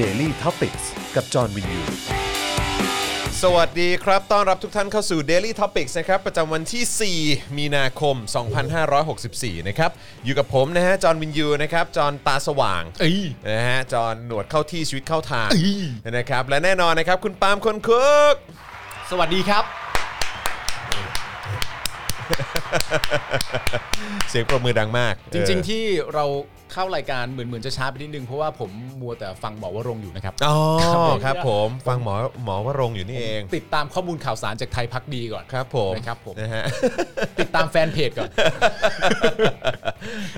Daily t o p i c กกับจอห์นวินยู สวัสดีครับ ต้อนรับทุกท่านเข้าสู่ Daily Topics นะครับ ประจำวันที่ 4 มีนาคม 2564 นะครับ อยู่กับผมนะฮะ จอห์นวินยู นะครับ จอห์นตาสว่าง เอ้ย นะฮะ จอห์นหนวดเข้าที่ชีวิตเข้าทาง เอ้ย นะครับ และแน่นอนนะครับ คุณปาล์มคนคุก สวัสดีครับ เสียงปรบมือดังมาก จริง เออ ๆที่เราเข้ารายการเหมือนเหมือนจะช้าไปนิดนึง เพราะว่าผมมัวแต่ฟังหมอวรงค์อยู่นะครับ อ๋อครับผม ฟังหมอหมอวรงค์อยู่นี่เอง ติดตามข้อมูลข่าวสารจากไทยพักดีก่อน ครับผม นะครับผม นะฮ ะ ติดตามแฟนเพจก่อน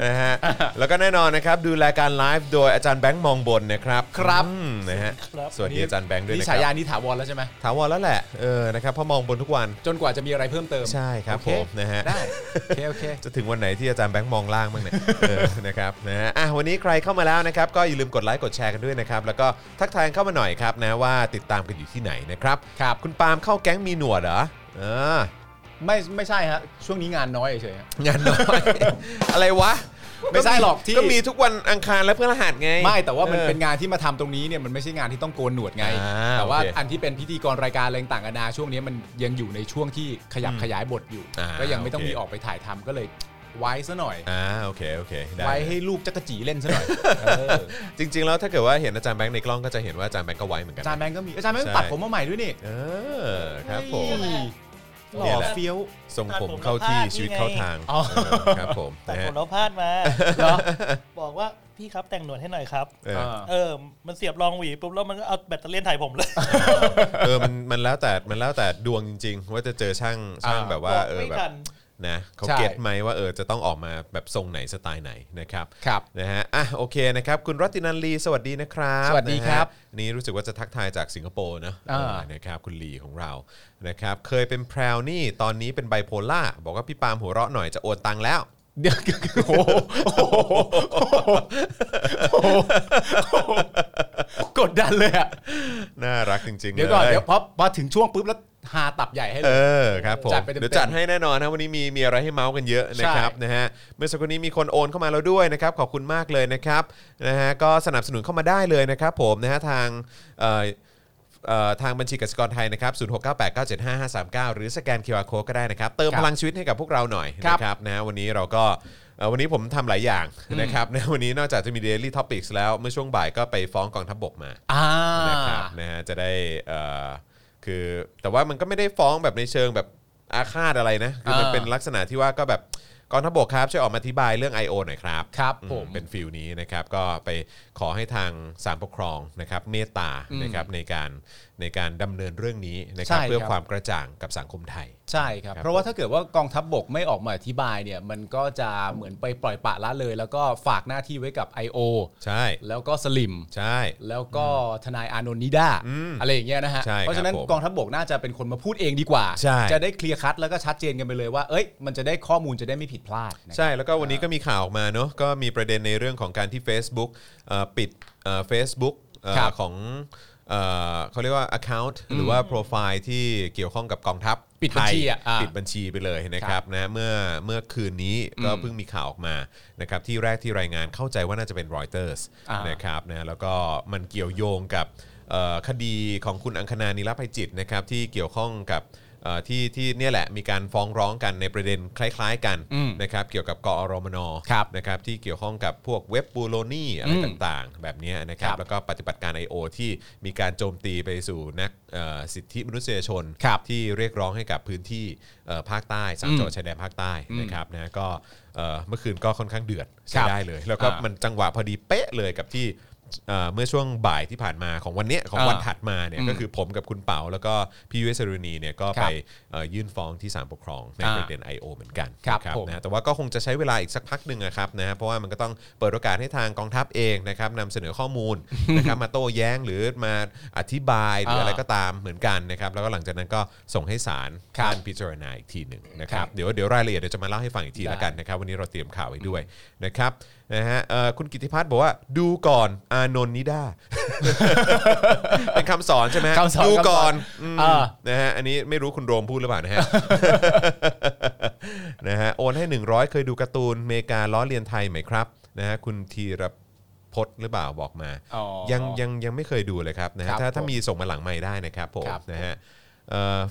นะฮะ แล้วก็แน่นอนนะครับ ดูรายการไลฟ์โดยอาจารย์แบงค์มองบนนะครับ ครับ อืมนะฮะ สวัสดีอาจารย์แบงค์ด้วย นี่ นะค ฉา รับ ยานี่ถาวรแล้วใช่ไหม ถาวรแล้วแหละ เออ นะครับ เพราะมองบนทุกวัน จนกว่าจะมีอะไรเพิ่มเติม ใช่ครับ โอเ ผมนะฮะ ได้โอเคโอเค จะถึงวันไหนที่อาจารย์แบงค์มองล่างบ้าง เนี่ย เออนะครับนะฮะอ่ะวันนี้ใครเข้ามาแล้วนะครับ ก็อย่าลืมกดไลค์กดแชร์กันด้วยนะครับ แล้วก็ทักทายเข้ามาหน่อยครับนะว่าติดตามกันอยู่ที่ไหนนะครับ ครับ คุณปาล์มเข้าแก๊งมีหนวดเหรอเออ ไม่ไม่ใช่ฮะช่วงนี้งานน้อยเฉยๆฮะ งานน้อย อะไรวะ ไม่ใช่หรอกที่ ก็มีทุกวันอังคารและพฤหัสไง ไม่แต่ว่ามันเป็นงานที่มาทำตรงนี้เนี่ยมันไม่ใช่งานที่ต้องโกนหนวดไง อ่า แต่ว่า โอเค อันที่เป็นพิธีกรรายการอะไรต่างกันานาช่วงนี้มันยังอยู่ในช่วงที่ขยับขยายบทอยู่ อ่า ก็ยังไม่ต้อง โอเค มีออกไปถ่ายทำก็เลยไว้ซะหน่อย อ่าโอเคโอเคได้ ไว้ให้ลูกจักรจีเล่นซะหน่อย จริง ๆ แล้วถ้าเกิดว่าเห็นอาจารย์แบงค์ในกล้องก็จะเห็นว่าอาจารย์แบงค์ก็ไว้เหมือนกัน อาจารย์แบงก์ก็มีอาจารย์แบงก์ตัดผมมาใหม่ด้วยนี่ เออครับผม เฮ้ยห เนี่ ล่ ย อ แหละ เฟี้ยว ทรงผมเข้าที่ ตัดผม ชีวิตเข้าทาง อ๋อ เออครับผม ตัด นะ ผ ฮะ มแล้วพลาดมา เหรอ บอกว่าพี่ครับแต่งหนวดให้หน่อยครับ เออ เออ มันเสียบรองหวีปุ๊บแล้วมันก็เอาแบตเตอรี่ถ่ายผมเลย เออมันมันแล้วแต่มันแล้วแต่ดวงจริง ๆ ว่าจะเจอช่างช่างแบบว่า บอก เออ ไม่ แบบ ทัน นะเขา ใช่ เก็ตไหมว่าเออจะต้องออกมาแบบทรงไหนสไตล์ไหนนะครับ ครับ นะฮะอ่ะโอเคนะครับ คุณรัตินันลีสวัสดีนะครับ สวัสดีครับ นะฮะนี่รู้สึกว่าจะทักทายจากสิงคโปร์นะ อ่า เออนะครับคุณลีของเรานะครับเคยเป็นแพรวนี่ตอนนี้เป็นไบโพล่าบอกว่าพี่ปาล์มหัวเราะหน่อยจะโอนตังค์แล้ว เดี๋ยวโอ้โหโอ้โหโอ้โหกดดันเลยอะ น่ารักจริงๆ เดี๋ยวก่อน ล เดี๋ยวพอพอถึงช่วงปุ๊บแล้วหาตับใหญ่ให้เล เอย อครับผม จัดไปเต็มๆ เดี๋ยวจัดให้แน่นอนนะวันนี้มีมีอะไรให้เมาส์กันเยอะนะครับ ใช่ นะฮะเมื่อสักครู่นี้มีคนโอนเข้ามาแล้วด้วยนะครับขอบคุณมากเลยนะครับนะฮะก็สนับสนุนเข้ามาได้เลยนะครับผมนะฮะทางเอ่อเอ่อทางบัญชีกสิกรไทยนะครับ0698975539 หรือสแกน QR Code ก็ได้นะครับ เติมพลังชีวิตให้กับพวกเราหน่อยนะครับนะฮะวันนี้เราก็เอ่อวันนี้ผมทำหลายอย่างนะครับนะวันนี้นอกจากจะมี Daily Topics แล้วเมื่อช่วงบ่ายก็ไปฟ้องกองทัพบกมา อ่า นะครับนะฮะจะได้เอ่อคือแต่ว่ามันก็ไม่ได้ฟ้องแบบในเชิงแบบอาฆาตอะไรนะคือมัน อ่า เป็นลักษณะที่ว่าก็แบบกองทัพบกครับช่วยออกมาอธิบายเรื่อง I.O. หน่อยครับ ครับ อื ผม เป็นฟิลนี้นะครับก็ไปขอให้ทางสารปกครองนะครับเมตตา อืม นะครับในการในการดำเนินเรื่องนี้นะครับ ใช่ เพื่อ ครับ ความกระจ่างกับสังคมไทย ใช่ครับ ครับ เพราะว่าถ้าเกิดว่ากองทัพบกไม่ออกมาอธิบายเนี่ย มันก็จะเหมือนไปปล่อยปละละเลย แล้วก็ฝากหน้าที่ไว้กับ I.O. ใช่ แล้วก็สลิม ใช่ แล้วก็ทนายอานนท์นิด้า อืม อะไรอย่างเงี้ยนะฮะ ใช่ครับ เพราะฉะนั้น ผม กองทัพบกน่าจะเป็นคนมาพูดเองดีกว่า ใช่ จะได้เคลียร์คัดแล้วก็ชัดเจนกันไปเลยว่า เอ้ย มันจะได้ข้อมูลจะได้ไม่ผิดพลาดนะครับ ใช่ แล้วก็วันนี้ก็มีข่าวออกมาเนอะก็มีประเด็นในเรื่องของการที่ Facebook เอ่อปิดเฟซบุ๊ก ครับ ของเอ่อเขาเรียกว่า Account หรือว่าโปรไฟล์ที่เกี่ยวข้องกับกองทัพ ปิดบัญชีอ่ะ ไทย อ่า ปิดบัญชีไปเลยนะครับนะเมื่อเมื่อคืนนี้ก็เพิ่งมีข่าวออกมานะครับที่แรกที่รายงานเข้าใจว่าน่าจะเป็นรอยเตอร์ส อ่าน นะครับนะแล้วก็มันเกี่ยวโยงกับเอ่อคดีของคุณอังคณานิรภัยจิตนะครับที่เกี่ยวข้องกับเอ่อที่ที่เนี่ยแหละมีการฟ้องร้องกันในประเด็นคล้ายๆกัน อืม นะครับเกี่ยวกับกอรมน ครับ นะครับที่เกี่ยวข้องกับพวกเว็บบูโรนี่อะไร อืม ต่างๆ แบบเนี้ยนะครับ ครับ แล้วก็ปฏิบัติการ I.O. ที่มีการโจมตีไปสู่นักเอ่อสิทธิมนุษยชน ครับ ที่เรียกร้องให้กับพื้นที่เอ่อภาคใต้สาม อืม จังหวัดชายแดนภาคใต้ อืม นะครับนะก็เอ่อเมื่อคืนก็ค่อนข้างเดือด ค ใช้ รับ ได้เลย แล้วก็ อ่ามั มันจังหวะพอดีเป๊ะเลยกับที่เอ่อเมื่อช่วงบ่ายที่ผ่านมาของวันเนี้ยของวัน อ่า ถัดมาเนี่ย อืม ก็คือผมกับคุณเปาแล้วก็พี่ยุ้ยสรุณีเนี่ยก็ ครับ ไปเอ่อยื่นฟ้องที่ศาลปกครองใน อ่า ประเด็น I.O. เหมือนกัน ครับ นะ ผม นะแต่ว่าก็คงจะใช้เวลาอีกสักพักหนึ่งนะครับนะเพราะว่ามันก็ต้องเปิดโอกาสให้ทางกองทัพเองนะครับนำเสนอข้อมูล นะครับมาโต้แย้งหรือมาอธิบายหรืออะไรก็ตามเหมือนกันนะครับแล้วก็หลังจากนั้นก็ส่งให้ศาล ครับ ท่านพิจารณาอีกทีหนึ่งนะครับ ครับ เดี๋ยวเดี๋ยวรายละเอียดเดี๋ยวจะมาเล่าให้ฟังอีกที ได้ ละกันนะครับวันนี้เราเตรียมข่าวไว้ด้วยนะครับนะฮะเอ่อคุณกิติพัฒน์บอกว่าดูก่อนอานนท์นิดา เป็นคำสอนใช่ไหม คำสอน ดูก่อน คำสอน อืม เออ นะฮะอันนี้ไม่รู้คุณโรมพูดหรือเปล่านะฮ ะ นะฮะโอนให้ 100 เคยดูการ์ตูนเมกาล้อเลียนไทยไหมครับนะฮะคุณธีร พจน์หรือเปล่าบอกมา อ๋อ ยังยังยังไม่เคยดูเลยครับนะฮะ ครับ ถ้าถ้า ผม มีส่งมาหลังใหม่ได้นะครับผม ครับ นะฮะ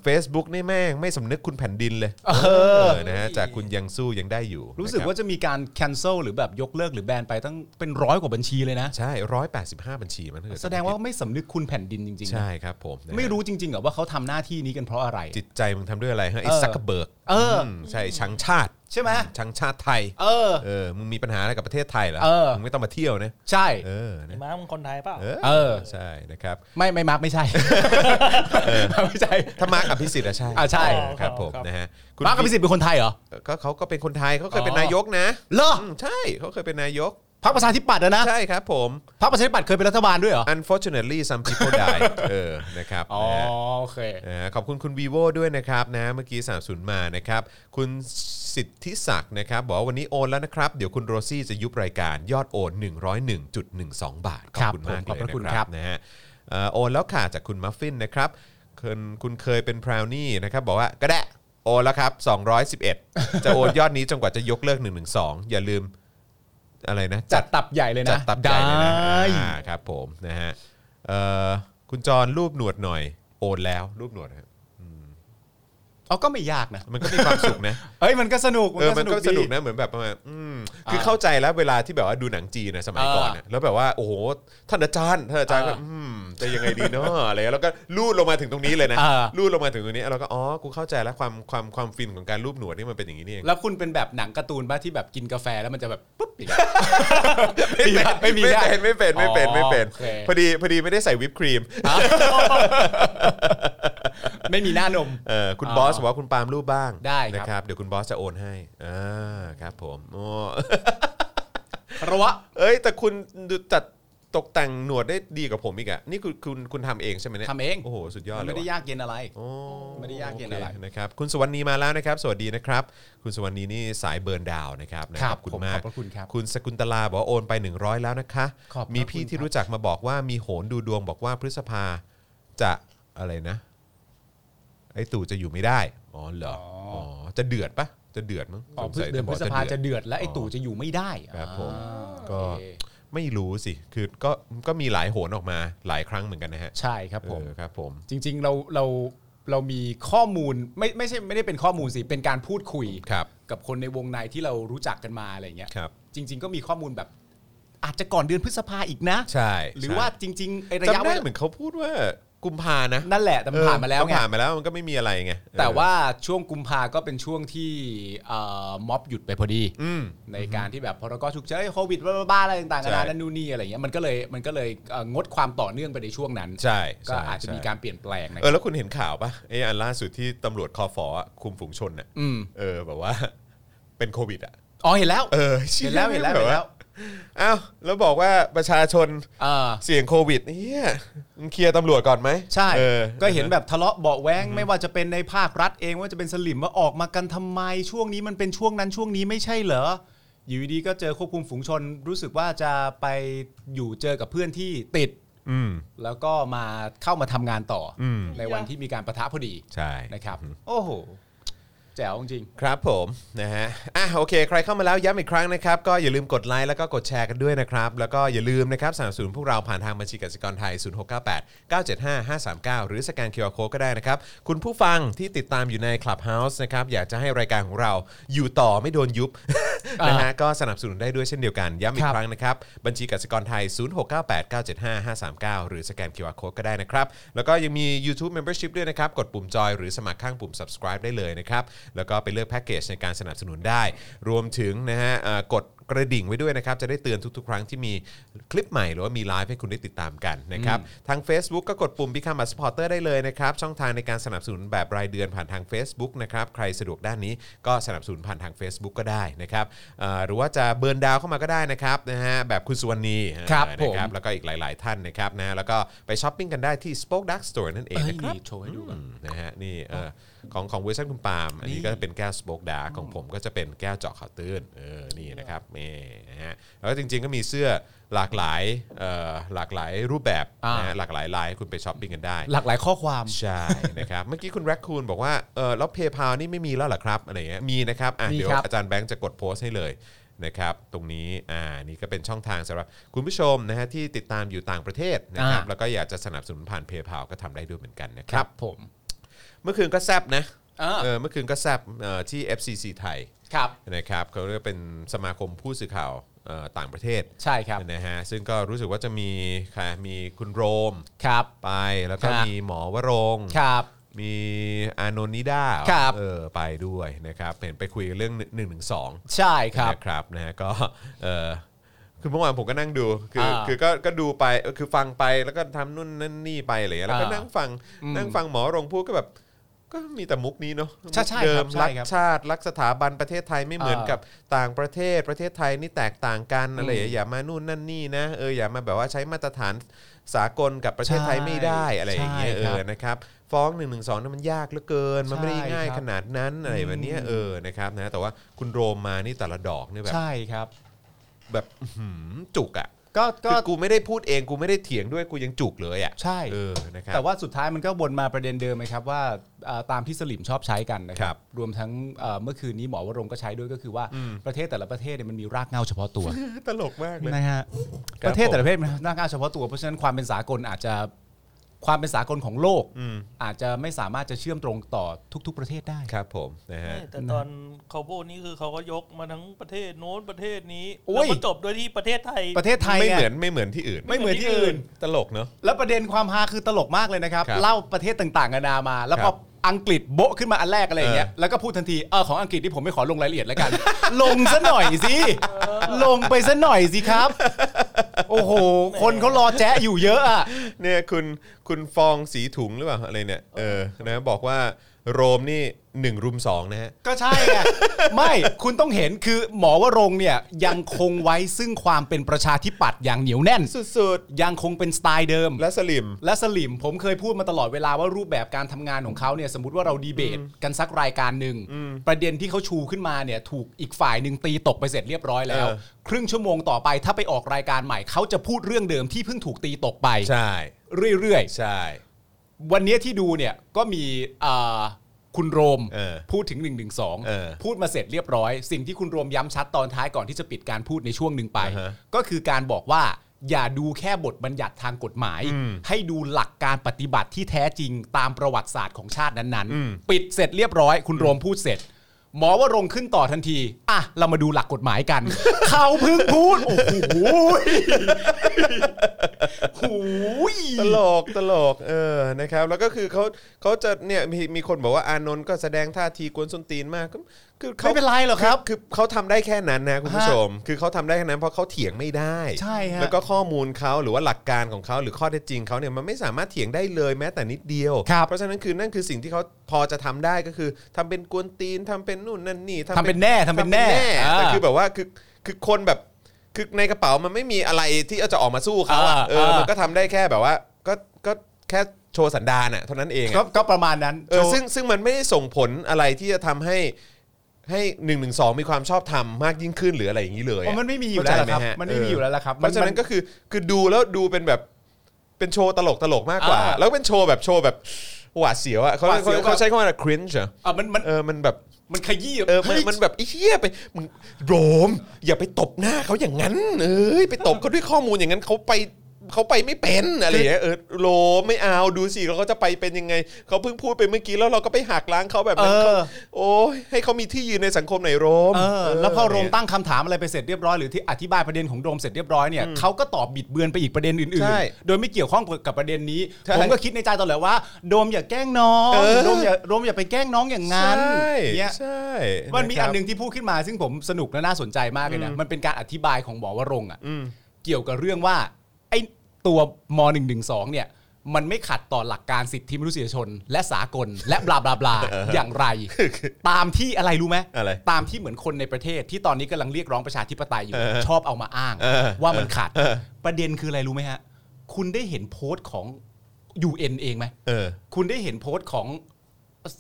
เฟซบุ๊กนี่แม่งไม่สำนึกคุณแผ่นดินเลย เออ เนะฮะจากคุณยังสู้ยังได้อยู่ รู้สึก นะคบ ว่าจะมีการ cancel หรือแบบยกเลิกหรือแบนไปตั้งเป็นร้อยกว่าบัญชีเลยนะ ใช่ร้อยแปดสิบห้าบัญชีมั้งถ้เกิ แสดงว่าไม่สำนึกคุณแผ่นดินจริงๆนะ ใช่ครับผมนะฮะ ไม่รู้จริงๆเหรอว่าเขาทำหน้าที่นี้กันเพราะอะไร จิตใจมึงทำด้วยอะไรฮะไอ้ เออ ซักเบิร์ก เอออ ใช่ชังชาติ ใช่ไหม ชังชาติไทย เออ เออมึงมีปัญหาอะไรกับประเทศไทยเหรอ เออ มึงไม่ต้องมาเที่ยวนะ ใช่ เออนะ ไอ้ม้ามึงคนไทยเปล่า เออ เออ ใช่นะครับ ไม่ไม่มาร์กไม่ใช่ ไม่ใช่ ถ้ามาร์กอภิสิทธิ์อะใช่ อ่ะใช่ เออครับผมนะฮะคุณ มาร์กอภิสิทธิ์เป็นคนไทยเหรอ ก็เขาก็เป็นคนไทยเขาเคยเป็น อ๋อ นายกนะ เหรอ อืมใช่เขาเคยเป็นนายก พรรคประชาธิปัตย์อะนะ ใช่ครับผม พรรคประชาธิปัตย์เคยเป็นรัฐบาลด้วยเหรอ unfortunately some people die เออนะครับ อ๋อ นะฮะ โอเค นะฮะขอบคุณคุณ vivo ด้วยนะครับนะเมื่อกี้สามศูนย์มานะครับ คุณสิทธิศักดิ์นะครับ บอกว่าวันนี้โอนแล้วนะครับ เดี๋ยวคุณโรซี่จะยุบรายการยอดโอน 101.12 บาท ขอบคุณ ครับผม มาก ขอบ เลย พระคุณ นะค ครั รับบ นะฮะเอ่อโอนแล้วค่ะจากคุณมัฟฟินนะครับคุณคุณเคยเป็นพราวนี่นะครับบอกว่าก็ได้โอนแล้วครับ211 จะโอนยอดนี้จนกว่าจะยกเลิก112 อย่าลืมอะไรนะ จัดตับใหญ่เลยนะ จัดตับใหญ่เลยนะ ได้ อ่าครับผมนะฮะเอ่อคุณจรรูปหนวดหน่อย โอนแล้วรูปหนวดนะฮะ อ๋อก็ไม่ยากนะ มันก็มีความสุข นะ เอ้ยมันก็สนุก เออมันก็สนุก ดี นะเหมือนแบบประมาณอืม อ่า คือเข้าใจแล้วเวลาที่แบบว่าดูหนังจีนนะสมัยก่อนนะแล้วแบบว่าโอ้โหท่านอาจารย์ท่านอาจารย์ก็ อ่า อืมจะยังไงดี เนาะอะไรเงี้ยแล้วก็ลูดลงมาถึงตรงนี้เลยนะ อ่า ลูดลงมาถึงตรงนี้แล้วก็อ๋อกูเข้าใจแล้วความความความฟินของการรูปหนวดนี่มันเป็นอย่างนี้นี่เอง แล้วคุณเป็นแบบหนังการ์ตูนบ้าที่แบบกินกาแฟแล้วมันจะแบบปุ๊บอย่างเงี้ย ไม่ ไม่ มี เป็น ได้ ไม่เป็นไม่เป็นไม่เป็น อ๋อโอเค พอดีพอดีไม่ได้ใส่วิปครีม ไม่มีหน้านม เออคุณ อ๋อบ อสบอกว่าคุณปาล์มรูปบ้าง ได้ครับ นะครับ เดี๋ยวคุณบอสจะโอนให้อ่าครับผมโอ้ คารวะ เอ้ย แต่คุณดูจัดตกแต่งหนวดได้ดีกว่าผมอีกอะนี่คุณคุณคุณทำเองใช่ไหมเนี่ย ทำเอง โอ้โห สุดยอดเลย ไม่ได้ ว่ะ ยากเย็นอะไร โอ้ ไม่ได้ยากเย็นอะไร โคนะครับคุณสวรรณีมาแล้วนะครับ สวัสดีนะครับ คุณสวรรณีนี่สายเบิร์นดาวน์นะครับนะครับ ขอบคุณ ผม มา ข ก อบพระคุณครับ คุณสกุลตลาบอกว่าโอนไป 100 แล้วนะคะ ขอบพระ มีพี่ คุณ ที่ ครับ รู้จักมาบอกว่ามีโหนดูดวงบอกว่าพฤษภาจะอะไรนะ ไอ้ตู่จะอยู่ไม่ได้ อ๋อเหรอ อ๋ออ๋ อ๋อ จะเดือดปะ จะเดือดมั้ง อ๋อ สงสัย เดือนพฤษภาจะเดือดและไอ้ตู่จะอยู่ไม่ได้ ครับผม อ่า ก็ โอเค ไม่รู้สิ คือก็ก็มีหลายโหนออกมาหลายครั้งเหมือนกันนะฮะ ใช่ครับผม เออครับผม จริงๆเราเราเรามีข้อมูลไม่ไม่ใช่ไม่ได้เป็นข้อมูลสิ เป็นการพูดคุย ครับ กับคนในวงในที่เรารู้จักกันมาอะไรเงี้ย ครับ จริง ๆ ก็มีข้อมูลแบบ อาจจะก่อนเดือนพฤษภาอีกนะ ใช่ หรือว่าจริงๆไอ้ระยะ จำ เว ได้ ลา เหมือนเขาพูดว่ากุมภานะ นั่นแหละแต่มันผ่านมาแล้ว เออ ไง ผ่านมาแล้วมันก็ไม่มีอะไรไง แต่ว่าช่วงกุมภาก็เป็นช่วงที่เอ่อม็อบหยุดไปพอดี อืม ในการที่แบบพรกฉุกเฉินโควิดบ้าๆอะไรต่างๆ ใช่ นานานั่นนู่นนี่อะไรเงี้ยมันก็เลยมันก็เลยเอ่องดความต่อเนื่องไปในช่วงนั้น ใช่ ก็ ใช่ อาจจะมีการเปลี่ยนแปลงนะ เออแล้วคุณเห็นข่าวปะไอ้อันล่าสุดที่ตำรวจคอฟอะคุมฝูงชนน่ะ อืม เออแบบว่า เป็นโควิดอ่ะ อ๋อเห็นแล้ว เออ เห็นแล้วเห็นแล้วเห็นแล้ว อ้าวแล้วบอกว่าประชาชน เออ เสี่ยงโควิดเนี่ยมึงเคลียร์ตำรวจก่อนไหม ใช่ เออ ก็เห็นแบบทะเลาะเบาะแว้งไม่ว่าจะเป็นในภาครัฐเองว่าจะเป็นสลิมว่าออกมากันทำไมช่วงนี้มันเป็นช่วงนั้นช่วงนี้ไม่ใช่เหรอ อยู่ดีๆก็เจอควบคุมฝูงชน รู้สึกว่าจะไปอยู่เจอกับเพื่อนที่ติด อืม แล้วก็มาเข้ามาทำงานต่ออ ม ในวันที่มีการประทะพอดี ใช่ นะครับ โอ้โห แจ๋วจริง ครับผมนะฮะอ่ะโอเค ใครเข้ามาแล้วย้ำอีกครั้งนะครับ ก็อย่าลืมกดไลค์แล้วก็กดแชร์กันด้วยนะครับ แล้วก็อย่าลืมนะครับสนับสนุนพวกเราผ่านทางบัญชีกสิกรไทย 0698 975 539 หรือสแกน QR Code ก็ได้นะครับ คุณผู้ฟังที่ติดตามอยู่ใน Clubhouse นะครับอยากจะให้รายการของเราอยู่ต่อไม่โดนยุบ อ่าน นะฮะก็สนับสนุนได้ด้วยเช่นเดียวกันย้ำอีกครั้ง ครั้งนะครับบัญชีกสิกรไทย 0698975539 หรือสแกน QR Code ก็ได้นะครับ แล้วก็ยังมี YouTube Membership ด้วยนะครับ กดปุ่มจอยหรือสมัครข้างปุ่ม subscribe ได้เลยนะครับ แล้วก็ไปเลือกแพ็กเกจในการสนับสนุนได้ รวมถึงนะฮะเอ่อกดกระดิ่งไว้ด้วยนะครับ จะได้เตือนทุกๆ ครั้งที่มีคลิปใหม่หรือว่ามีไลฟ์ให้คุณได้ติดตามกันนะครับ ทาง Facebook ก็กดปุ่ม Become a supporter ได้เลยนะครับ ช่องทางในการสนับสนุนแบบรายเดือนผ่านทาง Facebook นะครับ ใครสะดวกด้านนี้ก็สนับสนุนผ่านทาง Facebook ก็ได้นะครับเอ่อหรือว่าจะเบิร์นดาวเข้ามาก็ได้นะครับนะฮะแบบคุณสุวรรณี ครับ เออ ผ นะ ม แล้วก็อีกหลาย ๆ ท่านนะครับนะแล้วก็ไปช้อปปิ้งกันได้ที่ Spoke Dark Store นั่นเอ ๆ ง เอ้ย นะครับ โชว์ให้ดูก่อน อืมนะฮะนี่เอ่อของของเวอร์ชันคุณปาล์มอันนี้ก็จะเป็นแก้วสโปกดาร์กของผมก็จะเป็นแก้วเจาะข่าวตื้นเออนี่นะครับนี่นะฮะแล้วก็จริงๆก็มีเสื้อหลากหลายเอ่อหลากหลายรูปแบบ อ่าน นะฮะหลากหลายลายคุณไปช้อปปิ้งกันได้ หลากหลายข้อความ ใช่นะครับ เมื่อกี้คุณแรคคูนบอกว่าเออแล้วเพย์พานี่ไม่มีแล้วเหรอครับอะไรเงี้ยมีนะครับอ่ะ มี เดี๋ยว ครับ อาจารย์แบงค์จะกดโพสต์ให้เลย นะครับตรงนี้อ่านี่ก็เป็นช่องทางสำหรับคุณผู้ชมนะฮะที่ติดตามอยู่ต่างประเทศนะครับ อ่า แล้วก็อยากจะสนับสนุนผ่านเพย์พาก็ทำได้ด้วยเหมือนกันนะค ค รั รับ บผม เมื่อคืนก็แซบนะ อ่า เออเมื่อคืนก็แซบเอ่อที่ FCC ไทย ครับ นะครับเขาเรียกว่าเป็นสมาคมผู้สื่อข่าวเอ่อต่างประเทศ ใช่ครับ นะฮะซึ่งก็รู้สึกว่าจะมีใครมีคุณโรม ครับ ไปแล้วก็ ครับ มีหมอวรงค์ ครับ มีอานนท์นิด้า ครับ เออไปด้วยนะครับเห็นไปคุยเรื่อง1นึ ใช่ครับ นะครับ นะฮะก็เออคือเมื่อวานผมก็นั่งดูคืออา คือก็ก็ดูไปเออคือฟังไปแล้วก็ทำนู่นนั่นนี่ไปอะไรอย่างเงี้ยแล้วก็ อ่านั่ นั่งฟัง อืม นั่งฟังหมอรงพูดก็แบบ ก็มีแต่มุกนี้เนาะ ใช่ใช่ มุกเดิ ครั ม บใช่ รัก ครับ ชาติรักสถาบันประเทศไทยไม่เหมือน อ่า กับต่างประเทศประเทศไทยนี่แตกต่างกันอะไร อืม อย่าอย่ามานู่นนั่นนี่นะเอออย่ามาแบบว่าใช้มาตรฐานสากลกับประเทศไทยไม่ได้อะไรอย่างเงี้ย ใช่ เอ ครับ อ นะครับฟ้อง1นึนั่นมันยากเหลือเกิน มันไม่ได้ ใช่ ง่าย ครับ ขนาดนั้นอะไรแบบเนี้ยเออนะครับนะแต่ว่าคุณโรมมานี่แต่ละดอกเนี่ยแบบ ใช่ครับ แบบอื้อหือจุกอ่ะ ก็ คื ก็ อกูไม่ได้พูดเองกูไม่ได้เถียงด้วยกูยังจุกเลยอ่ะ ใช่ เออนะครับ แต่ว่าสุดท้ายมันก็วนมาประเด็นเดิมไหมครับว่าอ่าตามที่สลิมชอบใช้กันนะค ครั รับ บ รวมทั้งเอ่อเมื่อคืนนี้หมอวรงค์ก็ใช้ด้วยก็คือว่าประเทศแต่ละประเทศเนี่ยมันมีรากเหง้าเฉพาะตัว ตลกมากเลย นะฮะ ครับ ประเทศแต่ละ ประเทศมันน่าก้าวเฉพาะตัวเพราะฉะนั้นความเป็นสากลอาจจะความเป็นสากลของโลก อืม อาจจะไม่สามารถจะเชื่อมตรงต่อทุก ๆ ประเทศได้ ครับผมนะฮะ แต่ตอนเขาพูดนี่คือเขาก็ยกมาทั้งประเทศโน้นประเทศนี้ โอ้ แล้ว ย ก็จบด้วยที่ประเทศไทย ประเทศไทย ไม่ ย เหมือนไม่เหมือนที่อื่น ไม่เหมือนที่อื่น ตลกเนาะ แล้วประเด็นความฮาคือตลกมากเลยนะครับ ครับ เล่าประเทศต่างๆนานามา แล้วพ ครั อบ อังกฤษโบะขึ้นมาอันแรกอะไรอย่างเงี้ย เออ แล้วก็พูดทันทีเออของอังกฤษที่ผมไม่ขอลงรายละเอียดแล้วกัน ลงซะหน่อยสิลงไปซะหน่อยสิครับ โอ้โห คนเขารอแจ๊ะอยู่เยอะอะ เนี่ยคุณคุณฟองสีถุงหรือเปล่าอะไรเนี่ยเออนะบอกว่าโรมนี่หนึ่งรุมสองนะฮะ ก็ใช่ไงไม่คุณต้องเห็นคือหมอวรงค์เนี่ยยังคงไว้ซึ่งความเป็นประชาธิปัตย์อย่างเหนียวแน่น สุด ยังคงเป็นสไตล์เดิม ๆและสลิม และสลิมผมเคยพูดมาตลอดเวลาว่ารูปแบบการทำงานของเขาเนี่ยสมมติว่าเราดีเบตกันสักรายการหนึ่งประเด็นที่เขาชูขึ้นมาเนี่ยถูกอีกฝ่ายหนึ่งตีตกไปเสร็จเรียบร้อยแล้ว เออ ครึ่งชั่วโมงต่อไปถ้าไปออกรายการใหม่เขาจะพูดเรื่องเดิมที่เพิ่งถูกตีตกไป ใช่ เรื่อย ใช่ ๆ วันเนี้ยที่ดูเนี่ยก็มีเอ่อคุณโรม เออ พูดถึง1นึ เออ พูดมาเสร็จเรียบร้อย สิ่งที่คุณโรมย้ำชัดตอนท้ายก่อนที่จะปิดการพูดในช่วงหนึ่งไป อ่าฮะ ก็คือการบอกว่าอย่าดูแค่บทบัญญัติทางกฎหมาย ให้ดูหลักการปฏิบัติที่แท้จริงตามประวัติศาสตร์ของชาตินั้นๆ ปิดเสร็จเรียบร้อย คุณโรมพูดเสร็จ หมอว่ารงค์ขึ้นต่อทันที อ่ะ เรามาดูหลักกฎหมายกัน เขาเพึ่งพูด โอ้โหย โอ้ย ตลกตลกเออนะครับแล้วก็คือเขาเขาจะเนี่ยมีมีคนบอกว่าอานนท์ก็แสดงท่าทีกวนส้นตีนมากก็คือเขา ไม่เป็นไรหรอกครับ คือคือเขาทำได้แค่นั้นนะคุณผู้ชม คือเขาทำได้แค่นั้นเพราะเขาเถียงไม่ได้ ใช่ฮะ แล้วก็ข้อมูลเขาหรือว่าหลักการของเขาหรือข้อเท็จจริงเขาเนี่ยมันไม่สามารถเถียงได้เลยแม้แต่นิดเดียว ครับ เพราะฉะนั้นคือนั่นคือสิ่งที่เขาพอจะทำได้ก็คือทำเป็นกวนตีนทำเป็นนู่นนั่นนี่ ทำเป็นแน่ทำเป็นแน่อ่า แต่คือแบบว่าคือคือคนแบบคือในกระเป๋ามันไม่มีอะไรที่จะออกมาสู้เขาอะ อ่า เออมัน อ่า ก็ ก็ทำได้แค่แบบว่าก็ก็แค่โชว์สันดานอะเท่านั้นเอง ก็ อะ ก็ประมาณนั้น เออซึ่งซึ่งมันไม่ได้ส่งผลอะไรที่จะทำให้ให้หนึ่งหนึ่งสองมีความชอบธรรมมากยิ่งขึ้นหรืออะไรอย่างนี้เลย เพราะ อะ มันไม่มีอยู่แล้วล่ะครับ เข้าใจหฮะ มันไม่มีอยู่แล้วล่ะครับ เพราะฉะนั้นก็คือคือดูแล้วดูเป็นแบบเป็นโชว์ตลกตลกมากกว่า อ่า แล้วเป็นโชว์แบบโชว์แบบหวาดเสียวอะเขา หวาดเสี เขา ยว เขาใช้คำว่าอะไร cringe เหรอ อ่ะมันมัน เออมันแบบ มันขยี้ เออมัน ฮ้ย มันแบบไอ้เหี้ยไปมึงโรม อย่าไปตบหน้าเขาอย่างนั้น เอ้ยไปตบเขาด้วยข้อมูลอย่างนั้นเขาไปเขาไปไม่เป็นอะไรอย่างเงี้ยเออโลไม่เอาดูสิเขาจะไปเป็นยังไงเขาเพิ่งพูดไปเมื่อกี้แล้วเราก็ไปหักล้างเขาแบบนั้น เออ เขาโอ้ยให้เขามีที่ยืนในสังคมหน่อยโรม เออแล้วพอโรม เ ตั้งคำถามอะไรไปเสร็จเรียบร้อยหรือที่อธิบายประเด็นของโรมเสร็จเรียบร้อยเนี่ยเขาก็ตอบบิดเบือนไปอีกประเด็นอื่ ใช่ นๆ โดยไม่เกี่ยวข้องกับประเด็นนี้ ใช่ ผมก็คิดในใจตลอดเลยว่าโดมอย่าแกล้งน้อง เออ โดมอย่าโดมอย่าไปแกล้งน้องอย่างนั้น ใช่ เนี่ย ใช่ มันมีอันหะนึ่ครั งที่พูดขึ้นมาซึ่งผมสนุกและน่าสนใจมากเลยนะมันเป็นการอธิบายของหมอวรงค์อ่ะเกี่ยวกับเรื่องว่าไอ้ตัวม .112 เนี่ยมันไม่ขัดต่อหลักการสิทธิมนุษยชน และสากลและบลาบลาบลาอย่างไร ตามที่อะไรรู้ไหม อะไร ตามที่เหมือนคนในประเทศที่ตอนนี้กำลังเรียกร้องประชาธิปไตยอยู่ชอบเอามาอ้าง ว่ามันขาดประเด็นคืออะไรรู้ไหมฮะ คุณได้เห็นโพสต์ของ UN เองไหม บเออ คุณได้เห็นโพสต์ของ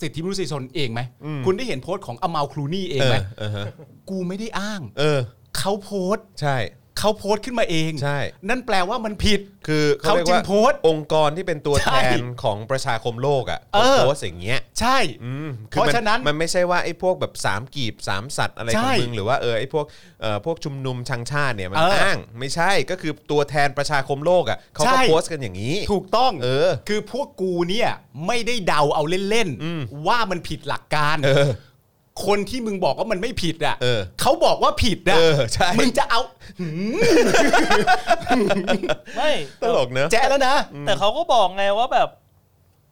สิทธิมนุษยชนเองไหมคุณได้เห็นโพสต์ของอ m มาลครูนี่เองไหม เออเออฮะ กูไม่ได้อ้าง เออ เขาโพสต์ ใช่ เขาโพสต์ขึ้นมาเอง ใช่ นั่นแปลว่ามันผิด คือเขา เขา เรียก จึง ว่า โพสต์ องค์กรที่เป็นตัว ใช่ แทนของประชาคมโลกอ่ะ เออ โพสต์อย่างเงี้ย ใช่ อืมคือ เพราะ มั ฉะนั้น มันไม่ใช่ว่าไอ้พวกแบบสามกีบสามสัตว์อะไรข ใช่ องมึงหรือว่าเออไอ้พวกเอ่อพวกชุมนุมชังชาติเนี่ยมัน เอออ้ อ้าง ไม่ใช่ก็คือตัวแทนประชาคมโลกอ่ะเขาก็ ใช่ โพสต์กันอย่างนี้ ถูกต้อง เออ คือพวกกูเนี่ยไม่ได้เดาเอาเล่น อืม ว่ามันผิดหลักการ เออ คนที่มึงบอกว่ามันไม่ผิดอ่ะ เออ เขาบอกว่าผิดอ่ะ เออใช่ มึงจะเอา ไม่ ตลกเนอะ แจ๊ะแล้วนะ แต่เขาก็บอกไงว่าแบบ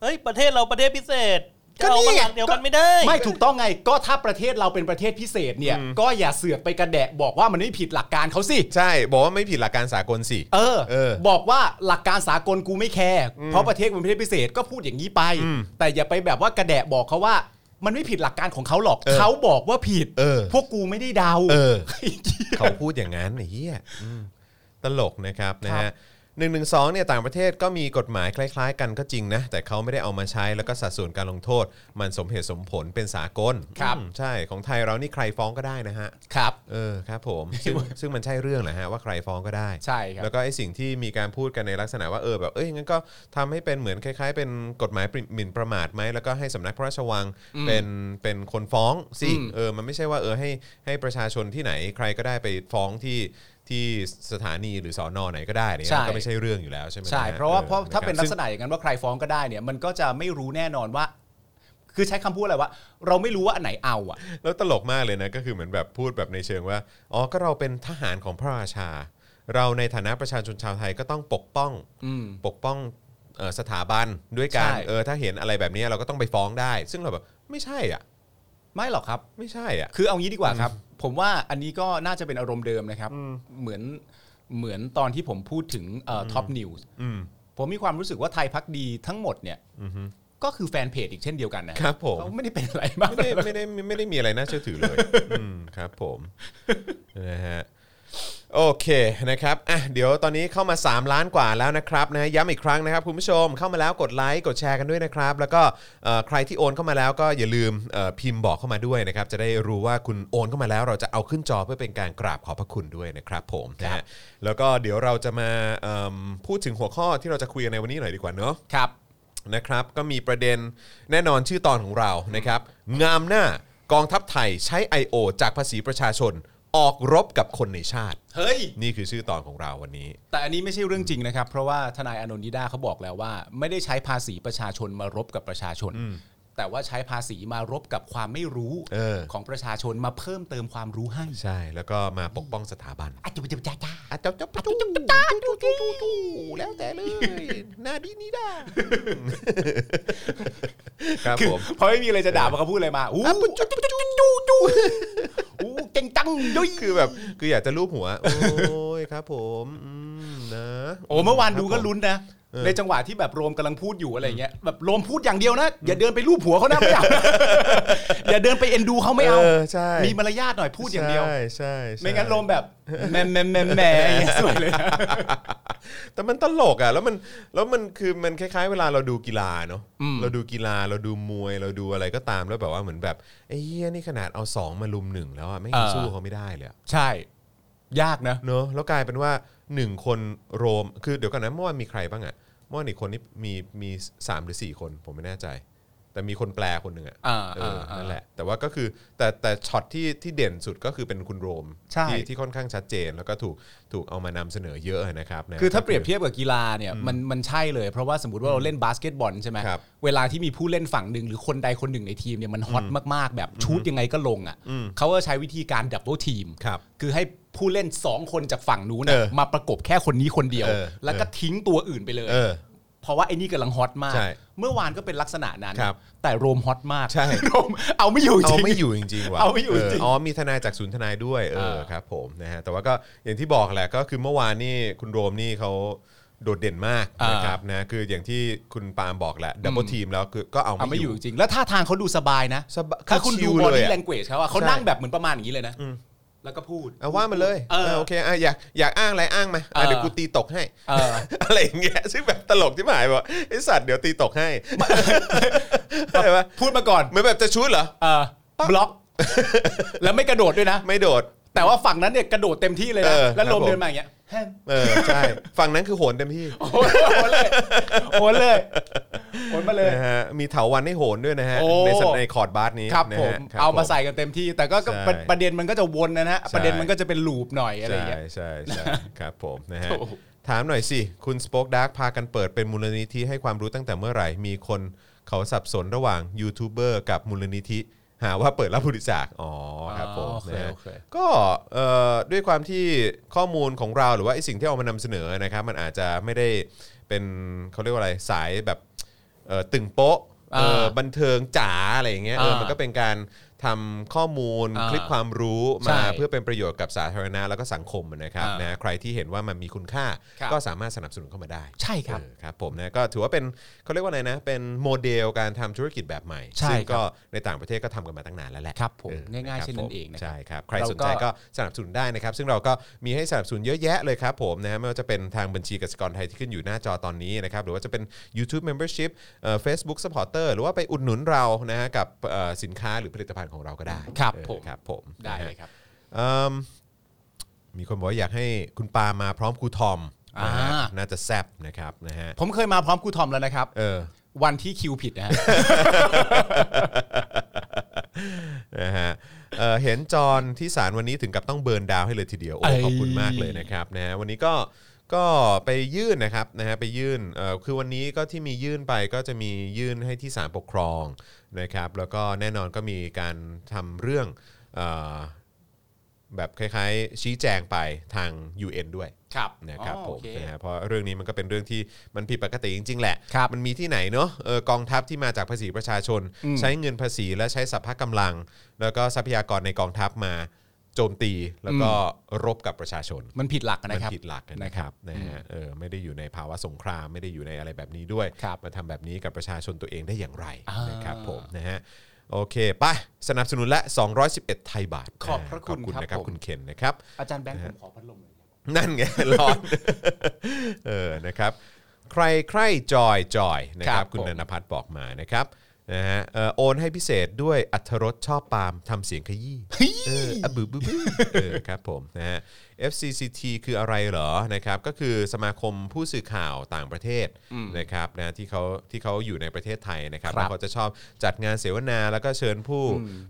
เฮ้ยประเทศเราประเทศพิเศษ ก็ จะเอา นี่ มา ไง หลักเดียวกันไม่ได้ ไม่ถูกต้องไงก็ถ้าประเทศเราเป็นประเทศพิเศษเนี่ย ก็อย่าเสือกไปกระแดะบอกว่ามันไม่ผิดหลักการเขาสิ ใช่บอกว่าไม่ผิดหลักการสากลสิ เออ เออ บอกว่าหลักการสากลกูไม่แคร์เพราะประเทศมันเป็นประเทศพิเศษก็พูดอย่างนี้ไป อืม แต่อย่าไปแบบว่ากระแดะบอกเขาว่า มันไม่ผิดหลักการของเขาหรอก เออ เขาบอกว่าผิด เออ พวกกูไม่ได้เดา เออ เขาพูดอย่างนั้นไอ้เหี้ยอืมตลกนะครับนะฮะหนึ่งหนึ่งสองเนี่ยต่างประเทศก็มีกฎหมายคล้าย ๆ กันก็จริงนะ แต่เขาไม่ได้เอามาใช้แล้วก็สัดส่วนการลงโทษ มันสมเหตุสมผลเป็นสากล ครับ อืมใช่ของไทยเรานี่ใครฟ้องก็ได้นะฮะ ครับ เออครับ ผมซึ่งซึ่งมันใช่เรื่องเหรอฮะว่าใครฟ้องก็ได้ ใช่ครับ แล้วก็ไอ้สิ่งที่มีการพูดกันในลักษณะว่าเออแบบเอ้ยงั้นก็ทำให้เป็นเหมือนคล้าย ๆ เป็นกฎหมายหมิ่นประมาทไหมแล้วก็ให้สำนักพระราชวังเป็นเป็นคนฟ้องสิ อืม เออมันไม่ใช่ว่าเออให้ให้ประชาชนที่ไหนใครก็ได้ไปฟ้องที่ที่สถานีหรือสอนอไหนก็ได้เนี่ย ใช่ มันก็ไม่ใช่เรื่องอยู่แล้วใช่ไหม ใช่ นฮ เพราะว่า ออ เพราะถ้าเป็น ค ลั บ กษณะอย่างนั้นว่าใครฟ้องก็ได้เนี่ย มันก็จะไม่รู้แน่นอนว่า คือใช้คำพูดอะไรว่าเราไม่รู้ว่าอันไหนเอาอ่ะ ซึ่งแล้วตลกมากเลยนะก็คือเหมือนแบบพูดแบบในเชิงว่าอ๋อก็เราเป็นทหารของพระราชา เราในฐานะประชาชนชาวไทยก็ต้องปกป้อง อืม ปกป้องเอ่อสถาบันด้วยการ ใช่ เออถ้าเห็นอะไรแบบนี้เราก็ต้องไปฟ้องได้ ซึ่งเราแบบไม่ใช่อ่ะ ไม่หรอกครับ ไม่ใช่อ่ะ คือเอางี้ดีกว่าครับ ผมว่าอันนี้ก็น่าจะเป็นอารมณ์เดิมนะครับ เหมือนเหมือนตอนที่ผมพูดถึงท็อปนิวส์ อืม ผมมีความรู้สึกว่าไทยพักดีทั้งหมดเนี่ย อือฮึ ก็คือแฟนเพจอีกเช่นเดียวกันนะครับ ผม เขาไม่ได้เป็นอะไรมาก ไม่ได้ไม่ได้ไม่ได้มีอะไรน่าเชื่อถือเลย อืมครับผมนะฮะโอเคนะครับอ่ะเดี๋ยวตอนนี้เข้ามา 3 ล้านกว่าแล้วนะครับนะฮะย้ำอีกครั้งนะครับคุณผู้ชมเข้ามาแล้วกดไลค์กดแชร์กันด้วยนะครับ แล้วก็เอ่อใครที่โอนเข้ามาแล้วก็อย่าลืมเอ่อพิมพ์บอกเข้ามาด้วยนะครับ จะได้รู้ว่าคุณโอนเข้ามาแล้ว เราจะเอาขึ้นจอเพื่อเป็นการกราบขอบพระคุณด้วยนะครับผมนะฮะแล้วก็เดี๋ยวเราจะมาเอิ่มพูดถึงหัวข้อที่เราจะคุยกันในวันนี้หน่อยดีกว่าเนาะ ครับ นะครับก็มีประเด็นแน่นอนชื่อตอนของเรานะครับ งามหน้ากองทัพไทยใช้ I.O. จากภาษีประชาชน ออกรบกับคนในชาติ เฮ้ย นี่คือชื่อตอนของเราวันนี้ แต่อันนี้ไม่ใช่เรื่องจริงนะครับ เพราะว่าทนายอานนท์นิด้าเขาบอกแล้วว่า ไม่ได้ใช้ภาษีประชาชนมารบกับประชาชน แต่ว่าใช้ภาษีมารบกับความไม่รู้ เออ ของประชาชนมาเพิ่มเติมความรู้ให้ ใช่แล้วก็มาปกป้องสถาบัน อ่ะจุ๊บจุ๊บจ้าจ้า อ่ะจ๊อบจ๊อบจ๊อบจ๊อบจ๊อบจ๊อบจ๊อบแล้วแต่เลยหน้าดีนี้ได้ครับ คือ ผม พอไม่มีอะไรจะด่ามาเขาพูดอะไรมาอู้ดูดูอู้เก่งจังดุย คือแบบคืออยากจะรูปหัว โอ้ยครับผมอืมนะ โอ้เมื่อวานดูก็ลุ้นนะ เออ ในจังหวะที่แบบโรมกำลังพูดอยู่อะไรเงี้ยแบบโรมพูดอย่างเดียวนะ อย่าเดินไปรูปหัวเขานะไม่เอา อย่าเดินไปเอ็นดูเขาไม่เอา ใช่ มีมารยาทหน่อยพูดอย่างเดียว ใช่ใช่ใช่ ไม่งั้นโรมแบบแหมแหมแหมแหมอย่างเงี้ยสวยเลยนะ แต่มันตลกอ่ะแล้วมันแล้วมันคือมันคล้ายๆ เวลาเราดูกีฬาเนาะ อืม เราดูกีฬาเราดูมวยเราดูอะไรก็ตามแล้วแบบว่าเหมือนแบบไอ้เหี้ยนี่ขนาดเอาสองมาลุมหนึ่งแล้วอ่ะไม่งั้น เออ สู้เขาไม่ได้เลยอะ ใช่ ยากนะ เนาะแล้วกลายเป็นว่าหนึ่งคนโรมคือเดี๋ยวกันนะเมื่อวานมีใครบ้างอ่ะเมื่อวานอีกคนนี่มีมีสามหรือสี่คนผมไม่แน่ใจ แต่มีคนแปลคนหนึ่งอ่ะ อ่า เออ อ่า นั่นแหละ แต่ว่าก็คือแต่แต่ช็อตที่ที่เด่นสุดก็คือเป็นคุณโรม ใช่ ที่ที่ค่อนข้างชัดเจน แล้วก็ถูกถูกเอามานำเสนอเยอะนะครับนะ คือถ้าเปรียบเทียบกับกีฬาเนี่ยมันมันใช่เลยเพราะว่าสมมติว่าเราเล่นบาสเกตบอลใช่ไหม ครับ เวลาที่มีผู้เล่นฝั่งหนึ่งหรือคนใดคนหนึ่งในทีมเนี่ยมันฮอตมากๆ แบบชูดยังไงก็ลงอ่ะเขาก็ใช้วิธีการดับเบิลทีม ครับ คือให้ผู้เล่น 2 คนจากฝั่งนู้น เอ น่ะ อ มาประกบแค่คนนี้คนเดียว เออ แล้วก็ทิ้งตัวอื่นไปเลย เออ เพราะว่าไอ้นี่กำลังฮอตมาก ใช่ เมื่อวานก็เป็นลักษณะนั้น ครับ แต่โรมฮอตมาก ใช่ โรมเอาไม่อยู่จ เอา ริง ไม่อยู่จริงๆว่ะ เอาไม่อยู่จริง เอ๋อมีทนายจากศูนย์ทนายด้วยเออ เออ ครับผมนะฮะแต่ว่าก็อย่างที่บอกแหละก็คือเมื่อวานนี่คุณโรมนี่เขาโดดเด่นมาก อ่าน นะครับนะคืออย่างที่คุณปาล์มบอกแหละดับเบิลทีมแล้วคือก็เอา เอา ไม่ ไม่ อ อยู่ ยู่จริง แล้วท่าทางเขาดูสบายนะ สบย ถ้าคุณดู เข บอ ชิวดี้แล เลยอะ งเกจเขาอะเขา ใช่ นั่งแบบเหมือนประมาณอย่างนี้เลยนะแล้วก็พูด เอาว่ามาเลย เออ เออโอเคอ่ะอยากอยากอ้างอะไรอ้างมาอ่ะ เออ เดี๋ยวกูตีตกให้ เออ อะไรอย่างเงี้ยซึ่งแบบตลกที่หมายบอกไอสัตว์เดี๋ยวตีตกให้ อะไรวะ พูดมาก่อน เหมือนแบบจะชุดเหรอ เออบล็อก แล้วไม่กระโดดด้วยนะ ไม่โดด แต่ว่าฝั่งนั้นเนี่ยกระโดดเต็มที่เลยนะ เออ แล้ว ครับ ลม ผม เดินมาอย่างเงี้ยแฮม เออใช่ ฝั่งนั้นคือโหนเต็มที่ โอนเลยโอนเลยโอนมาเลย นะฮะมีเถาวันให้โหนด้วยนะฮะ โอ้ ในสนในคอร์ดบาสนี้ ครับ นะ ผม ฮะครับ เอามาใส่กันเต็มที่ แต่ก็ก็ ใช่ ประประเด็นมันก็จะวนนะฮะ ใช่ ประเด็นมันก็จะเป็นลูปหน่อยอะไรอย่างเงี้ย ใช่ใช่ใช่ ครับผมนะฮะ โถ่ ถามหน่อยสิ คุณสป็อคดาร์กพากันเปิดเป็นมูลนิธิให้ความรู้ตั้งแต่เมื่อไหร่ มีคนเขาสับสนระหว่างยูทูบเบอร์กับมูลนิธิ หาว่าเปิดรับบริจาคอ๋อครับผม อ๋อโอเค นะฮะ โอเค ก็เอ่อด้วยความที่ข้อมูลของเราหรือว่าไอสิ่งที่เอามานำเสนอนะครับ มันอาจจะไม่ได้เป็นเขาเรียกว่าอะไรสายแบบเอ่อตึงโป๊ะ อ่า เอ่อบันเทิงจ๋าอะไรอย่างเงี้ยเออ อ่ามั มันก็เป็นการทำข้อมูล อ่า คลิปความรู้ ใช่ มาเพื่อเป็นประโยชน์กับสาธารณะแล้วก็สังคมนะครับ อ่าน นะใครที่เห็นว่ามันมีคุณค่า ครับ ก็สามารถสนับสนุนเข้ามาได้ ใช่ครับ เออครับผมนะก็ถือว่าเป็นเขาเรียกว่าอะไรนะเป็นโมเดลการทำธุรกิจแบบใหม่ ใช่ ซึ่ง ครับ ก็ในต่างประเทศก็ทำกันมาตั้งนานแล้วแหละ ครับผม ออ ง่ายะคๆรับ เช่นนั้น ผม เองนะครับ ใช่ ใช่ครับใคร เราก็ สนใจก็สนับสนุนได้นะครับ ซึ่งเราก็มีให้สนับสนุนเยอะแยะเลยครับผมนะฮะไม่ว่าจะเป็นทางบัญชีกสิกรไทยที่ขึ้นอยู่หน้าจอตอนนี้นะครับ หรือว่าจะเป็น YouTube Membership เอ่อ Facebook Supporter หรือว่าไปอุดหนุนเรานะฮะกับเอ่อสินค้าหรือผลิตภัณฑ์ของเราก็ได้ ครับ เออ ผม ครับผม ได้ นะฮะ เลยครับ เอิ่มมีคนบอกว่าอยากให้คุณปามาพร้อมครูทอมนะฮะ อ่า น่าจะแซบนะครับนะฮะ ผมเคยมาพร้อมครูทอมแล้วนะครับ เออ วันที่คิวผิดนะฮะ นะฮะเอ่อเห็นจอนที่ศาลวันนี้ถึงกับต้องเบิร์นดาวน์ให้เลยทีเดียวโอ้ เอ้ย ขอบคุณมากเลยนะครับนะฮะวันนี้ก็ก็ไปยื่นนะครับนะฮะไปยื่นเอ่อคือวันนี้ก็ที่มียื่นไปก็จะมียื่นให้ที่ศาลปกครองนะครับแล้วก็แน่นอนก็มีการทำเรื่องเอ่อแบบคล้ายๆ ชี้แจงไปทาง UN ด้วย ครับ นะครับ อ๋อ ผม โอเค นะฮะเพราะเรื่องนี้มันก็เป็นเรื่องที่มันผิดปกติจริง ๆ แหละ ครับ มันมีที่ไหนเนาะเออกองทัพที่มาจากภาษีประชาชน อืม ใช้เงินภาษีและใช้สัพพะกำลัง แล้วก็ทรัพยากรในกองทัพมาโจมตีแล้วก็รบกับประชาชน มันผิดหลักนะ มัน ครับ ผิดหลักนะครับนะฮะเออไม่ได้อยู่ในภาวะสงครามไม่ได้อยู่ในอะไรแบบนี้ด้วย ครับ มาทำแบบนี้กับประชาชนตัวเองได้อย่างไร อ่าน นะครับผมนะฮะโอเคไปสนับสนุนละ 211 ไทยบาท ขอบพระคุณ ขอบคุณนะค ครั รับบ ผม คุณเคนนะครับ อาจารย์แบงค์ผมขอพัดลมหน่อยครับ นั่นไง ร้อน เออนะครับ ใครใครจอยจอยนะครับ คุณนันพัฒน์บอกมานะครับนะฮะเอ่อโอนให้พิเศษด้วยอัธรสชอบปาล์มทำเสียงขยี้เอออะบือบือบือเออครับผมนะฮะ FCCT คืออะไรเหรอนะครับ ก็คือสมาคมผู้สื่อข่าวต่างประเทศนะครับนะที่เขาที่เขาอยู่ในประเทศไทยนะครับแล้วเขาจะชอบจัดงานเสวนาแล้วก็เชิญผู้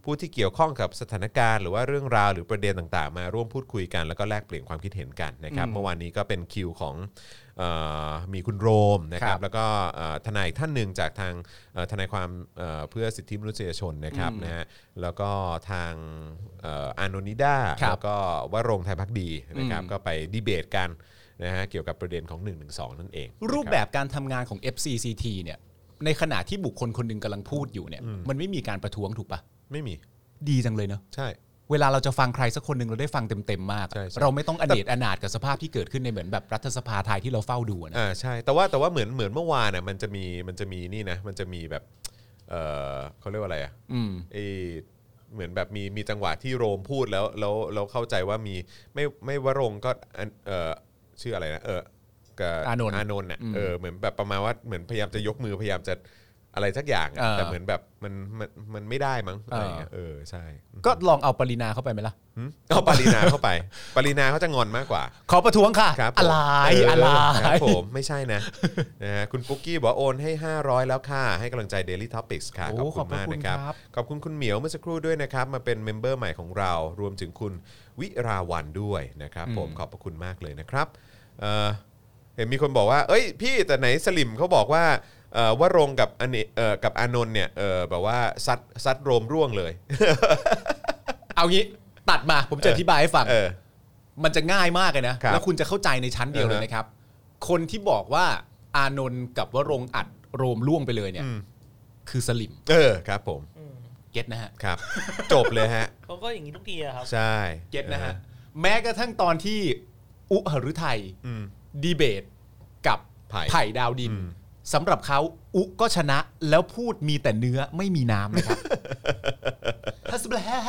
ผู้ที่เกี่ยวข้องกับสถานการณ์หรือว่าเรื่องราวหรือประเด็นต่างๆ มาร่วมพูดคุยกัน แล้วก็แลกเปลี่ยนความคิดเห็นกันนะครับเมื่อวานนี้ก็เป็นคิวของ เอ่อมีคุณโรมนะครับแล้วก็เอ่อทนายอีกท่านหนึ่งจากทางเอ่อทนายความเอ่อเพื่อสิทธิมนุษยชนนะครับนะฮะแล้วก็ทางเอ่ออานุนิด้า ครับ แล้วก็วรงค์ไทยพักดีนะครับก็ไปดีเบตกันนะฮะเกี่ยวกับประเด็นของ1นึนั่นเองนะค รูปแบบการทำงานของ FCCT เนี่ยในขณะที่บุคคลคนหนึ่งกำลังพูดอยู่เนี่ย มันไม่มีการประท้วงถูกปะ ไม่มี ดีจังเลยเนาะ ใช่ เวลาเราจะฟังใครสักคนหนึ่งเราได้ฟังเต็มๆมากอะ ใช่ใช่ เราไม่ต้องอเนจอนาถกับสภาพที่เกิดขึ้นในเหมือนแบบรัฐสภาไทยที่เราเฝ้าดูอะนะ อ่าใช่แต่ว่าแต่ว่าเหมือนเหมือนเมื่อวานน่ะมันจะมีมันจะมีนี่นะมันจะมีแบบเออเขาเรียกว่าอะไรอ่ะ อืม ไอเหมือนแบบมีมีจังหวะที่โรมพูดแล้วแล้วแล้วเข้าใจว่ามีไม่ไม่วรงค์ก็อันเออชื่ออะไรนะเออกับ อานนท์ อานนท์น่ะเออเหมือนแบบประมาณว่าเหมือนพยายามจะยกมือพยายามจะอะไรสักอย่างอะ เออ แต่เหมือนแบบมันมันมันไม่ได้มั้งอะไรอย่างเงี้ย เออ เออใช่ ก็ลองเอาปรินาเข้าไปไหมล่ะ หึเอาปรินาเข้าไป ปรินาเขาจะงอนมากกว่า ขอประท้วงค่ะ ครับผม อะไร เ อะไร ครับผมไม่ใช่นะ นะฮะคุณปุ๊กกี้บอกว่าโอนให้ 500 แล้วค่ะ ให้กำลังใจ Daily Topics ค่ะ โอ้ ขอบคุณมาก ขอบพระคุณ นะครับ ครับ ขอบคุณคุณเหมียวเมื่อสักครู่ด้วยนะครับ มาเป็นเมมเบอร์ใหม่ของเรารวมถึงคุณวิราวันด้วยนะครับ ผมขอบพระคุณมากเลยนะครับเอ่อเห็นมีคนบอกว่า เอ้ยพี่แต่ไหนสลิมเขาบอกว่าเอ่อว่ารงค์กับอเนเอ่อกับอานนท์เนี่ยเอ่อแบบว่าซัดซัดโรมร่วงเลย เอางี้ตัดมาผมจะอธิบายให้ฟัง เออ มันจะง่ายมากเลยนะ ครับ แล้วคุณจะเข้าใจในชั้นเดียวเลย อ่าฮะ นะครับ คนที่บอกว่าอานนท์กับวรงค์อัดโรมล่วงไปเลยเนี่ย อืม คือสลิม เออครับผม เก็ตนะฮะ ครับ จบเลยฮะ เขาก็อย่างนี้ทุกทีอะครับ ใช่ เก็ตนะฮะ แม้กระทั่งตอนที่อุหฤทัย อืม ดีเบตกับ ไผ่ ไผ่ดาวดิน อืม สำหรับเขาอุก็ชนะแล้วพูดมีแต่เนื้อไม่มีน้ำ นะครับฮัสบแล้ว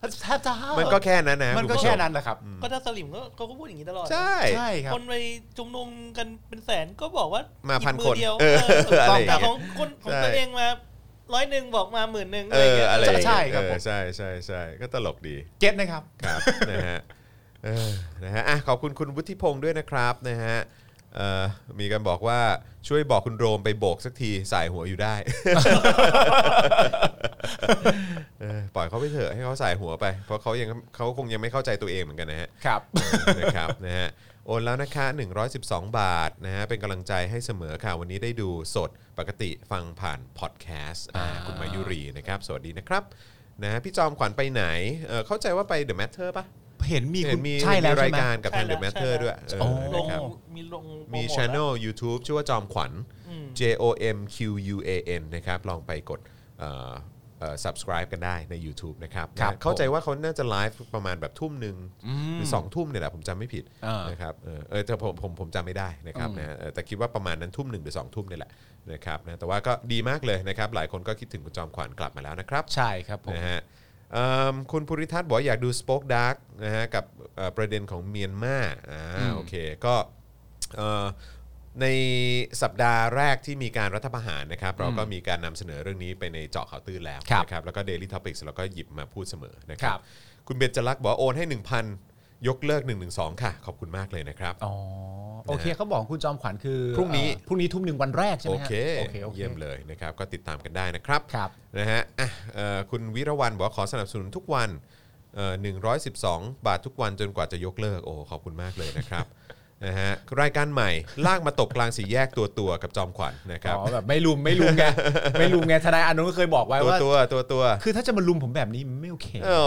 ฮัสบแล้ว มันก็แค่นั้นนะ มันก็ ณผู้ช แค่นั้นแหละครับ ก็ถ้าสลิมก็เขาก็พูดอย่างนี้ตลอด ใช่ ใช่ครับ คนไปชุมนุมกันเป็นแสนก็บอกว่า มา หยิบ พันคน อเดียว เออ เออถูกต้อง อะไรอย่างเงี้ย แต่ของคนของ ใช่ ตัวเองมา ร้อยหนึ่งบอกมาหมื่นหนึ่ง เอออะไรอจย่าง ใช่ เงี้ย ครับผเอมอใช่ใช่ใช่ก็ตลก ดี เก็ตนะครับ ครับนะฮะเออนะฮะอ่ะขอบคุณคุณวุฒิพงศ์ด้วยนะครับนะฮะเอ่อมีการบอกว่าช่วยบอกคุณโรมไปโบกสักทีสายหัว อยู่ได้ เออปล่อยเขาไปเถอะให้เขาสายหัวไป เพราะเขายังเขาคงยังไม่เข้าใจตัวเองเหมือนกันนะฮะ ครับ นะครับ นะฮะโอนแล้วนะคะ112 บาทนะฮะเป็นกำลังใจให้เสมอค่ะ วันนี้ได้ดูสดปกติฟังผ่านพอดแคสต์อ่า อ่า คุณมายุรีนะครับ สวัสดีนะครับนะฮะพี่จอมขวัญไปไหนเอ่อเข้าใจว่าไป The Matter ปะ เห็นมี เห็ คุณ นมี ใช่แล้ว มี ใช่ ราย ไหม การกับทาง The Matter ด้วยเออ โอ้ ล นะ ง ครับ มีลงโปรโท มี แล้ว ช anel YouTube ชื่อว่าจอมขวัญ อืม J O M Q U A N นะครับ ลองไปกดเอ่อเอ่อ subscribe กันได้ใน YouTube นะครับ ครับ นะเข้าใจว่าเขาน่าจะไลฟ์ประมาณแบบทุ่มหนึ่ง อืม หรือสองทุ่มเนี่ยแหละผมจำไม่ผิด อ่าน นะครับเออเออแต่ผมผมผมจำไม่ได้นะครับ อืม นะเออแต่คิดว่าประมาณนั้นทุ่มหนึ่งหรือสองทุ่มเนี่ยแหละนะครับนะแต่ว่าก็ดีมากเลยนะครับ หลายคนก็คิดถึงคุณจอมขวัญกลับมาแล้วนะครับ ใช่ครับผม นะฮะเอิ่มคุณภูริทัศน์บอกว่าอยากดูสป็อคดาร์กนะฮะกับเอ่อประเด็นของเมียนมาอ่า อืม โอเคก็เอ่อในสัปดาห์แรกที่มีการรัฐประหารนะครับ เราก็มีการนำเสนอเรื่องนี้ไปในเจาะข่าวตื้นแล้ว ครับ นะครับแล้วก็ Daily Topics เราก็หยิบมาพูดเสมอนะครับ ครับ คุณเบญจลักษณ์บอกว่าโอนให้ 1,000 ยกเลิก 112 ค่ะ ขอบคุณมากเลยนะครับ อ๋อโอเคเขาบอกคุณจอมขวัญคือ พรุ่งนี้ เอ่อพรุ่งนี้ทุ่มหนึ่งวันแรกใช่ไห โอ มฮะ เค โอเคโอเค เยี่ยมเลยนะครับ ก็ติดตามกันได้นะครับ ครับ นะฮะอ่ะเอ่อคุณวิรวันบอกว่าขอสนับสนุนทุกวันเอ่อ112 บาททุกวันจนกว่าจะยกเลิก โอ้ขอบคุณมากเลยนะครับ นะฮะรายการใหม่ลากมาตบกลางสี่แยกตัวตัวๆกับจอมขวัญนะครับ อ๋อแบบไม่ลุมไม่ลุมไง ไม่ลุมไงทนายอานนท์ก็เคยบอกไว้ ตัว ว่า ตัวตัวตัว คือถ้าจะมาลุมผมแบบนี้มันไม่โอเค ๆอ๋อ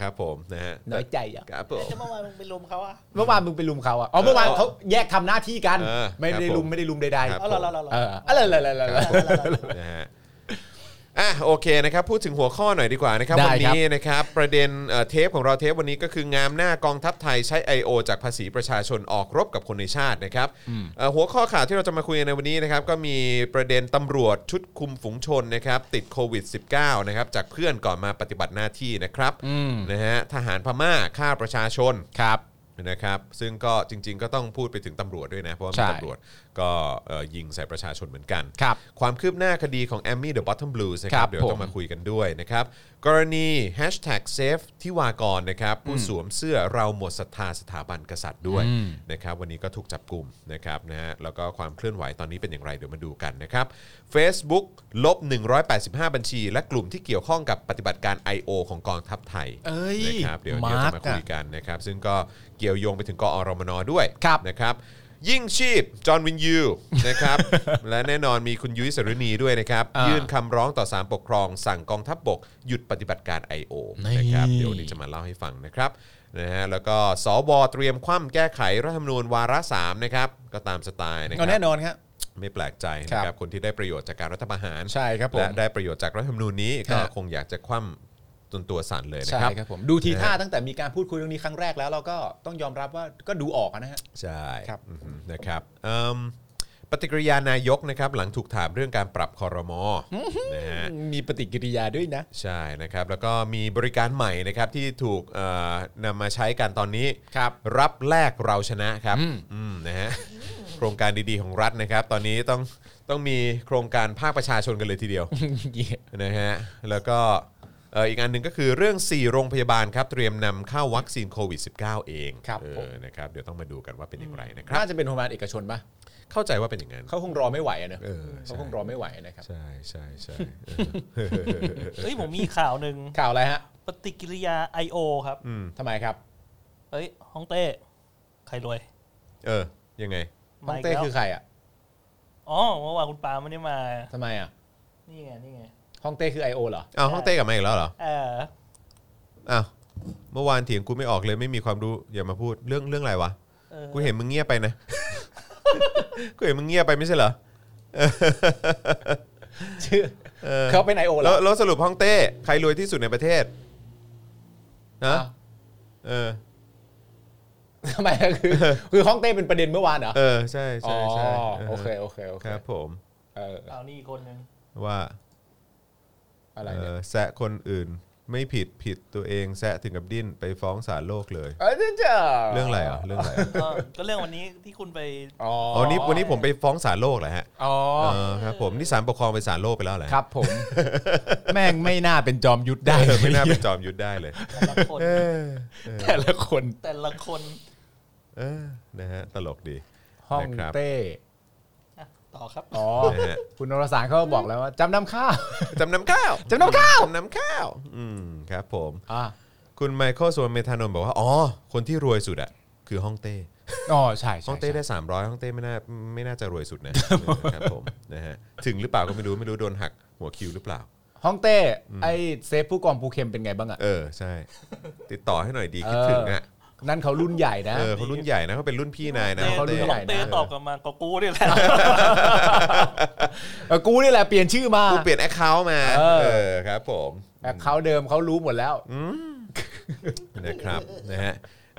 ครับผมนะฮะ น้อยใจอ่ะ ครับผม จะเมื่อวานมึงไปลุมเขาอะ เมื่อวานมึงไปลุมเขาอ่ะอ๋อเมื่อวานเขาแยกทำหน้าที่กัน เออ ไม่ได้ลุครับผมม ไม่ได้ลุมใด ครับ เอ๋อเหรอเหรอเหรอๆเหรเออออะไรอะไรอะไรอะไร นะฮะอ่ะโอเคนะครับ พูดถึงหัวข้อหน่อยดีกว่านะครับ ได้ วั ครับ นี้นะครับ ประเด็นเอ่อเทปของเราเทปวันนี้ก็คืองามหน้ากองทัพไทยใช้ IO จากภาษีประชาชนออกรบกับคนในชาตินะครับเอ่อหัวข้อข่าวที่เราจะมาคุยกันในวันนี้นะครับ ก็มีประเด็นตำรวจชุดคุมฝูงชนนะครับ ติดโควิด -19 นะครับ จากเพื่อนก่อนมาปฏิบัติหน้าที่นะครับ อืม นะฮะทหารพม่าฆ่าประชาชน ครับ นะครับซึ่งก็จริง ๆ ก็ต้องพูดไปถึงตำรวจด้วยนะ เพราะว่ามี ใช่ ตำรวจก็เอ่อยิงใส่ประชาชนเหมือนกัน ครับ ความคืบหน้าคดีของ a อมมี่เดอะบอททอมบลูส์นะค ครั รับบ เดี๋ยวต้อง ผม มาคุยกันด้วยนะครับ กรณี Hashtag Safe ที่วากรนะครับ ผู้สวมเสื้อเราหมดศรัทธาสถาบันกษัตริย์ด้วย อืม นะครับวันนี้ก็ถูกจับกลุ่มนะครับนะฮะแล้วก็ความเคลื่อนไหวตอนนี้เป็นอย่างไรเดี๋ยวมาดูกันนะครับ Facebook ลบ 185 บัญชี และกลุ่มที่เกี่ยวข้องกับปฏิบัติการ I.O. ของกองทัพไทย เอ้ย นะครับเดี๋ยวเดี๋ยวจะมาคุย ร์คอะ กันนะครับซึ่งก็เกี่ยวโยงไปถึงกอรมนด้วย ครับ นะครับ ยิ่งชีพ จอห์นวินยูนะครับ และแน่นอนมีคุณยุ้ยสรุณีด้วยนะครับ อ่ายื่ ยื่นคำร้องต่อสารปกครอง สั่งกองทัพบบก หยุดปฏิบัติการ I.O. นะครับ นี่ เดี๋ยววนนี้จะมาเล่าให้ฟังนะครับนะฮะแล้วก็สวเตรียมคว่ำแก้ไขรัฐธรรมนูญวาระ3นะครับก็ตามสไตล์นะค เอา รั แน่นอนครับ ไม่แปลกใจ ครับ นะครับคนที่ได้ประโยชน์จากการรัฐประหาร ใช่ครับผม และได้ประโยชน์จากรัฐธรรมนูญนี้ก็ ฮะ คงอยากจะคว่ำจนตัวสั่นเลยนะ ใช่ ครับ ครับผมดูทีท่าตั้งแต่มีการพูดคุยเรื่องนี้ครั้งแรกแล้วเราก็ต้องยอมรับว่าก็ดูออกอะนะฮะ ใช่ ครับ อือฮึนะครับเอิ่มปฏิกิริยานายกนะครับหลังถูกถามเรื่องการปรับคอรมอนะฮะ มีปฏิกิริยาด้วยนะ ใช่นะครับแล้วก็มีบริการใหม่นะครับที่ถูกเอ่อนำมาใช้กันตอนนี้ ครับ รับแลกเราชนะครับ อืม อืมนะฮะ โครงการดีๆของรัฐนะครับ ตอนนี้ต้องต้องมีโครงการภาคประชาชนกันเลยทีเดียว นะฮะแล้วก็เอ่ออีกอันหนึ่งก็คือเรื่อง 4 โรงพยาบาลครับ เตรียมนำเข้าวัคซีนโควิด -19 เอง ครับ เอ ผม อนะครับเดี๋ยวต้องมาดูกันว่าเป็นอย่างไรนะครับ น่าจะเป็นโรงพยาบาลเอกชนปะ เข้าใจว่าเป็นอย่างนั้น เขาคงรอไม่ไหวอะเนอะ เออใช่ เขาคงรอไม่ไหวนะครับ ใช่ใช่ใช่ เฮ้ยผมมีข่าวหนึ่ง ข่าวอะไรฮะ ปฏิกิริยา I.O. ครับ ทำไมครับ เฮ้ยฮ่องเต้ใครรวย เออ ยังไง ฮ่ มา อง ก เต้ แล้ว คือใครอ่ะ อ๋อเมื่อวานคุณปาไม่ได้มา ทำไมอ่ะ นี่ไงนี่ไง ฮ่องเต้คือ I.O. เหรอ อ้าวห้องเต้กลับมาอีกแล้วเหรอ เออ อ้าวเมื่อวานเถียงกูไม่ออกเลยไม่มีความรู้อย่ามาพูดเรื่องเรื่องอะไรวะ เออ กูเห็นมึงเงียบไป นะ กูเห็นมึงเงียบไปไม่ใช่เหรอ ชื่อเขาเป็น I.O. เหร แล้ว อ แล้วสรุปห้องเต้ใครรวยที่สุดในประเทศฮะ อ้าว เออ ทำไมอะคือ คือฮ่องเต้เป็นประเด็นเมื่อวานเหรอ เออใช่ อ๋ ใช่ อ ใช่ โอเคโอเคโอเค ครับ ผม เออ เอานี่อีกคนหนึ่ง ว่า อะไร เอ เนี่ย อแซะคนอื่น ไม่ผิดผิดตัวเองแซะถึงกับดิ้นไปฟ้องศาลโลกเลย เออจริงจ้ะ เรื่องอะไรอ่ะเรื่องอะไรอะ ก็ก็เรื่องวันนี้ที่คุณไป อ๋อ อ๋อนี่วันนี้ผมไปฟ้องศาลโลกเหรอฮะ อ๋อ เออครับผมนี่ศาลปกครองไปศาลโลกไปแล้วเหรอฮะ ครับ ผม แม่งไม่น่าเป็นจอมยุทธได้ เออไม่น่าเป็นจอมยุทธได้เลย แต่ละคน แต่ละคน แต่ละคน เออนะฮะตลกดี ห้อง นะครับ เต้ อ่ะต่อครับ อ๋อ นะฮะ คุณนรสารเขาบอกแล้วว่าจำนำข้าว จำนำข้าว จำนำข้าว จำนำข้าว อืมครับผม อ่ะ คุณไมเคิลสวนเมธานนท์บอกว่า อ๋อ คนที่รวยสุดอะคือฮ่องเต้ อ๋อใช่ใช่ ฮ่องเต้ ใช่ ได้ 300ฮ่องเต้ไม่น่าไม่น่าจะรวยสุด นะ ครับผมนะฮะถึงหรือเปล่าก็ไม่รู้ไม่รู้โดนหักหัวคิวหรือเปล่า ห้องเต้ไอเซฟผู้กองปูเข็มเป็นไงบ้างอ่ะ เออใช่ ติดต่อให้หน่อยดีคิดถึงอ่ะ เออนั่นเขารุ่นใหญ่นะ เออเขารุ่นใหญ่นะเขาเป็นรุ่นพี่นายนะ เต้ ฮ่อง ต เต้ ลกเต้ตอบกลับมาก็กูนี่แหละ เออกูนี่แหละเปลี่ยนชื่อมา ผู้เปลี่ยนแอคเคาท์มา เออ เออครับผม แต่เขาเดิมเขารู้หมดแล้ว นะครับนะฮะ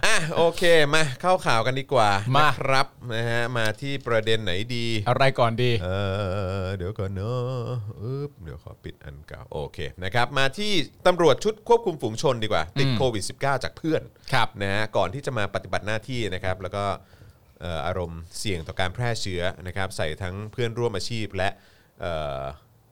อ่ะโอเคมาเข้าข่าวกันดีกว่า มา ครับนะฮะมาที่ประเด็นไหนดี อะไรก่อนดี เออเดี๋ยวก่อนเนอะอึ๊บเดี๋ยวขอปิดอันเก่าโอเคนะครับ มาที่ตำรวจชุดควบคุมฝูงชนดีกว่า ติดโควิด -19 จากเพื่อน ครับ นะฮะก่อนที่จะมาปฏิบัติหน้าที่นะครับ แล้วก็เอ่ออารมณ์เสี่ยงต่อการแพร่เชื้อนะครับ ใส่ทั้งเพื่อนร่วมอาชีพและเอ่อ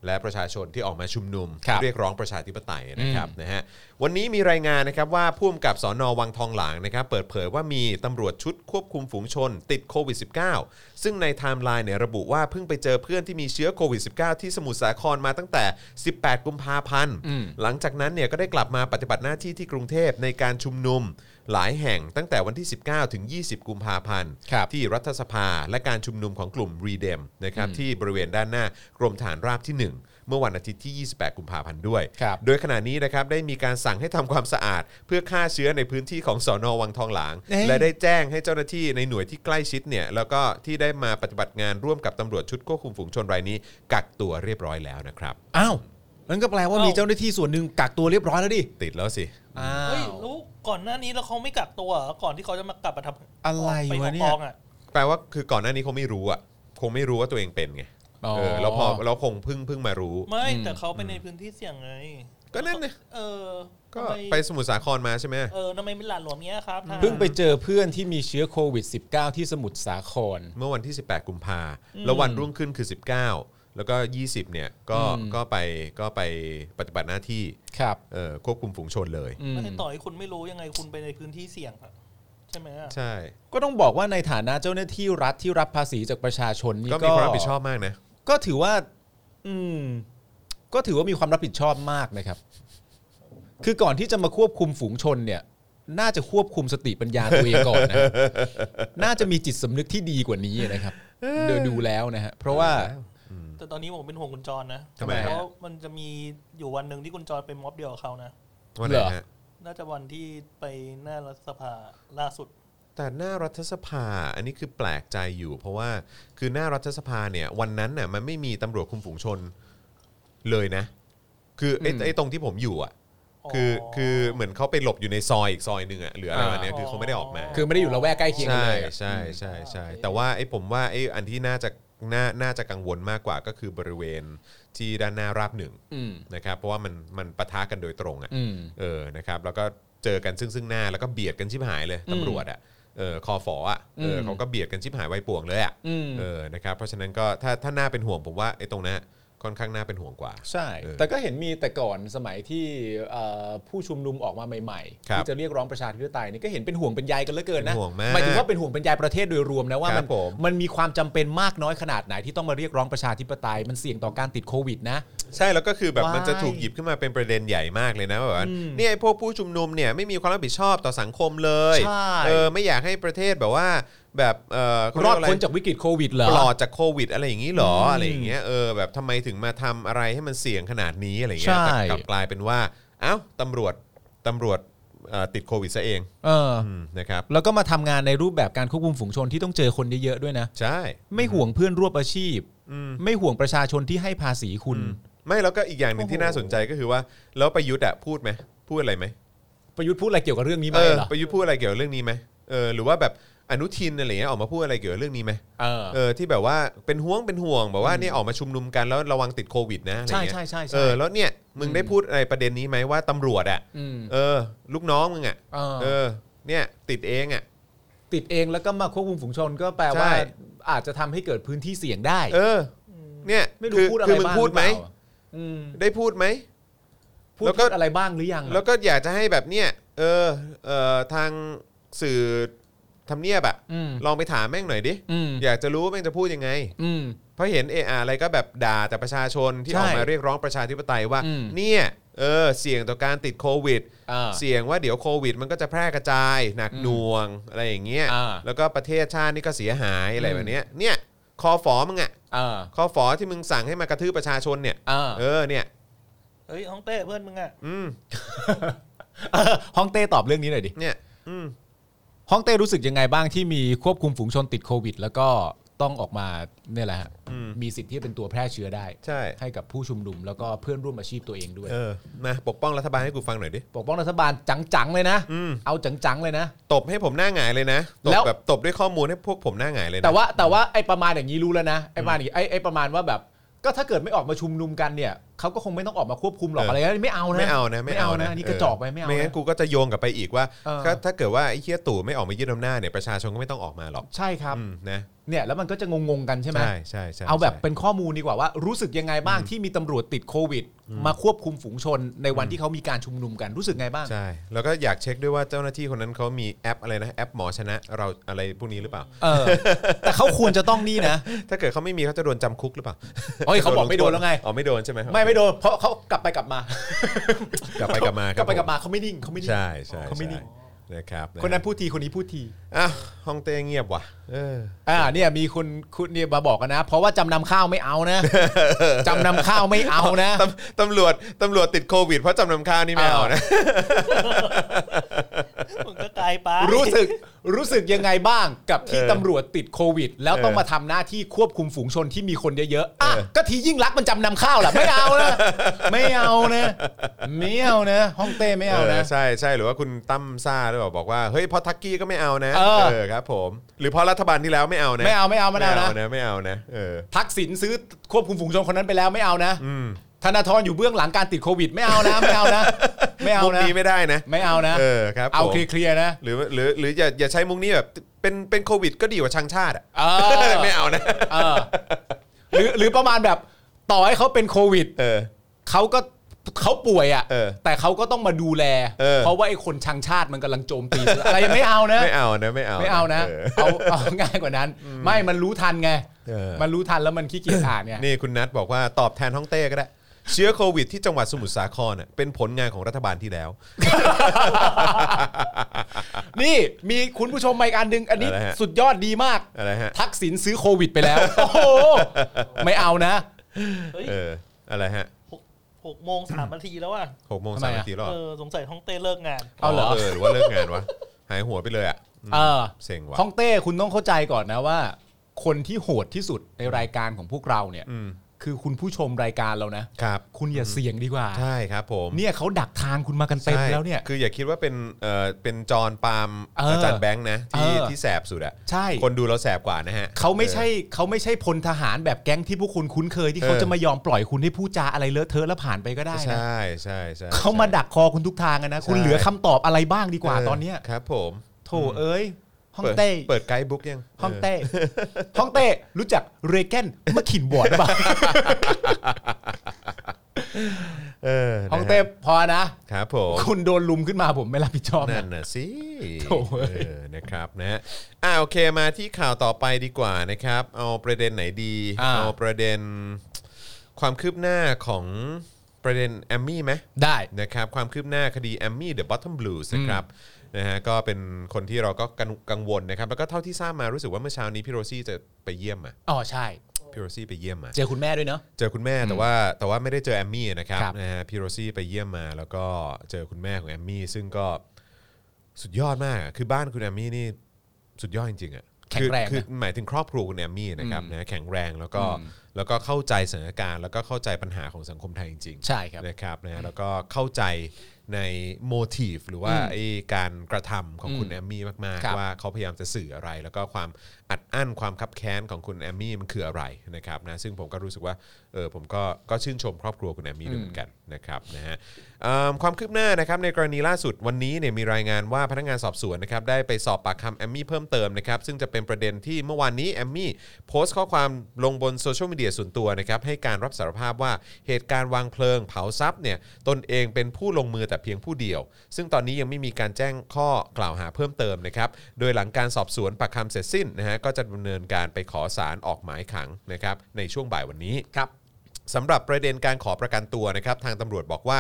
และประชาชนที่ออกมาชุมนุม ครับ เรียกร้องประชาธิปไตยนะครับนะฮะวันนี้มีรายงานนะครับว่าผู้กำกับสอนอวังทองหลางนะครับ เปิดเผยว่ามีตำรวจชุดควบคุมฝูงชน ติดโควิด -19 ซึ่งในไทม์ไลน์เนี่ยระบุว่าเพิ่งไปเจอเพื่อนที่มีเชื้อโควิด -19 ที่สมุทรสาครมาตั้งแต่ 18 กุมภาพันธ์ หลังจากนั้นเนี่ยก็ได้กลับมาปฏิบัติหน้าที่ที่กรุงเทพในการชุมนุมหลายแห่งตั้งแต่วันที่ 19 ถึง 20 กุมภาพันธ์ ครับ ที่รัฐสภาและการชุมนุมของกลุ่มรีเดมนะครับที่บริเวณด้านหน้ากรมฐานราบที่ 1 เมื่อวันอาทิตย์ที่ 28 กุมภาพันธ์ด้วย ครับ โดยขณะนี้นะครับได้มีการสั่งให้ทำความสะอาด เพื่อฆ่าเชื้อในพื้นที่ของสอนอวังทองหลาง เอ้ย และได้แจ้งให้เจ้าหน้าที่ในหน่วยที่ใกล้ชิดเนี่ยแล้วก็ที่ได้มาปฏิบัติงานร่วมกับตำรวจชุดควบคุมฝูงชนรายนี้ กักตัวเรียบร้อยแล้วนะครับ อ้าวนั่นก็แปลว่า อ้าว มีเจ้าหน้าที่ส่วนหนึ่งกักตัวเรียบร้อยแล้วดิ ติดแล้วสิ อ้า เฮ้ยว รู้ก่อนหน้านี้แล้วเขาไม่กักตัวเหรอก่อนที่เขาจะมากลับมาทำ อะไร ป วะเนี่ย ออกกองอ่ะ แปลว่าคือก่อนหน้านี้คงไม่รู้อ่ะคงไม่รู้ว่าตัวเองเป็นไง อ๋อ เออแล้วพอแล้วคงเพิ่งเพิ่งมารู้ ไม่แต่เขาไปในพื้นที่เสี่ยงไง ก็นั่นไง เออ ก็ ทำม ไปสมุทรสาครมาใช่ไหม เออทำไมไม่หลานหลวมเงี้ยครับ เพิ่งไปเจอเพื่อนที่มีเชื้อโควิด -19 ที่สมุทรสาคร เมื่อวันที่ 18 กุมภาแล้ววันรุ่งขึ้นคือ 19 แล้วก็ 20 เนี่ย ก็ อืม ก็ไปก็ไปปฏิบัติหน้าที่ ครับ เอ่อควบคุมฝูงชนเลย อืม ไม่ได้ต่อให้คุณไม่รู้ยังไงคุณไปในพื้นที่เสี่ยงอะใช่ไหมอะ ใช่ ก็ต้องบอกว่าในฐานะเจ้าหน้าที่รัฐที่รับภาษีจากประชาชนนี่ ก็มีความรับผิดชอบมากนะ ก็ถือว่า อืม ก็ถือว่ามีความรับผิดชอบมากนะครับ คือก่อนที่จะมาควบคุมฝูงชนเนี่ย น่าจะควบคุมสติปัญญาตัวเองก่อนนะ น่าจะมีจิตสำนึกที่ดีกว่านี้นะครับเดี๋ยวดูแล้วนะฮะเพราะว่า แต่ตอนนี้ผมเป็นห่วงคุณจรนะ ทำไมฮะ เพราะมันจะมีอยู่วันหนึ่งที่คุณจรไปม็อบเดียวกับเขานะ วันไหน เหรอ ฮะ น่าจะวันที่ไปหน้ารัฐสภาล่าสุด แต่หน้ารัฐสภาอันนี้คือแปลกใจอยู่ เพราะว่าคือหน้ารัฐสภาเนี่ย วันนั้นน่ะมันไม่มีตำรวจคุมฝูงชนเลยนะ คือไอ้ไอ้ตรงที่ผมอยู่อ่ะ คืออ อ คือเหมือนเขาไปหลบอยู่ในซอยอีกซอยหนึ่งอ่ะหรืออะไรประมาณเนี้ยคือเขาไม่ได้ออกมา คือไม่ได้อยู่ละแวกใกล้เคียงกัน ใช่ เลยอะ ใช่ใช่ใช่ อ่าโอเค แต่ว่าไอ้ผมว่าไอ้อันที่น่าจะน่าน่าจะกังวลมากกว่าก็คือบริเวณที่ด้านหน้าราบหนึ่ง อืม นะครับเพราะว่ามันมันปะทะกันโดยตรงอ่ะ อืม เออนะครับแล้วก็เจอกันซึ่งซึ่งหน้าแล้วก็เบียดกันชิบหายเลยตำรวจอ่ะเออคอฝออ่ะเออ อืม เขาก็เบียดกันชิบหายไวป่วงเลยอ่ะ อืม เออนะครับเพราะฉะนั้นก็ถ้าถ้าน่าเป็นห่วงผมว่าไอ้ตรงนั้นค่อนข้างน่าเป็นห่วงกว่า ใช่ เออ แต่ก็เห็นมีแต่ก่อนสมัยที่เอ่อผู้ชุมนุมออกมาใหม่ๆ ครับ ที่จะเรียกร้องประชาธิปไตยนี่ก็เห็นเป็นห่วงเป็นใยกันเหลือเกินนะ เป็นห่วงมาก หมายถึงว่าเป็นห่วงเป็นใยประเทศโดยรวมนะว่า ครั มัน บผม มันมีความจำเป็นมากน้อยขนาดไหนที่ต้องมาเรียกร้องประชาธิปไตย มันเสี่ยงต่อการติดโควิดนะ ใช่แล้วก็คือแบบ ว้าย มันจะถูกหยิบขึ้นมาเป็นประเด็นใหญ่มากเลยนะแบบว่าเนี่ยไอ้พวกผู้ชุมนุมเนี่ยไม่มีความรับผิดชอบต่อสังคมเลย ใช่ เออไม่อยากให้ประเทศแบบว่าแบบเออเขา ร เรี อยกดอะไร พ้นจากวิกฤตโควิดเหรอ ปลอดจากโควิด อะไรอย่างนี้หรออะไรอย่างเงี้ยเออแบบทำไมถึงมาทำอะไรให้มันเสี่ยงขนาดนี้อะไรเงี้ย ใช่ แต่กลับกลายเป็นว่าเอ้าตำรวจตำรวจเอ่อติดโควิดซะเอง เอออ อืมนะครับ แล้วก็มาทำงานในรูปแบบการควบคุมฝูงชนที่ต้องเจอคนเยอะๆด้วยนะ ใช่ ไม่ห่วงเพื่อนร่วมอาชีพ ไม่ห่วงประชาชนที่ให้ภาษีคุณ ไม่แล้วก็อีกอย่างหนึ่งที่น่าสนใจก็คือว่าแล้วประยุทธ์อะพูดไหมพูดอะไรไหม ประยุทธ์พูดอะไรเกี่ยวกับเรื่องนี้ไหม เออ เหรอ ประยุทธ์พูดอะไรเกี่ยวกับเรื่องนี้ไหมเออหรือว่าแบบอนุทินอะไรเงี้ยออกมาพูดอะไรเกี่ยวกับเรื่องนี้ไหม เออ เออที่แบบว่าเป็นห่วงเป็นห่วงแบบว่าเนี่ยออกมาชุมนุมกันแล้วระวังติดโควิดนะอะไรเงี้ย ใช่ใช่ใช่ใช่ เออแล้วเนี่ย มึงได้พูดอะไรประเด็นนี้ไหมว่าตำรวจอ่ะ อืม เออ ลูกน้องมึงอ่ะ เออ เออ เนี่ย ติดเองอ่ะ ติดเองแล้วก็มาควบคุมฝูงชนก็แปลว่า ใช่ อาจจะทำให้เกิดพื้นที่เสี่ยงได้ เออ เนี่ย ไม่ คื รู้พูดอะไร คื บ้ามึงงพูดไหม รือเปล่าอืม ได้พูดไหม พูด แล้วก็ พูดอะไรบ้างหรือยังอะ แล้วก็อยากจะให้แบบเนี่ยเออเออทางสื่อทำเนียบอะ อืม ลองไปถามแม่งหน่อยดิ อืม อยากจะรู้ว่าแม่งจะพูดยังไง อืม เพราะเห็นเอออะไรก็แบบด่าแต่ประชาชนที่ ใช่ ออกมาเรียกร้องประชาธิปไตยว่า อืม เนี่ยเออเสี่ยงต่อการติดโควิด อ่า เสี่ยงว่าเดี๋ยวโควิด มันก็จะแพร่กระจายหนักหน่วงอะไรอย่างเงี้ย อ่า แล้วก็ประเทศชาตินี่ก็เสียหายอะไร อืม แบบเนี้ยเนี่ยคอฝอมึงอะ อ่า คอฝอที่มึงสั่งให้มากระทืบประชาชนเนี่ย อ่า เออเนี่ย เฮ้ยฮ่องเต้เพื่อนมึงอ่ะ อืม เออ ฮ่องเต้ตอบเรื่องนี้หน่อยดิ เนี่ยอืม ฮ่องเต้รู้สึกยังไงบ้างที่มีควบคุมฝูงชนติดโควิด แล้วก็ต้องออกมาเนี่ยแหละฮะ อืม มีสิทธิ์ที่จะเป็นตัวแพร่เชื้อได้ ใช่ ให้กับผู้ชุมนุมแล้วก็เพื่อนร่วมอาชีพตัวเองด้วย เออมาปกป้องรัฐบาลให้กูฟังหน่อยดิ ปกป้องรัฐบาลจังๆเลยนะ อืม เอาจังๆเลยนะ ตบให้ผมหน้าหงายเลยนะตบ แล้ว แบบตบด้วยข้อมูลให้พวกผมหน้าหงายเลยนะ แต่ว่าแต่ว่าไอ้ประมาณอย่างนี้รู้แล้วนะไอ้ประมาณอย่างนี้ไอ้ไอ้ประมาณว่าแบบ ก็ถ้าเกิดไม่ออกมาชุมนุมกันเนี่ยเขาก็คงไม่ต้องออกมาควบคุมหรอกอะไรนะไม่เอานะ ไม่เอานะ ไม่เอานะอันนี่กระจอกไปไม่เอา ไม่งั้ นะ นกูก็จะโยงกลับไปอีกว่า เออ ถ้าถ้าเกิดว่าไอ้เฮียตู่ไม่ออกมายึดอำนาจเนี่ยประชาชนก็ไม่ต้องออกมาหรอก ใช่ครับ อืมนะ เนี่ยแล้วมันก็จะงงๆกันใช่ไหม ใช่ใช่ใช่ เอาแบบ ใช่ เป็นข้อมูลดีกว่าว่า รู้สึกยังไงบ้างที่มีตำรวจติดโควิด มาควบคุมฝูงชนในวันที่เขามีการชุมนุมกันรู้สึกไงบ้าง ใช่ แล้วก็อยากเช็คด้วยว่าเจ้าหน้าที่คนนั้นเขามีแอปอะไรนะ แอปหมอชนะเราอะไรพวกนี้หรือเปล่า เออ แต่เขาควรจะต้องนี่ นะ ถ้าเกิดเขาไม่มีเขาจะโดนจำคุกหรือเปล่า เฮ้ยเขาบอกไม่โดนแล้วไง อ๋อไม่โดนใช่ไหม ไม่ไม่โดนเพราะเขากลับไปกลับมา กลับไปกลับมาก กลับไปกลับมาเขาไม่นิ่งเขาไม่นิ่ง ใช่ใช่ เขาไม่ ใช่ นิ่ง นะครับ คนนั้นพูดทีคนนี้พูดที อ่ะห้องเต้เงียบว่ะเออ อ่าเนี่ยมีคุณคุณเนี่ยมาบอกกันนะ เพราะว่าจำนำข้าวไม่เอานะ จำนำข้าวไม่เอานะ ตำตำรวจตำรวจติดโควิดเพราะจำนำข้าวนี่ไม่เอานะ มึงก็ไกลไป รู้สึกรู้สึกยังไงบ้างกับที่ เออ ตำรวจติดโควิด แล้วต้อง เออ มาทำหน้าที่ควบคุมฝูงชนที่มีคนเยอะๆอ่ะ เออ ก็ทียิ่งรักษณ์มันจำนำข้าวล่ะไม่เอานะไม่เอานะไม่เอานะฮ่องเต้ไม่เอานะ เออใช่ใช่หรือว่าคุณตั้มซ่าหรือเปล่าบอกว่าเฮ้ยเพราะทักกี้ก็ไม่เอานะ เออ ครับผมหรือเพราะรัฐบาลที่แล้วไม่เอานะ ไม่เอาไม่เอาไม่เอานะ ไม่เอานะเออ ทักษิณซื้อควบคุมฝูงชนคนนั้นไปแล้วไม่เอานะ อืม ธนาธรอยู่เบื้องหลังการติดโควิด ไม่เอานะไม่เอานะไม่เอา มุก นะ นี้ไม่ได้นะ ไม่เอานะ เออครับ เอา ผม เคลียร์ๆนะ หรือหรือหรืออย่าอย่าใช้มุกนี้แบบเป็นเป็นโควิดก็ดีกว่าชังชาติอ่ะ เออ ไม่เอานะ เออหรือหรือประมาณแบบต่อให้เขาเป็นโควิด เออ เขาก็เขาป่วยอ่ะ เออ แต่เขาก็ต้องมาดูแล เออ ราะว่าไอ้คนชังชาติมันกำลังโจมตี อะไรไม่เอานะ ไม่เอานะไม่เอา ไม่เอานะ เออ เอาเอาง่ายกว่านั้น ไม่มันรู้ทันไง เออ มันรู้ทันแล้วมันขี้เกียจอ่านไง นี่คุณนัทบอกว่าตอบแทนฮ่องเต้ก็ได้ เชื้อโควิดที่จังหวัดสมุทรสาครน่ะเป็นผลงานของรัฐบาลที่แล้ว นี่มีคุณผู้ชมมาอีกอันหนึง อันนี้ อะไรฮะ สุดยอดดีมาก อะไรฮะ ทักษิณซื้อโควิดไปแล้วโอ้โหไม่เอานะ เฮ้ย เอออะไรฮะ หกหกโมงสามนาทีแล้วอ่ะ หกโมง ทำไม สาม อ่ะ นาทีแล้วเหร เอ อ อสงสัยฮ่องเต้เลิกงาน เอาเหรอ เออหรือว่าเลิกงานวะหายหัวไปเลยอ่ะอืม เออ เซ็งว่ะ ฮ่องเต้คุณต้องเข้าใจก่อนนะว่า คนที่โหดที่สุดในรายการของพวกเราเนี่ย อืม คือคุณผู้ชมรายการเรานะ ครับ คุณอย่าเสี่ยงดีกว่า ใช่ครับผม เนี่ยเขาดักทางคุณมากันเต็ม ใช่ แล้วเนี่ย คืออย่าคิดว่าเป็นเออเป็นจอห์นปาล์ม เอออ อาจารย์แบงค์นะที่ เออ ที่แสบสุดอ่ะ ใช่ คนดูเราแสบกว่านะฮะ เขาไม่ใช่เขาไม่ใช่พลทหารแบบแก๊งที่พวกคุณคุ้นเคยที่เขา เออ จะมายอมปล่อยคุณให้พูดจาอะไรเลอะเทอะแล้วผ่านไปก็ได้นะ ใช่ใช่ใช่ เขามา ใช่ ดักคอคุณทุกทางอะนะ คุณ ใช่ เหลือคำตอบอะไรบ้างดีกว่า เ ตอนเนี้ย ครับผม โถเอ้ยฮ่อง ปิด เต้ เปิดไกด์บุ๊กยัง ฮ่องเต้ฮ่องเต้รู้จักเรแกนมะขินบอดหรือเปล่า เออนะฮะ ฮ่องเต้พอนะ ครับผม คุณโดนลุมขึ้นมาผมไม่รับผิดชอบ นั่ นะ นน่ะสิ โถ่เอ้ย เออนะครับนะฮะอ่าโอเคมาที่ข่าวต่อไปดีกว่านะครับ เอาประเด็นไหนดี อ่า เอาประเด็นความคืบหน้าของประเด็นแอมมี่ไหม ได้ นะครับความคืบหน้าคดีแอมมี่เดอะบอททอมบลูส์นะครับนะฮะก็เป็นคนที่เราก็กังกังวลนะครับแล้วก็เท่าที่ทราบมารู้สึกว่าเมื่อเช้านี้พี่โรซี่จะไปเยี่ยมมา อ๋อใช่ พี่โรซี่ไปเยี่ยมมา เจอคุณแม่ด้วยเนาะ เจอคุณแม่แต่ว่าแต่ว่าไม่ได้เจอแอมมี่นะครับ ครับ นะฮะพี่โรซี่ไปเยี่ยมมา แล้วก็เจอคุณแม่ของแอมมี่ซึ่งก็สุดยอดมากอะคือบ้านคุณแอมมี่นี่สุดยอดจริงๆอ่ะ แข็งแรงนะ คือคือหมายถึงครอบครัวคุณแอมมี่นะครับนะแข็งแรงแล้วก็ แล้วก็เข้าใจสถานการณ์ แล้วก็เข้าใจปัญหาของสังคมไทยจริงๆ ใช่ครับ นะครับนะแล้วก็เข้าใจในโมทีฟหรือว่าไอ้การกระทำของคุณแอมมี่มาก ครับ ๆว่าเขาพยายามจะสื่ออะไร แล้วก็ความอัดอั้นความคับแค้นของคุณแอมมี่มันคืออะไรนะครับนะซึ่งผมก็รู้สึกว่าเออผมก็ก็ชื่นชมครอบครัวคุณแอมมี่ด้วยเหมือนกันนะครับนะฮะเอิ่มความคืบหน้านะครับในกรณีล่าสุดวันนี้เนี่ยมีรายงานว่าพนักงานสอบสวนนะครับได้ไปสอบปากคำแอมมี่เพิ่มเติมนะครับซึ่งจะเป็นประเด็นที่เมื่อวานนี้แอมมี่โพสต์ข้อความลงบนโซเชียลมีเดียส่วนตัวนะครับให้การรับสารภาพว่าเหตุการณ์วางเพลิงเผาทรัพย์เนี่ยตนเองเป็นผู้ลงมือแต่เพียงผู้เดียว ซึ่งตอนนี้ยังไม่มีการแจ้งข้อกล่าวหาเพิ่มเติมนะครับโดยหลังการสอบสวนปากคำเสร็จสิ้นนะฮะก็จะดำเนินการไปขอสารออกหมายขังนะครับในช่วงบ่ายวันนี้ ครับ สำหรับประเด็นการขอประกันตัวนะครับทางตำรวจบอกว่า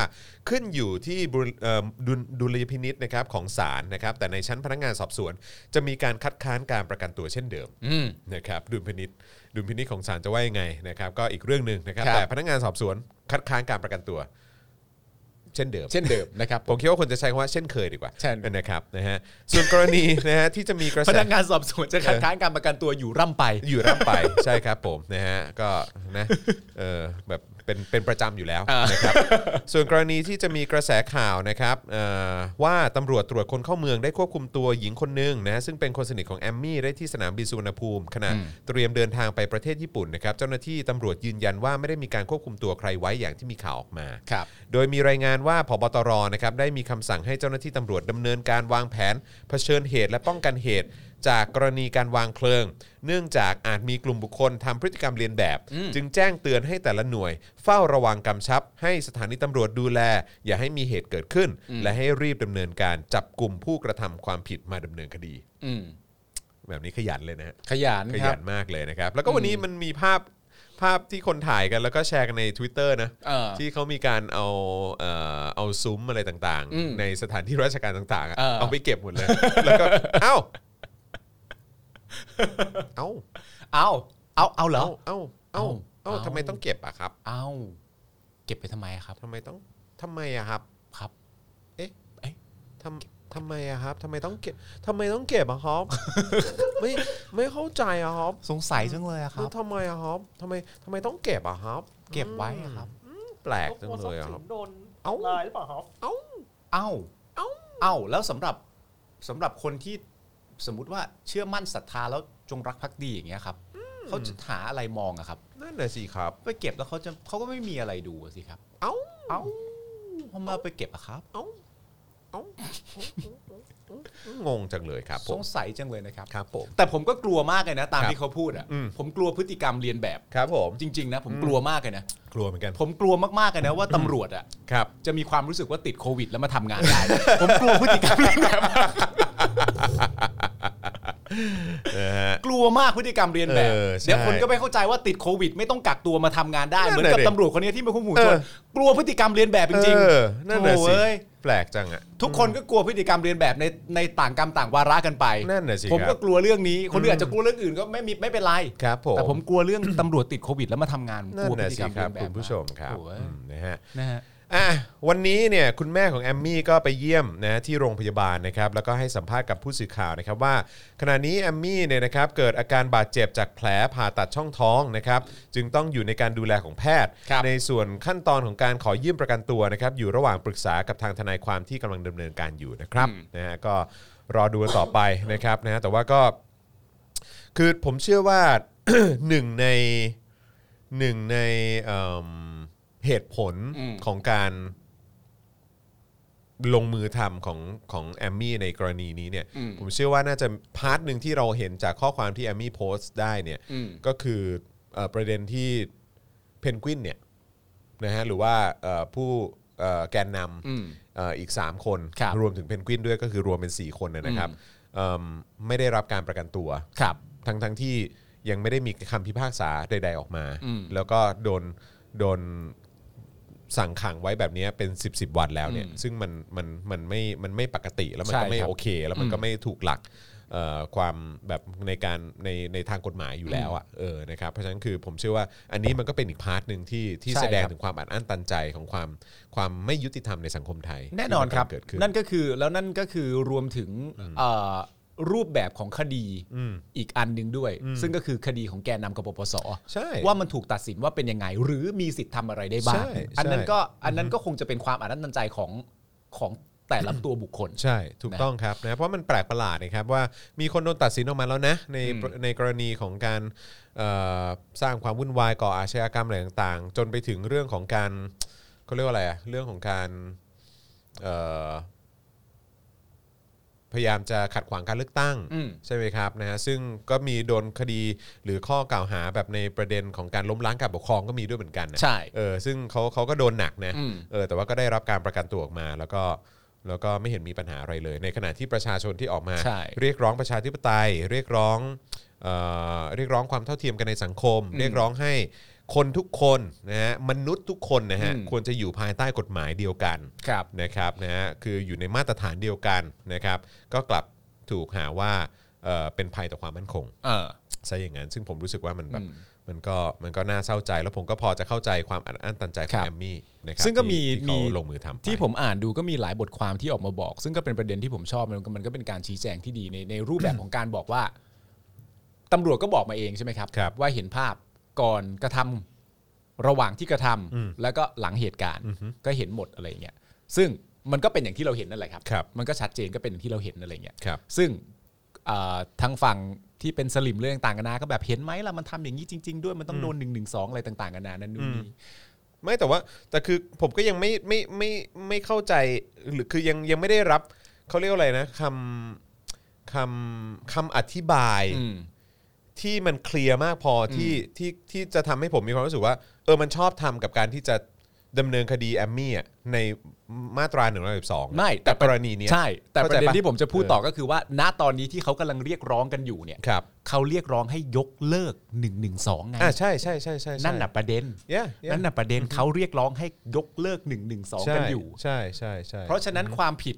ขึ้นอยู่ที่บุรเอ่อดุลดุลยพินิษนะครับของศาลนะครับแต่ในชั้นพนักงานสอบสวน จะมีการคัดค้านการประกันตัวเช่นเดิม อืม นะครับดุลพินิษดุลพินิษของศาลจะว่ายังไงนะครับก็อีกเรื่องหนึ่งนะครับ ครับ แต่พนักงานสอบสวนคัดค้านการประกันตัว เช่นเดิม เช่นเดิมนะครับ ผมคิดว่าคนจะใช้คำว่าเช่นเคยดีกว่า เช่น นะครับนะฮะส่วนกรณีนะฮ ะที่จะมีกระ พ แส นักงานสอบสวนจะคัดค้านการประกันตัวอยู่ร่ำไป อยู่ร่ำไป ใช่ครับผมนะฮะก็นะเออแบบเป็นเป็นประจำอยู่แล้ว นะครับส่วนกรณีที่จะมีกระแสข่าวนะครับเอ่อว่าตำรวจตรวจคนเข้าเมืองได้ควบคุมตัวหญิงคนหนึ่งนะซึ่งเป็นคนสนิทของแอมมี่ได้ที่สนามบินสุวรรณภูมิขณะเตรียมเดินทางไปประเทศญี่ปุ่นนะครับเจ้าหน้าที่ตำรวจยืนยันว่าไม่ได้มีการควบคุมตัวใครไว้อย่างที่มีข่าวออกมา ครับ โดยมีรายงานว่าพบตรนะครับได้มีคำสั่งให้เจ้าหน้าที่ตำรวจดำเนินการวางแผน เผชิญเหตุและป้องกันเหตุ จากกรณีการวางเพลิง เนื่องจากอาจมีกลุ่มบุคคลทำพฤติกรรมเลียนแบบ จึงแจ้งเตือนให้แต่ละหน่วย เฝ้าระวังกำชับ ให้สถานีตำรวจดูแล อย่าให้มีเหตุเกิดขึ้น และให้รีบดำเนินการจับกลุ่มผู้กระทำความผิดมาดำเนินคดี อืม แบบนี้ขยันเลยนะฮะ ขยัน ข ครั ยั บ นมากเลยนะครับ แล้วก็วันนี้มันมีภาพภาพที่คนถ่ายกันแล้วก็แชร์กันใน Twitter นะ เออ ที่เขามีการเอาเอ่อเอาซุ้มอะไรต่าง อืม ๆ ในสถานที่ราชการต่างๆอะ เออ เอาไปเก็บหมดเลย แล้วก็ เอ้า เอ้า เอาเอาเอาเหรอ เอ้า เอ้า เอ้า เอ้า เอ้า ทำไมต้องเก็บอะครับ เอาเก็บไปทำไมอะครับ ทำไมต้องทำไมอะครับ ครับ ทำทำไมอะครับทำไมต้องเก็บทำไมต้องเก็บอะ ครับ ไม่ไม่เข้าใจอะครับ สงสัยจังเลยอะค แล้ รั ว บ ทำไมอะครับทำไมทำไมต้องเก็บอะครับ เก็บไว้อะครับ แปลกจัง กลัวท เล รัพ ย ย์ อะ สิ ครับ นโดน เอ้า ลายหรือเปล่าครับ เอ้า เอ้า เอ้า เอ้าแล้วสำหรับสำหรับคนที่สมมติว่าเชื่อมั่นศรัทธาแล้วจงรักภักดีอย่างเงี้ยครับเขาจะหาอะไรมองอะครับ นั่นน่ะสิครับ ไปเก็บแล้วเขาจะเขาก็ไม่มีอะไรดูอะสิครับ เอ้า เอ้าเขามาไปเก็บอะครับ เอ้า เอ้า งงจังเลยครับผ ส ม งสัยจังเลยนะครับ ครับผม แต่ผมก็กลัวมากเลยนะ ตาม ครับ ที่เขาพูดอะ อืม ผมกลัวพฤติกรรมเรียนแบบ ครับผม จริง ๆ นะ ผมกลัวมากเลยนะ กลัวเหมือนกัน ผมกลัวมากๆเลยนะว่าตำรวจอะ ครับ จะมีความรู้สึกว่าติดโควิด แล้วมาทำงานได้ ผมกลัวพฤติกรรมเรียนแบบกลัวมากพฤติกรรมเรียนแบบ เออใช่ เดี๋ยวคนก็ไม่เข้าใจว่าติดโควิด ไม่ต้องกักตัวมาทำงานได้ นั่นน่ะ เหมือนกับ ดิ ตำรวจคนเนี้ยที่เป็นผู้หมู่ช เอน อ กลัวพฤติกรรมเรียนแบบจริง เออ ๆ นั่นน่ะ โถ่ สิ เอ้ย แปลกจังอ่ะ ทุกคนก็กลัวพฤติกรรมเรียนแบบในในต่างกรรมต่างวาระกันไป นั่นน่ะสิ ผม ครั ก็ บ กลัวเรื่องนี้ คนอื่นอาจจะกลัวเรื่องอื่นก็ไม่มีไม่เป็นไร ครับผม แต่ผมกลัวเรื่อง ตำรวจติดโควิดแล้วมาทำงาน นั่ ก น ลัวพฤ น่ะ ติก สิ รรม ค เรี รั ย บ นแบบ คุณผู้ชมครับ โอ้ย อืมนะฮะ นะฮะ อ่ะวันนี้เนี่ยคุณแม่ของแอมมี่ก็ไปเยี่ยมนะที่โรงพยาบาลนะครับแล้วก็ให้สัมภาษณ์กับผู้สื่อข่าวนะครับว่า ขณะนี้แอมมี่เนี่ยนะครับเกิดอาการบาดเจ็บจากแผลผ่าตัดช่องท้องนะครับจึงต้องอยู่ในการดูแลของแพทย์ ครับ ในส่วนขั้นตอนของการขอยื่นประกันตัวนะครับอยู่ระหว่างปรึกษากับทางทนายความที่กำลังดำเนินการอยู่นะครับนะฮะก็รอดูกันต่อไปนะครับนะฮะแต่ว่าก็ คือผมเชื่อว่า หนึ่งในหนึ่งในเอิ่มเหตุผล อืม ของการลงมือทำของของแอมมี่ในกรณีนี้เนี่ย ผมเชื่อว่าน่าจะพาร์ทหนึ่งที่เราเห็นจากข้อความที่แอมมี่โพสต์ได้เนี่ย อืม ก็คือเอ่อประเด็นที่เพนกวินเนี่ยนะฮะหรือว่าเอ่อผู้เอ่อแกนน อืม ำเอ่ออีก 3 คน ครับ รวมถึงเพนกวินด้วยก็คือรวมเป็น 4 คนนะครับเอิ่มไม่ได้รับการประกันตัว ครับ ทั้งทั้งที่ยังไม่ได้มีคำพิพากษาใด ๆออกมา อืม แล้วก็โดนโดนสั่งขังไว้แบบนี้เป็น 10บสวันแล้วเนี่ย ซึ่งมันมันมันไม่มันไม่ปกติแล้วมันก็ ใช่ ไม่ ครับ โอเค แล้วมันก็ไม่ถูกหลักเอ่อความแบบในการในในทางกฎหมายอยู่แล้วอ่ะเออนะครับเพราะฉะนั้นคือผมเชื่อว่าอันนี้มันก็เป็นอีกพาร์ทหนึ่งที่ที่ ใช่ แสดง ครับ ถึงความอัดอั้นตันใจของความความไม่ยุติธรรมในสังคมไทย แน่นอนครับ ที่มัเกิดขึ้น นั่นก็คือแล้วนั่นก็คือรวมถึงเอ่อ รูปแบบของคดี อืม อีกอันหนึ่งด้วย อืม ซึ่งก็คือคดีของแกนนำกบปส ใช่ ว่ามันถูกตัดสินว่าเป็นยังไง หรือมีสิทธิ์ทำอะไรได้บ้าง ใช่ อันนั้นก็ ใช่ อันนั้นก็คงจะเป็นความอานันตันใจของของแต่ละตัวบุคคล ใช่ถูกต้องครับนะเพราะมันแปลกประหลาดนะครับว่ามีคนโดนตัดสินออกมาแล้วนะใน อืม ในกรณีของการเอ่อสร้างความวุ่นวายก่ออาชญากรรมอะไรต่างๆ จนไปถึงเรื่องของการเขาเรียกว่าอะไรอะเรื่องของการเอ่อพยายามจะขัดขวางการเลือกตั้ง อืม ใช่ไหมครับนะฮะซึ่งก็มีโดนคดีหรือข้อกล่าวหาแบบในประเด็นของการล้มล้างการปกครองก็มีด้วยเหมือนกันนะ ใช่ เออซึ่งเขาเขาก็โดนหนักนะ อืม เออแต่ว่าก็ได้รับการประกันตัวออกมา แล้วก็แล้วก็ไม่เห็นมีปัญหาอะไรเลย ในขณะที่ประชาชนที่ออกมา ใช่ เรียกร้องประชาธิปไตย เรียกร้องเอ่อเรียกร้องความเท่าเทียมกันในสังคม เรียกร้องให้คนทุกคนนะฮะมนุษย์ทุกคนนะฮะ อืม ควรจะอยู่ภายใต้กฎหมายเดียวกัน ครับ นะครับนะฮะคืออยู่ในมาตรฐานเดียวกันนะครับก็กลับถูกหาว่าเอ่อเป็นภัยต่อความมั่นคง เออ ซะอย่างนั้น ซึ่งผมรู้สึกว่ามันแบบ อืม มันก็มันก็น่าเศร้าใจ แล้วผมก็พอจะเข้าใจความอัดอั้นตันใจขอครั ง บ แอมมี่นะครับ ซึ่งก็ ที่ มี ที่เขา มี ลงมือทำไป ที่ผมอ่านดูก็มีหลายบทความที่ออกมาบอก ซึ่งก็เป็นประเด็นที่ผมชอบมันมันก็เป็นการชี้แจงที่ดีในในรูปแบบ ของการบอกว่าตำรวจก็บอกมาเองใช่ไหมครับ ครับ ว่าเห็นภาพก่อนกระทำระหว่างที่กระทำ อืม แล้วก็หลังเหตุการณ์ อือฮึ ก็เห็นหมดอะไรอย่างเงี้ยซึ่งมันก็เป็นอย่างที่เราเห็นนั่นแหละครับ ครับ มันก็ชัดเจนก็เป็นอย่างที่เราเห็นอะไรอย่างเงี้ย ครับ ซึ่งเอ่อทางฝั่งที่เป็นสลิมเรื่องต่างกันนะก็แบบเห็นไหมล่ะมันทำอย่างนี้จริง ๆ ด้วยมันต้องโดนหนึ่งหนึ่งสองอะไรต่างๆกันนะนั่นนู่นนี่ ไม่แต่ว่าแต่คือผมก็ยังไม่ไม่ไม่ไม่เข้าใจหรือคือยังยังไม่ได้รับเขาเรียกว่าอะไรนะคำคำคำอธิบาย ที่มันเคลียร์มากพออที่ที่ที่จะทำให้ผมมีความรู้สึกว่า เออมันชอบทำกับการที่จะดำเนินคดีแอมมี่อะในมาตราหนึ่งร้อยสิบสอง ไม่แต่ แต่กรณีเนี้ย ใช่ แต่ประเด็ เข้าใจ น ปะ ที่ผมจะพูดต่อก็คือว่า ณตอนนี้ที่เขากำลังเรียกร้องกันอยู่เนี่ย ครับ เขาเรียกร้องให้ยกเลิก1นึไง อ่าใช่ใช่ใช่ใช่ใช่ นั่นน่ะประเด็น เย้เย้ นั่นน่ะประเด็นเขาเรียกร้องให้ยกเลิก1นึ ใช่ กันอยู่ ใช่ใช่ใช่ เพราะฉะนั้นความผิด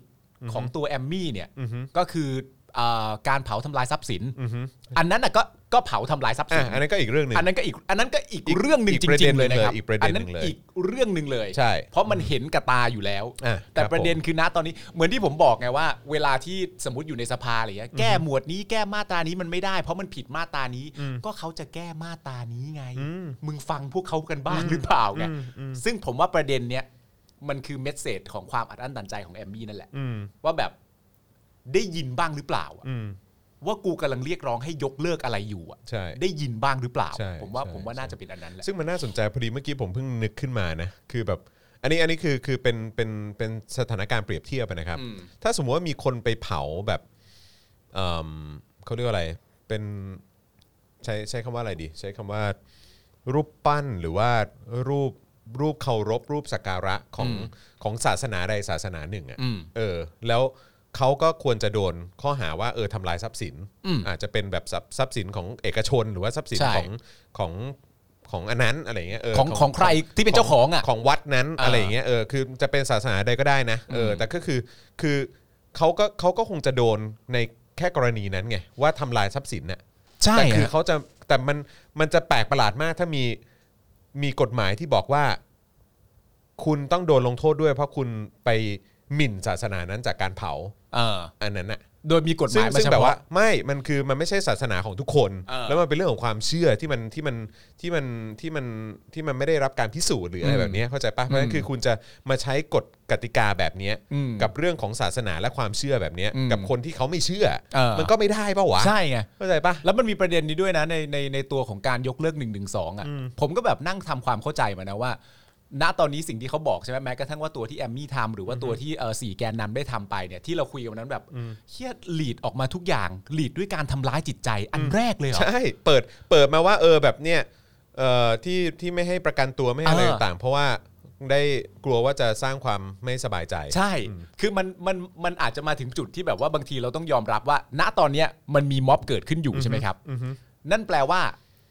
ของตัวแอมมี่เนี่ย อือฮึ ก็คือเอ่อการเผาทำลายทรัพย์สิน อือฮึ อันนั้นน่ะก็ก็เผาทำลายทรัพย์ อ่ะ สิน อันนั้นก็อีกเรื่องหนึ่ง อันนั้นก็อีกอันนั้นก็อีก อีก เรื่องหนึ่ง อี จ กประเด็ ริ น งๆเลยนะครับ หนึ่งเลยอีกประเด็น นั้น หนึ่งเลย อีกเรื่องหนึ่งเลย ใช่ เพราะมันเห็นกับตาอยู่แล้ว อ่ะ แต่ ครับ ประเด็นคือณตอนนี้เหมือนที่ผมบอกไงว่า เวลาที่สมมติอยู่ในสภาอะไรเงี้ยแก้หมวดนี้แก้มาตรานี้มันไม่ได้ เพราะมันผิดมาตรานี้ ก็เขาจะแก้มาตรานี้ไง อืม มึงฟังพวกเขากันบ้างหรือเปล่าไง อืมอืม ซึ่งผมว่าประเด็นเนี้ยมันคือเมสเซจของความอัดอั้นตันใจของแอมมี่นั่นแหละ อืม ว่าแบบได้ยินบ้างหรือเปล่าอะ อืม ว่ากูกำลังเรียกร้องให้ยกเลิกอะไรอยู่อะ ใช่ ได้ยินบ้างหรือเปล่า ใช่ ผมว่า ใช่ ผมว่า ใช่ น่าจะเป็นอันนั้นแหละ ซึ่งมันน่าสนใจพอดีเมื่อกี้ผมเพิ่งนึกขึ้นมานะคือแบบ อันนี้อันนี้คือคือเป็นเป็นเป็นสถานการณ์เปรียบเทียบอะนะครับ อืม ถ้าสมมติว่ามีคนไปเผาแบบเอิ่มเขาเรียกว่าอะไรเป็นใช้ใช้คำว่าอะไรดี ใช้คำว่ารูปปั้นหรือว่ารูปรูปเคารพรูปสักการะของของศาสนาใดศาสนาหนึ่ง อื อะ่ะ ม เออ แล้วเขาก็ควรจะโดนข้อหาว่าเออทำลายทรัพย์สิน อืม อาจจะเป็นแบบทรัพย์ทรัพย์สินของเอกชน หรือว่าทรัพย์สิน ใช่ ของของของอันนั้นอะไรเงี้ยเออ ของของใครที่เป็นเจ้าของอ่ะ ของวัดนั้น อ่า อะไรอย่างเงี้ยเออคือจะเป็นศาสนาใดก็ได้นะเอออ ม แต่ก็คือคือเขาก็เขาก็คงจะโดนในแค่กรณีนั้นไงว่าทำลายทรัพย์สินน่ะ ใช่ แต่คือ ฮะ เขาจะแต่มันมันจะแปลกประหลาดมากถ้ามีมีกฎหมายที่บอกว่า คุณต้องโดนลงโทษด้วย เพราะคุณไปหมิ่นศาสนานั้นจากการเผา เออ อันนั้นน่ะ โดยมีกฎห ซึ่ง มายมา ซึ่ง เฉ แบบ พาะ ว่าไม่มันคือมันไม่ใช่ศาสนาของทุกคน เออ แล้วมันเป็นเรื่องของความเชื่อที่มันที่มันที่มันที่มันที่มันไม่ได้รับการพิสูจน์หรืออะไร อืม แบบเนี้ยเข้าใจปะเพราะฉะนั้นคือคุณจะมาใช้กฎกติกาแบบเนี้ย อืม กับเรื่องของศาสนาและความเชื่อแบบเนี้ย อืม กับคนที่เขาไม่เชื่อ เออ มันก็ไม่ได้ปะวะ ใช่ไง เข้าใจปะ แล้วมันมีประเด็นนี้ด้วยนะในในในตัวของการยกเลิก1นึอ่ะผมก็แบบนั่งทำความเข้าใจมานะว่า ณตอนนี้สิ่งที่เขาบอกใช่ไหมแม้กระทั่งว่าตัวที่แอมมี่ทำหรือว่าตัวที่เอ่อสี่แกนนำได้ทำไปเนี่ยที่เราคุยกันวันนั้นแบบเฮียหลีดออกมาทุกอย่างหลีดด้วยการทำร้ายจิตใจอันแรกเลยเหรอ ใช่เปิดเปิดมาว่าเออแบบเนี่ยเอ่อที่ที่ไม่ให้ประกันตัวไม่ให้อะไร เออ ต่างๆเพราะว่าได้กลัวว่าจะสร้างความไม่สบายใจ ใช่ คือมันมันมันอาจจะมาถึงจุดที่แบบว่าบางทีเราต้องยอมรับว่า ณตอนเนี้ยมันมีม็อบเกิดขึ้นอยู่ใช่ไหมครับ นั่นแปลว่า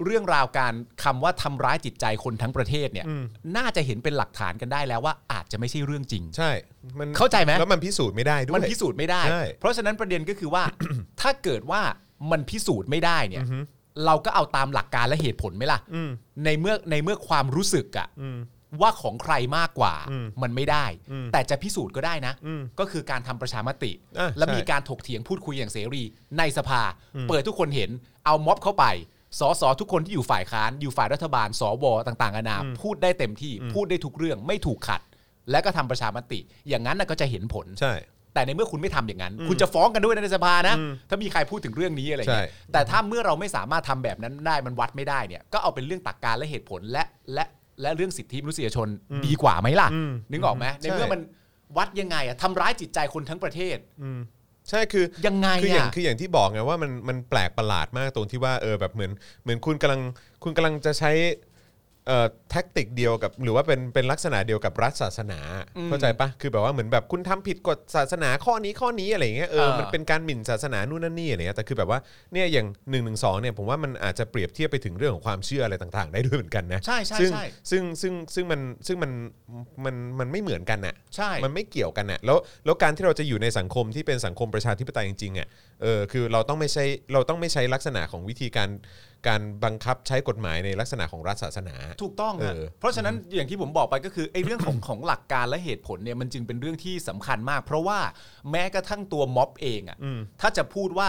เรื่องราวการคำว่าทำร้ายจิตใจคนทั้งประเทศเนี่ย อืม น่าจะเห็นเป็นหลักฐานกันได้แล้วว่าอาจจะไม่ใช่เรื่องจริง ใช่มัน เข้าใจไหม แล้วมันพิสูจน์ไม่ได้ด้วย มันพิสูจน์ไม่ได้ ใช่ เพราะฉะนั้นประเด็นก็คือว่า ถ้าเกิดว่ามันพิสูจน์ไม่ได้เนี่ย เราก็เอาตามหลักการและเหตุผลไหมล่ะ อืม ในเมื่อในเมื่อความรู้สึกอะ อืม ว่าของใครมากกว่า อืม มันไม่ได้ อืม แต่จะพิสูจน์ก็ได้นะ อืม ก็คือการทำประชามติ อ่ะ และ ใช่ มีการถกเถียงพูดคุยอย่างเสรี ในสภา อืม เปิดทุกคนเห็นเอาม็อบเข้าไปสอสอทุกคนที่อยู่ฝ่ายค้านอยู่ฝ่ายรัฐบาลสวต่างๆนานาพูดได้เต็มที่พูดได้ทุกเรื่องไม่ถูกขัด และก็ทำประชามติ อย่างนั้นน่ะก็จะเห็นผล ใช่ แต่ในเมื่อคุณไม่ทำอย่างนั้น คุณจะฟ้องกันด้วยนะในสภานะ อืม ถ้ามีใครพูดถึงเรื่องนี้อะไรเงี้ย ใช่ แต่ถ้าเมื่อเราไม่สามารถทำแบบนั้นได้มันวัดไม่ได้เนี่ย ก็เอาเป็นเรื่องตรกการและเหตุผลและและและเรื่องสิทธิมนุษยชนดีกว่าไหมล่ะ อืม นึกออกไหมในเมื่อมันวัดยังไงอะทำร้ายจิตใจคนทั้งประเทศ ใช่คือ ยังไง คืออย่าง อะ คืออย่างที่บอกไงว่ามันมันแปลกประหลาดมากตรงที่ว่าเออแบบเหมือนเหมือนคุณกำลังคุณกำลังจะใช้เอ่อแท็กติกเดียวกับ หรือว่าเป็นเป็นลักษณะเดียวกับรัฐศาสนา อืม เข้าใจปะคือแบบว่าเหมือนแบบคุณทำผิดกฎศาสนาข้อนี้ข้อนี้อะไรอย่างเงี้ยเออ เออ มันเป็นการหมิ่นศาสนานู่นนั่นนี่อะไรเงี้ยแต่คือแบบว่าเนี่ยอย่าง1นึเนี่ยผมว่ามันอาจจะเปรียบเทียบไปถึงเรื่องของความเชื่ออะไรต่างๆ ได้ด้วยเหมือนกันนะ ใช่ใช่ ซึ่ง ใช่ ซึ่งซึ่งซึ่งมันซึ่งมันมันมันไม่เหมือนกันน่ะ ใช่ มันไม่เกี่ยวกันน่ะแล้วแล้วการที่เราจะอยู่ในสังคมที่เป็นสังคมประชาธิปไตยจริงๆอ่ะเออคือเราต้องไม่ใช่เราต้องไม่ใช้ลักษณะของวิธีการการบังคับใช้กฎหมายในลักษณะของรัฐศาสนา ถูกต้องฮะ เออ เพราะฉะนั้นอย่างที่ผมบอกไปก็คือไอ้เรื่องของของหลักการและเหตุผลเนี่ยมันจึงเป็นเรื่องที่สำคัญมาก เพราะว่าแม้กระทั่งตัวม็อบเองอะ อืม ถ้าจะพูดว่า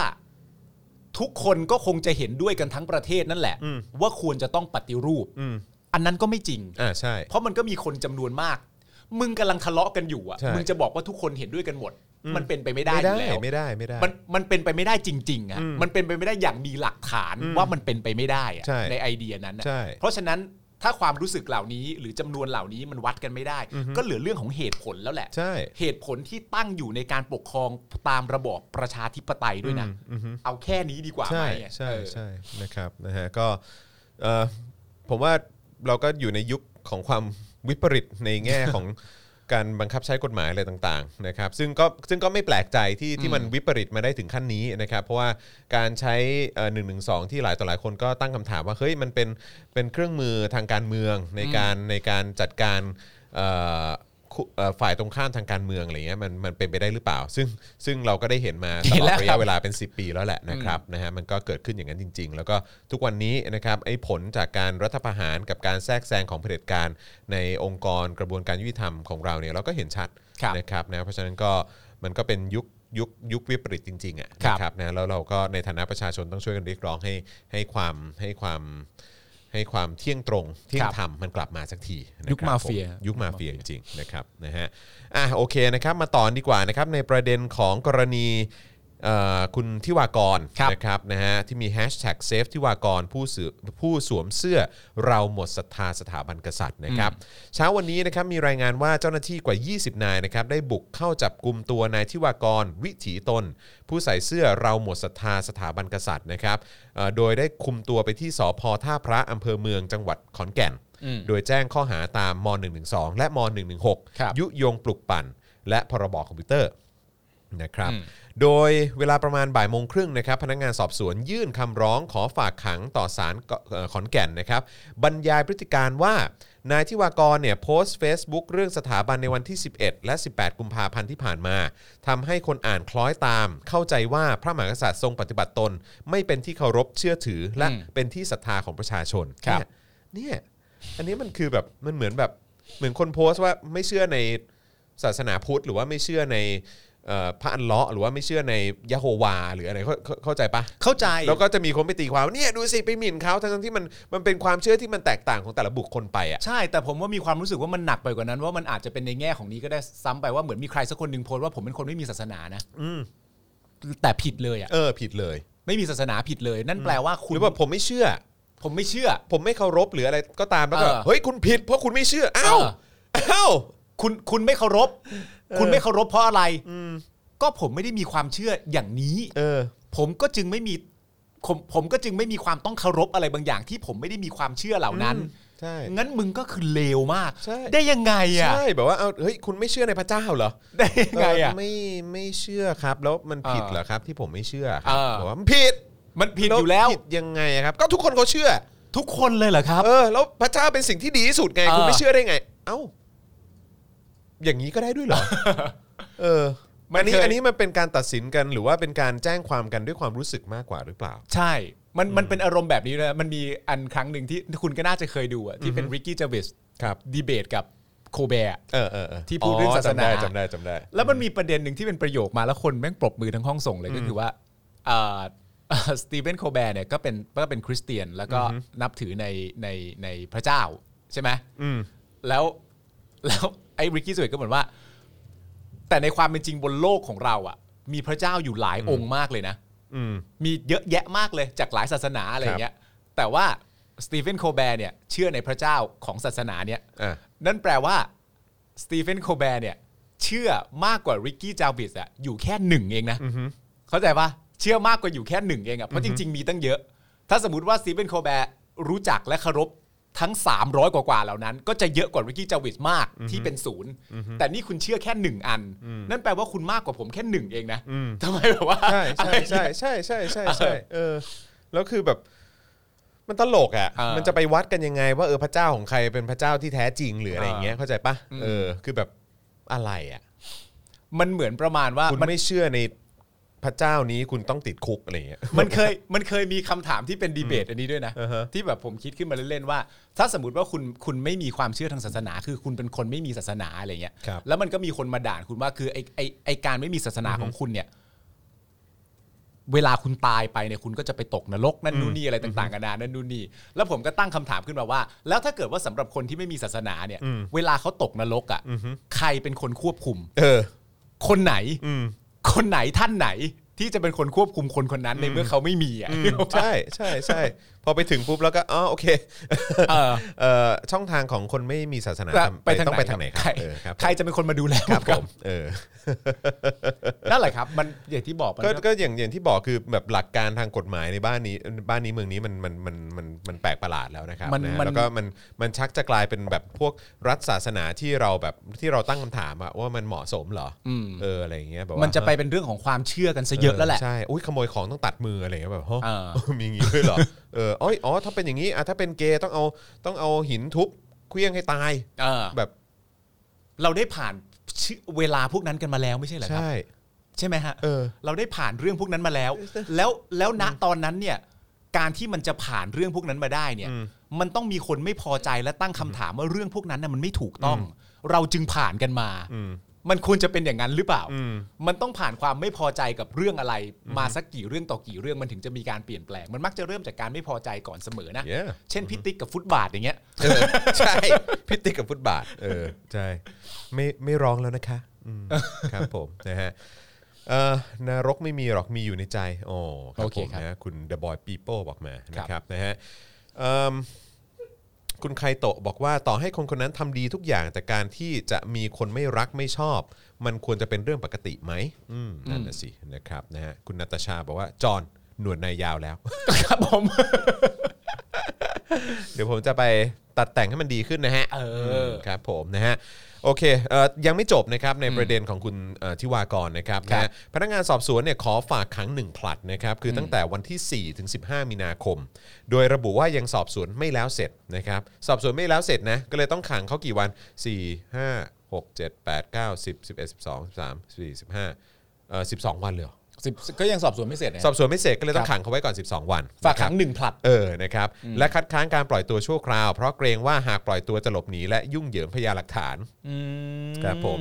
ทุกคนก็คงจะเห็นด้วยกันทั้งประเทศนั่นแหละ อืม ว่าควรจะต้องปฏิรูป อืม อันนั้นก็ไม่จริง อ่าใช่ เพราะมันก็มีคนจำนวนมาก มึงกำลังทะเลาะกันอยู่อ่ะ ใช่ มึงจะบอกว่าทุกคนเห็นด้วยกันหมด อืม มันเป็นไปไม่ได้ ไม่ อ ได้ ยู่แล้ว ไม่ได้ไม่ได้ มันมันเป็นไปไม่ได้จริงๆอ่ะ อืม มันเป็นไปไม่ได้อย่างมีหลักฐาน อืม ว่ามันเป็นไปไม่ได้อ่ะ ใช่ ไอเดียนั้นอะ ใช่ เพราะฉะนั้นถ้าความรู้สึกเหล่านี้หรือจำนวนเหล่านี้มันวัดกันไม่ได้ อือฮึ ก็เหลือเรื่องของเหตุผลแล้วแหละ ใช่ เหตุผลที่ตั้งอยู่ในการปกครองตามระบอบประชาธิปไตยด้วยนะ อืมอือฮึ เอาแค่นี้ดีกว่าไหม ใช่ อะ ใช่ เออ ใช่นะครับนะฮะก็เอ่อผมว่าเราก็อยู่ในยุคของความวิปริตในแง่ ของ การบังคับใช้กฎหมายอะไรต่างๆนะครับซึ่งก็ซึ่งก็ไม่แปลกใจที่ที่มันวิปริตมาได้ถึงขั้นนี้นะครับ เพราะว่าการใช้หนึ่งหนึ่งสองที่หลายต่อหลายคนก็ตั้งคำถามว่าเฮ้ยมันเป็นเป็นเครื่องมือทางการเมืองในการในการจัดการเอ่อคุเอ่อฝ่ายตรงข้ามทางการเมืองอะไรเงี้ยมันมันเป็นไปได้หรือเปล่า ซึ่งซึ่งเราก็ได้เห็นมาต เห็น ลอ แล้ ด ว ระ ครั ยะ บ เวลาเป็น 10 ปีแล้วแหละนะครับ ครับนะฮะมันก็เกิดขึ้นอย่างนั้นจริง ๆ แล้วก็ทุกวันนี้นะครับไอ้ผลจากการรัฐประหารกับการแทรกแซงของเผด็จการในองค์กรกระบวนการยุติธรรมของเราเนี่ยเราก็เห็นชัด ครับ นะครับนะเพราะฉะนั้นก็มันก็เป็นยุคยุคยุควิปริตจริงๆอ่ะ ครับ นะครับนะแล้วเราก็ในฐานะประชาชนต้องช่วยกันเรียกร้องให้ให้ความให้ความให้ความเที่ยงตรงเที่ยงธรรมมันกลับมาสักทีนะครับ ยุคมาเฟีย ผ ยุคมาเฟียจริงๆนะครับนะฮะอ่ะโอเคนะครับมาต่อดีกว่านะครับในประเด็นของกรณีเอ่อคุณทิวากร ครับ นะครับนะฮะที่มีแฮชแท็กเซฟทิวากรผู้สือผู้สวมเสื้อเราหมดศรัทธาสถาบันกษัตริย์นะครับเช้าวันนี้นะครับมีรายงานว่าเจ้าหน้าที่กว่า 20 นายนะครับได้บุกเข้าจับกลุ่มตัวนายทิวากรวิถีตน ผู้ใส่เสื้อเราหมดศรัทธาสถาบันกษัตริย์นะครับเอ่อโดยได้คุมตัวไปที่สพท่าพระอำเภอเมืองจังหวัดขอนแก่น โดยแจ้งข้อหาตามม .112 และม ครับ .116 ยุยงปลุกปั่น และพรบคอมพิวเตอร์นะครับ อืม โดยเวลาประมาณบ่ายโมงครึ่งนะครับ พนักงานสอบสวนยื่นคำร้องขอฝากขังต่อศาลเกาะเอ่อขอนแก่นนะครับ บรรยายพฤติการว่า นายทิวากรเนี่ยโพสต์ Facebook เรื่องสถาบันในวันที่ 11 และ 18 กุมภาพันธ์ที่ผ่านมาทำให้คนอ่านคล้อยตาม เข้าใจว่าพระมหากษัตริย์ทรงปฏิบัติตน ไม่เป็นที่เคารพเชื่อถือและ อืม เป็นที่ศรัทธาของประชาชน ครับ เนี่ยเนี่ย อันนี้มันคือแบบมันเหมือนแบบเหมือนคนโพสต์ว่าไม่เชื่อในศาสนาพุทธ หรือว่าไม่เชื่อในเอ่อพระอันเลาะห์หรือว่าไม่เชื่อในยะโฮวาหรืออะไรเข้าเข้าเข้าใจปะ เข้าใจ แล้วก็จะมีคนไปตีความว่าเนี่ยดูสิไปหมิ่นเขาทั้งๆที่มันมันเป็นความเชื่อที่มันแตกต่างของแต่ละบุคคลไปอ่ะ ใช่ แต่ผมว่ามีความรู้สึกว่ามันหนักไปกว่านั้น ว่ามันอาจจะเป็นในแง่ของนี้ก็ได้ซ้ำไปว่าเหมือนมีใครสักคนหนึ่งโพสต์ว่าผมเป็นคนไม่มีศาสนานะ อืม แต่ผิดเลยอ่ะ เออผิดเลย ไม่มีศาสนาผิดเลย นั่นแปลว่าคุ ห ณ รือว่าผมไม่เชื่อ ผมไม่เชื่อ ผมไม่เคารพหรืออะไรก็ตามแล้วก็ เออ เฮ้ยคุณผิดเพราะคุณไม่เชื่ออ้าว เออ อ้าว คุณคุณไม่เคารพ คุณไม่เคารพเพราะอะไรก็ผมไม่ได้มีความเชื่ออย่างนี้ เออ ผมก็จึงไม่มีผมผมก็จึงไม่มีความต้องเคารพอะไรบางอย่างที่ผมไม่ได้มีความเชื่อเหล่านั้น อืมใช่ งั้นมึงก็คือเลวมาก ใช่ ได้ยังไงอ่ะ ใช่แบบว่าเอาเฮ้ยคุณไม่เชื่อในพระเจ้าเหรอ ได้ยังไงอ่ะ เไม่ไม่เชื่อครับ แล้วมันผิดเหรอครับ ที่ผมไม่เชื่อครับ เออ บอกว่ามันผิด มันผิดอยู่แล้ว ผิดยังไงอะครับ ก็ทุกคนเขาเชื่อ ทุกคนเลยเหรอครับ เออ แล้วพระเจ้าเป็นสิ่งที่ดีที่สุดไง คุณ เออ ไม่เชื่อได้ไง เอ้า อย่างนี้ก็ได้ด้วย เหรอ เอออันนี้ เคย อันนี้มันเป็นการตัดสินกันหรือว่าเป็นการแจ้งความกันด้วยความรู้สึกมากกว่าหรือเปล่า ใช่ มันมันเป็นอารมณ์แบบนี้เลยมันมีอันครั้งหนึ่งที่คุณก็น่าจะเคยดูอ่ะที่เป็นริกกี้เจวิส ครับ ดีเบตกับโคแบร์ เออเออเออ ที่พูดเรื่องศาสจำนาได้จำได้จำได้ แล้วมันมีประเด็นหนึ่งที่เป็นประโยคมาแล้วคนแม่งปรบมือทั้งห้องส่งเลยก็คือ ว่าสตีเวนโคแบร์เนี่ยก็เป็นก็เป็นคริสเตียนแล้วก็นับถือในในในพระเจ้าใช่ไหม อืม แล้วแล้วไอ้ริกกี้สวยก็เหมือนว่า แต่ในความเป็นจริงบนโลกของเราอ่ะ มีพระเจ้าอยู่หลายองค์มากเลยนะ อืม มีเยอะแยะมากเลยจากหลายศาสนาอะไรอย่างเงี้ยแต่ว่าสตีเฟนโคแบร์เนี่ยเชื่อในพระเจ้าของศาสนาเนี่ย อ่ะ นั่นแปลว่าสตีเฟนโคแบร์เนี่ยเชื่อมากกว่าริกกี้จาวิสอะอยู่แค่หนึ่งเองนะเข้าใจปะเชื่อมากกว่าอยู่แค่หนึ่งเองอะเพราะจริง ๆ มีตั้งเยอะ ถ้าสมมติว่าสตีเฟนโคแบร์รู้จักและเคารพทั้ง 300 กว่ากว่าๆเหล่านั้น ก็จะเยอะกว่าริกกี้จาวิสมากที่เป็นศูนย์แต่นี่คุณเชื่อแค่หนึ่งอัน นั่นแปลว่าคุณมากกว่าผมแค่หนึ่งเองนะทำไมแบบว่า ใช่ใช่ใช่ใช่ใช่ใช่ใช่เออแล้วคือแบบมันตลกอ่ะ อ่ามั มันจะไปวัดกันยังไง ว่าเออพระเจ้าของใครเป็นพระเจ้าที่แท้จริงหรืออะไรอย่างเงี้ยเข้าใจปะ อืม เออ คือแบบอะไรอ่ะ มันเหมือนประมาณว่า คุณ มัน ไม่เชื่อในพระเจ้านี้คุณต้องติดคุกอะไรอย่างเงี้ย มันเคยมันเคยมีคำถามที่เป็นดีเบตอันนี้ด้วยนะ อ่าฮะ ที่แบบผมคิดขึ้นมาเล่นๆว่า ถ้าสมมติว่าคุณคุณไม่มีความเชื่อทางศาสนา คือคุณเป็นคนไม่มีศาสนาอะไรเงี้ย ครับ แล้วมันก็มีคนมาด่านคุณว่าคือไอไอไอการไม่มีศาสนาของคุณเนี่ย เวลาคุณตายไปเนี่ยคุณก็จะไปตกนรกนั่นนู่นนี่อะไรต่างๆกันานานั่นนู่นนี่แล้วผมก็ตั้งคำถามขึ้นมาว่า แล้วถ้าเกิดว่าสำหรับคนที่ไม่มีศาสนาเนี่ย เวลาเขาตกนรกอ่ะใครเป็นคนควบคุม เออ คนไหน อืม คนไหนท่านไหนที่จะเป็นคนควบคุมคนคนนั้นในเมื่อเขาไม่มีอ่ะ อืมใช่ใช่ใช่พอไปถึงปุ๊บแล้วก็อ๋อโอเค เออ เอ่อช่องทางของคนไม่มีศาสนาทำ ไปทาง ต้องไปทางไหนค ใค รั ร บเออครับ ใครจะเป็นคนมาดูแล ครับผมเออ นั่นแหละครับ มันอย่างที่บอกมัน ก็ ก็ ก็อย่างอย่างที่บอกคือแบบหลักการทางกฎหมายในบ้านนี้บ้านนี้เมืองนี้มันมันมันมันมันแปลกประหลาดแล้วนะครับ มัน นะฮะ มัน แล้วก็มันมันชักจะกลายเป็นแบบพวกรัฐศาสนาที่เราแบบที่เราตั้งคำถามอะว่ามันเหมาะสมเหรออเอออะไรอย่างเงี้ยแบบว่า มันจะไปเป็นเรื่องของความเชื่อกันซะเยอะแล้วแหละ ใช่อุ้ยขโมยของต้องตัดมืออะไรอย่างเงี้ยแบบฮะ เออ มีอย่างงี้ด้วยเหรอเอออ้อยอ๋อถ้าเป็นอย่างงี้อ่ะถ้าเป็นเกย์ต้องเอาต้องเอาหินทุบเคลี้ยงให้ตาย เออ แบบ เราได้ผ่านชื่อเวลาพวกนั้นกันมาแล้วไม่ใช่เหรอครับ ใช่ ใช่ไหมฮะ เออ เราได้ผ่านเรื่องพวกนั้นมา แล้ว แล้วแล้วณตอนนั้นเนี่ย การที่มันจะผ่านเรื่องพวกนั้นมาได้เนี่ย มันต้องมีคนไม่พอใจและตั้งคำถามว่าเรื่องพวกนั้นน่ะมันไม่ถูกต้อง เราจึงผ่านกันมา มันควรจะเป็นอย่างนั้นหรือเปล่า มันต้องผ่านความไม่พอใจกับเรื่องอะไร มาสักกี่เรื่องต่อกี่เรื่องมันถึงจะมีการเปลี่ยนแปลง มันมักจะเริ่มจากการไม่พอใจก่อนเสมอนะ Yeah เช่นพิติกกับฟุตบาทอย่างเงี้ย เออใช่พิติกกับฟุตบาท เออใช่ไม่ไม่ร้องแล้วนะคะอืมครับผมนะฮะเอ่อนรกไม่มีหรอกมีอยู่ในใจโอ้ครั โอบ เค ผม ครับ นะคุณ The Boy People บอกมา ครับ นะครับนะฮะเอิ่มคุณไคโตะบอกว่าต่อให้คนคนนั้นทำดีทุกอย่าง แต่การที่จะมีคนไม่รักไม่ชอบ มันควรจะเป็นเรื่องปกติไหมอืมนั่นน่ะสินะครับนะฮะคุณนัตชาบอกว่า จอนหนวดนายยาวแล้ว ครับผม เดี๋ยวผมจะไปตัดแต่งให้มันดีขึ้นนะฮะ เอออื มครับผมนะฮะโอเคเอ่อยังไม่จบนะครับในประเด็นของคุณเอ่อทิวากรนะครับ ครันะบฮะพนักงานสอบสวนเนี่ยขอฝากขังหนึ่งผลัดนะครับคือตั้งแต่วันที่ 4 ถึง 15 มีนาคม โดยระบุว่ายังสอบสวนไม่แล้วเสร็จนะครับสอบสวนไม่แล้วเสร็จนะก็เลยต้องขังเขากี่วัน 4 5 6 7 8 9 10 11 12 13 14 15เอ่อ12 วันเลยเหรอ สิบก็ยังสอบสวนไม่เสร็จนะ สอบสวนไม่เสร็จก็เลยต้องขังเขาไว้ก่อน 12 วัน ฝาก นะครับ ขังหนึ่งผลัด เออ นะครับ และคัดค้านการปล่อยตัวชั่วคราว เพราะเกรงว่าหากปล่อยตัวจะหลบหนีและยุ่งเหยิงพยานหลักฐาน ครับผม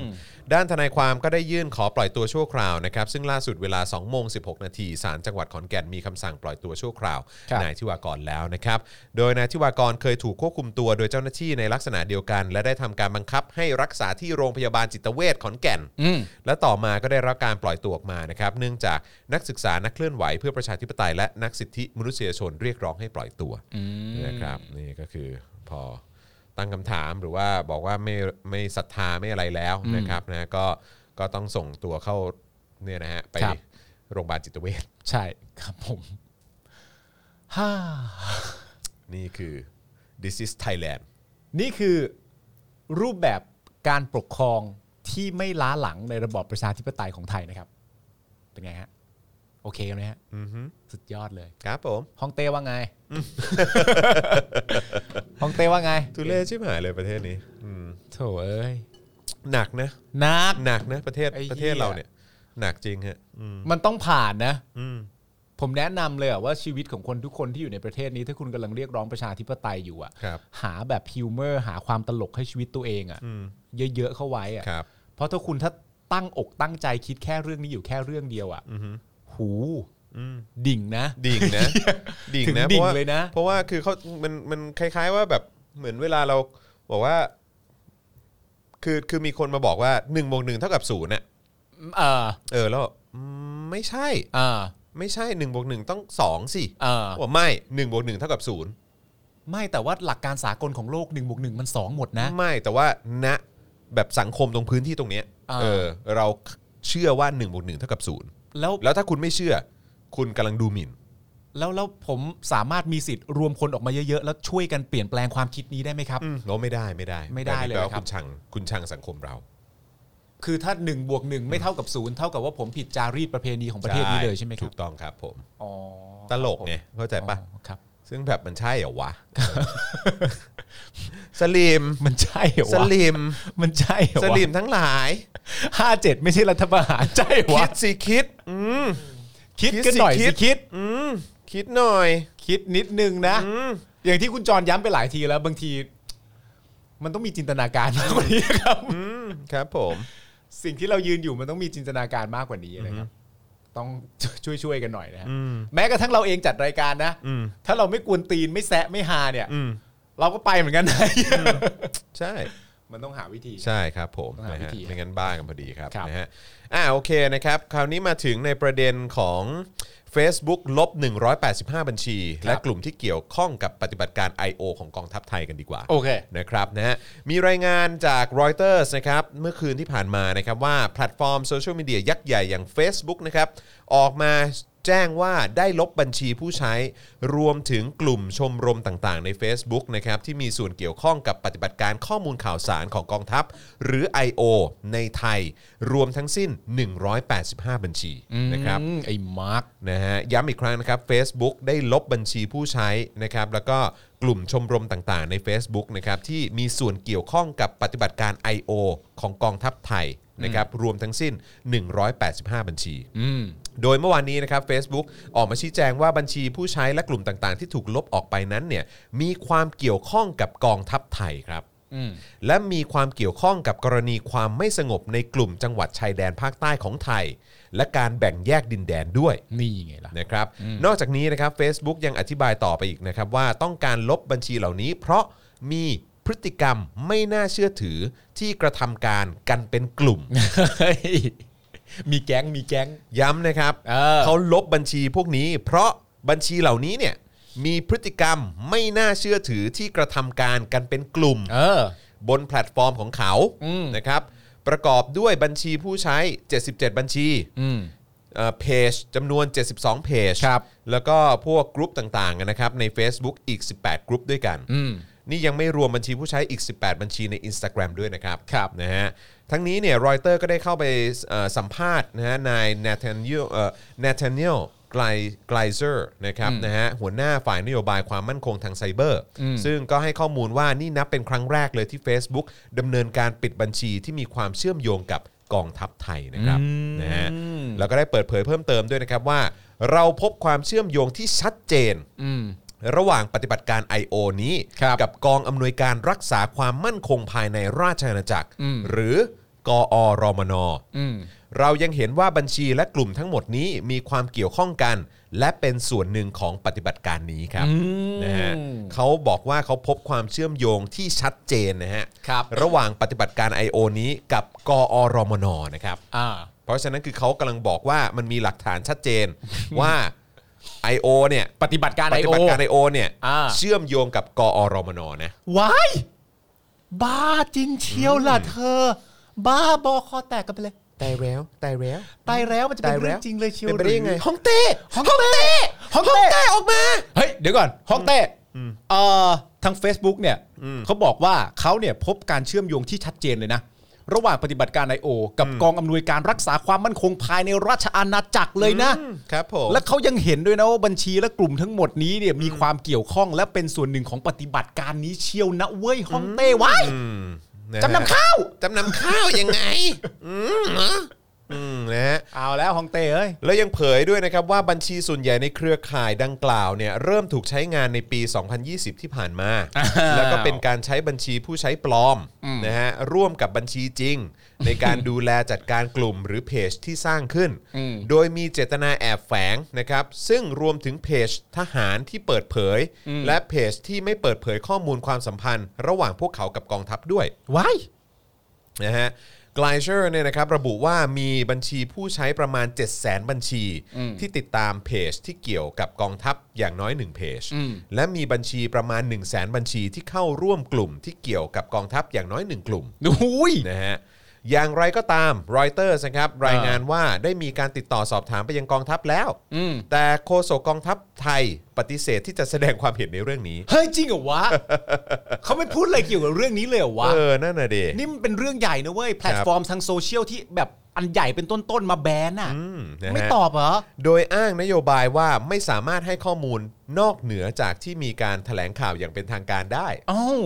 ด้านทนายความก็ได้ยื่นขอปล่อยตัวชั่วคราวนะครับ ซึ่งล่าสุดเวลา2โมง16 นาทีศาลจังหวัดขอนแก่นมีคำสั่งปล่อยตัวชั่วคราว ครับ นายทิวากรแล้วนะครับ โดยนายทิวากรเคยถูกควบคุมตัวโดยเจ้าหน้าที่ในลักษณะเดียวกัน และได้ทำการบังคับให้รักษาที่โรงพยาบาลจิตเวชขอนแก่น อืม และต่อมาก็ได้รับการปล่อยตัวออกมานะครับ เนื่องจากนักศึกษานักเคลื่อนไหวเพื่อประชาธิปไตยและนักสิทธิมนุษยชนเรียกร้องให้ปล่อยตัวนะครับนี่ก็คือพอตั้งคำถามหรือว่าบอกว่าไม่ไม่ศรัทธาไม่อะไรแล้วนะครับนะก็ก็ต้องส่งตัวเข้าเนี่ยนะฮะไป ครับ โรงพยาบาลจิตเวช ใช่ครับผมฮ่า นี่คือ this is Thailand นี่คือรูปแบบการปกครองที่ไม่ล้าหลังในระบอบประชาธิปไตยของไทยนะครับ เป็นไงฮะ โอเคไหมฮะสุดยอดเลย ครับผม ฮ่องเต้ว่าไง ฮ่องเต้ว่าไง ทุเรศชิบหายเลยประเทศนี้อืม โถเอ้ย หนักนะ นัก หนักนะประเทศ ไอ้ปเหี้ยระเทศเราเนี่ยหนักจริงฮะอืม มันต้องผ่านนะ อืม ผมแนะนำเลยอะว่าชีวิตของคนทุกคนที่อยู่ในประเทศนี้ ถ้าคุณกำลังเรียกร้องประชาธิปไตยอยู่อะ ครับ หาแบบฮิวเมอร์ หาความตลกให้ชีวิตตัวเองอะ อืม เยอะๆเข้าไว้อะ ครับ เพราะถ้าคุณถ้าตั้งอกตั้งใจคิดแค่เรื่องนี้อยู่แค่เรื่องเดียวอะ อือฮึ หู อืม ดิ่งนะ ดิ่งนะ ดิ่งนะ ถึงดิ่พรางว่า เลยนะ เพราะว่าคือเขามันมันคล้าย ๆว่าแบบเหมือนเวลาเราบอกว่า คือคือมีคนมาบอกว่าหนึ่งบวกหนึ่งเท่ากับศูนย์เนี่ย เออ เออแล้วอืมไม่ใช่ เออ ไม่ใช่หนึ่งบวกหนึ่งต้องสองสิ เออ บอกไม่หนึ่งบวกหนึ่งเท่ากับศูนย์ ไม่แต่ว่าหลักการสากลของโลกหนึ่งบวกหนึ่งมันสองหมดนะ ไม่แต่ว่าณแบบสังคมตรงพื้นที่ตรงเนี้ย อ่า เออ เราเชื่อว่าหนึ่งบวกหนึ่งเท่ากับศูนย์ แล้ว แล้วถ้าคุณไม่เชื่อ คุณกำลังดูหมิ่น แล้วแล้วผมสามารถมีสิทธิ์รวมคนออกมาเยอะๆ แล้วช่วยกันเปลี่ยนแปลงความคิดนี้ได้ไหมครับ อืมโน้ไม่ได้ไม่ได้ ไม่ได้เลย แปว่า ครับ คุณชังคุณชังสังคมเรา คือถ้า1นบวกหไม่เท่ากับศูนย์เท่ากับว่าผมผิดจารีตประเพณีของประเทศนี้เลยใช่ไหมครั ถู บ กต้องครับผม อ๋อ ตลกไงเข้าใจปะ อ๋อครับ ซึ่งแบบมันใช่เหรอวะ สลิม มันใช่เหรอ ส วะ ลิม มันใช่เหรอ ส วะ ลิมทั้งหลาย ห้าเจ็ดไม่ใช่รัฐประหารใช่เหรอ คิ วะ ดสิคิด อืม คิดกันหน่อย คิ สิ ด คิด อืมคิดหน่อย คิดนิดนึงนะ อืม อย่างที่คุณจรย้ำไปหลายทีแล้ว บางที มันต้องมีจินตนาการมากกว่านี้ครับ อืมครับผม สิ่งที่เรายืนอยู่มันต้องมีจินตนาการมากกว่านี้นะครับต้องช่วยช่วยๆกันหน่อยนะฮะ อืม แม้กระทั่งเราเองจัดรายการนะ อืม ถ้าเราไม่กวนตีนไม่แซะไม่ฮาเนี่ย อืม เราก็ไปเหมือนกันนะ ใช่ มันต้องหาวิธี ใช่ครับผม ต้องหา นะ วิ ฮะ ธี ไม่งั้นบ้ากันพอดีครับ ครับ นะฮะอ่าโอเคนะครับ คราวนี้มาถึงในประเด็นของ Facebook ลบ 185 บัญชี และกลุ่มที่เกี่ยวข้องกับปฏิบัติการ I.O. ของกองทัพไทยกันดีกว่า โอเค นะครับนะฮะมีรายงานจากรอยเตอร์สนะครับเมื่อคืนที่ผ่านมานะครับว่าแพลตฟอร์มโซเชียลมีเดียยักษ์ใหญ่อย่าง Facebook นะครับออกมาแจ้งว่าได้ลบบัญชีผู้ใช้ รวมถึงกลุ่มชมรมต่างๆ ใน Facebook นะครับที่มีส่วนเกี่ยวข้องกับปฏิบัติการข้อมูลข่าวสารของกองทัพ หรือ I.O. ในไทย รวมทั้งสิ้น 185 บัญชีนะครับ อืมไอ้มาร์ก นะฮะย้ำอีกครั้งนะครับ Facebook ได้ลบบัญชีผู้ใช้นะครับแล้วก็กลุ่มชมรมต่างๆ ใน Facebook นะครับที่มีส่วนเกี่ยวข้องกับปฏิบัติการ I.O. ของกองทัพไทยนะครับรวมทั้งสิ้น 185 บัญชี โดยเมื่อวานนี้นะครับ Facebook ออกมาชี้แจงว่าบัญชีผู้ใช้และกลุ่มต่างๆ ที่ถูกลบออกไปนั้นเนี่ยมีความเกี่ยวข้องกับกองทัพไทยครับ และมีความเกี่ยวข้องกับกรณีความไม่สงบในกลุ่มจังหวัดชายแดนภาคใต้ของไทย และการแบ่งแยกดินแดนด้วย นี่ไงล่ะ นะครับนอกจากนี้นะครับ Facebook ยังอธิบายต่อไปอีกนะครับ ว่าต้องการลบบัญชีเหล่านี้ เพราะมีพฤติกรรมไม่น่าเชื่อถือที่กระทำการกันเป็นกลุ่ม มีแก๊งมีแก๊ง ย้ำนะครับ เออ เขาลบบัญชีพวกนี้ เพราะบัญชีเหล่านี้เนี่ยมีพฤติกรรมไม่น่าเชื่อถือที่กระทำการกันเป็นกลุ่ม เออ บนแพลตฟอร์มของเขา อืม นะครับ ประกอบด้วยบัญชีผู้ใช้ 77 บัญชี อืม เอ่อเพจจำนวน 72 เพจ ครับ แล้วก็พวกกรุ๊ปต่างๆนะครับใน Facebook อีก 18 กรุ๊ปด้วยกัน อืม นี่ยังไม่รวมบัญชีผู้ใช้อีก 18 บัญชีใน Instagram ด้วยนะครับ ครับ นะฮะทั้งนี้เนี่ยรอยเตอร์ก็ได้เข้าไปเอ่อสัมภาษณ์นะฮะนายนาธานเยลนาธานเยลไกลไกลเซอร์นะครับนะฮะหัวหน้าฝ่ายนโยบายความมั่นคงทางไซเบอร์ อืม ซึ่งก็ให้ข้อมูลว่านี่นับเป็นครั้งแรกเลยที่ Facebook ดำเนินการปิดบัญชีที่มีความเชื่อมโยงกับกองทัพไทยนะครับนะฮะแล้วก็ได้เปิดเผยเพิ่มเติมด้วยนะครับว่า เราพบความเชื่อมโยงที่ชัดเจน อืม ระหว่างปฏิบัติการ I.O. นี้ ครับ กับกองอำนวยการรักษาความมั่นคงภายในราชอาณาจักร อืม หรือกอรมน อืม เรายังเห็นว่าบัญชีและกลุ่มทั้งหมดนี้มีความเกี่ยวข้องกัน และเป็นส่วนหนึ่งของปฏิบัติการนี้ครับ อืม นะฮะเขาบอกว่าเขาพบความเชื่อมโยงที่ชัดเจนนะฮะ ครับ ระหว่างปฏิบัติการ I.O. นี้กับกอรมนนะครับ อ่า เพราะฉะนั้นคือเขากำลังบอกว่ามันมีหลักฐานชัดเจ นว่า I.O. เนี่ย ปฏิบัติการ ป i ฏิ อ บัติการไอโอเนี่ย อ่า เชื่อมโยงกับกอรมนนะ ว้ายบ้าจริงเชียวล่ะเธอ บ้าบอคอแตกกันไปเลย ตายแล้วตายแล้ว ตายแล้วมันจะเป็นเรื่องจริงเลยเชียว เป็นไปได้ยังไง หรือ ฮ่องเต้ ฮ่องเต้ฮ่องเต้ เต้ออกมา เฮ้ยเดี๋ยวก่อนฮ่องเต้เอ่อทาง Facebook เนี่ยเขาบอกว่าเขาเนี่ยพบการเชื่อมโยงที่ชัดเจนเลยนะ ระหว่างปฏิบัติการไอโอ กับกองอำนวยการรักษาความมั่นคงภายในราชอาณาจักรเลยนะ ครับผม และเขายังเห็นด้วยนะว่าบัญชีและกลุ่มทั้งหมดนี้เนี่ยมีความเกี่ยวข้องและเป็นส่วนหนึ่งของปฏิบัติการนี้เชียวนะเว้ยฮ่องเต้ไว้ อืมะฮะ จำนำข้าว จำนำข้าวยังไง อืมเหรออืม นะฮะ เอาแล้วฮองเต้เอ้ย แล้วยังเผยด้วยนะครับว่าบัญชีส่วนใหญ่ในเครือข่ายดังกล่าวเนี่ยเริ่มถูกใช้งานในปี 2020 ที่ผ่านมา แล้วก็เป็นการใช้บัญชีผู้ใช้ปลอมนะฮะร่วมกับบัญชีจริง ในการดูแลจัดการกลุ่มหรือเพจที่สร้างขึ้น โดยมีเจตนาแอบแฝงนะครับซึ่งรวมถึงเพจทหารที่เปิดเผย และเพจที่ไม่เปิดเผยข้อมูลความสัมพันธ์ ระหว่างพวกเขากับกองทัพด้วย ว้าย นะฮะกลเชอร์เนี่ยนะครับระบุว่ามีบัญชีผู้ใช้ประมาณ 7 0 0แสนบัญชี ที่ติดตามเพจที่เกี่ยวกับกองทัพอย่างน้อย 1 เพจ และมีบัญชีประมาณ 1 0 0 0 0แสนบัญชีที่เข้าร่วมกลุ่มที่เกี่ยวกับกองทัพอย่างน้อย 1 กลุ่ม อุ้ย นะฮะอย่างไรก็ตามรอยเตอร์นะครับรายงานว่าได้มีการติดต่อสอบถามไปยังกองทัพแล้ว อืม แต่โฆษกกองทัพไทยปฏิเสธที่จะแสดงความเห็นในเรื่องนี้ เฮ้ยจริงเหรอวะ เขาไม่พูดอะไรเกี่ยวกับเรื่องนี้เลยเหรอวะ เออนั่นน่ะเด นี่มันเป็นเรื่องใหญ่นะเว้ย แพลตฟอร์มทางโซเชียลที่แบบอันใหญ่เป็นต้นๆมาแบนอ่ะ อืมนะฮะ ไม่ตอบเหรอ โดยอ้างนโยบายว่าไม่สามารถให้ข้อมูลนอกเหนือจากที่มีการแถลงข่าวอย่างเป็นทางการได้ อ้าว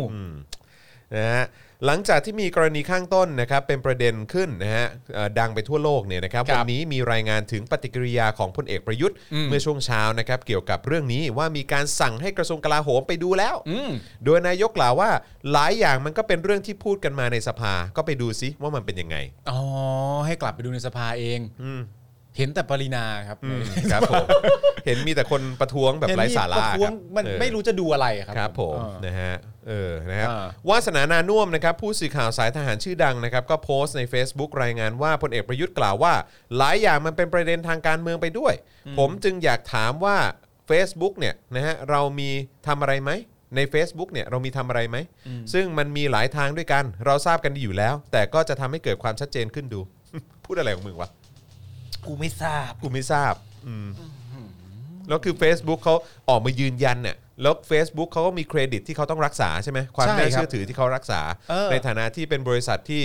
นะฮะหลังจากที่มีกรณีข้างต้นนะครับเป็นประเด็นขึ้นนะฮะเอ่อดังไปทั่วโลกเนี่ยนะครับ ครับ วันนี้มีรายงานถึงปฏิกิริยาของพลเอกประยุทธ์ เมื่อช่วงเช้านะครับเกี่ยวกับเรื่องนี้ว่ามีการสั่งให้กระทรวงกลาโหมไปดูแล้ว อืม โดยนายกกล่าวว่าหลายอย่างมันก็เป็นเรื่องที่พูดกันมาในสภาก็ไปดูซิว่ามันเป็นยังไง อ๋อ ให้กลับไปดูในสภาเอง อืม เห็นแต่ปรินาครับ อืมครับผมเห็นมีแต่คนประท้วงแบบไร้สาระ เห็นมีป ค ท้วง บ มัน เออ ไม่รู้จะดูอะไรครับ ครับผมนะฮะเออนะครับ อ่าว าสนานานุ่วมนะครับผู้สื่อข่าวสายทหารชื่อดังนะครับก็โพสต์ใน Facebook รายงานว่าพลเอกประยุทธ์กล่าวว่า หลายอย่างมันเป็นประเด็นทางการเมืองไปด้วย ผมจึงอยากถามว่า Facebook เนี่ยนะฮะเรามีทำอะไรไหมใน Facebook เนี่ยเรามีทำอะไรไหม ซึ่งมันมีหลายทางด้วยกัน เราทราบกันดีอยู่แล้ว แต่ก็จะทำให้เกิดความชัดเจนขึ้นดู พูดอะไรของมึงวะ กูไม่ทราบ กูไม่ทราบอืมแล้วคือ Facebook เขาออกมายืนยันเนี่ย แล้ว Facebook เขาก็มีเครดิตที่เขาต้องรักษาใช่ไหม ความ ใช่ น่า ครับ เชื่อถือที่เขารักษา เออ ในฐานะที่เป็นบริษัทที่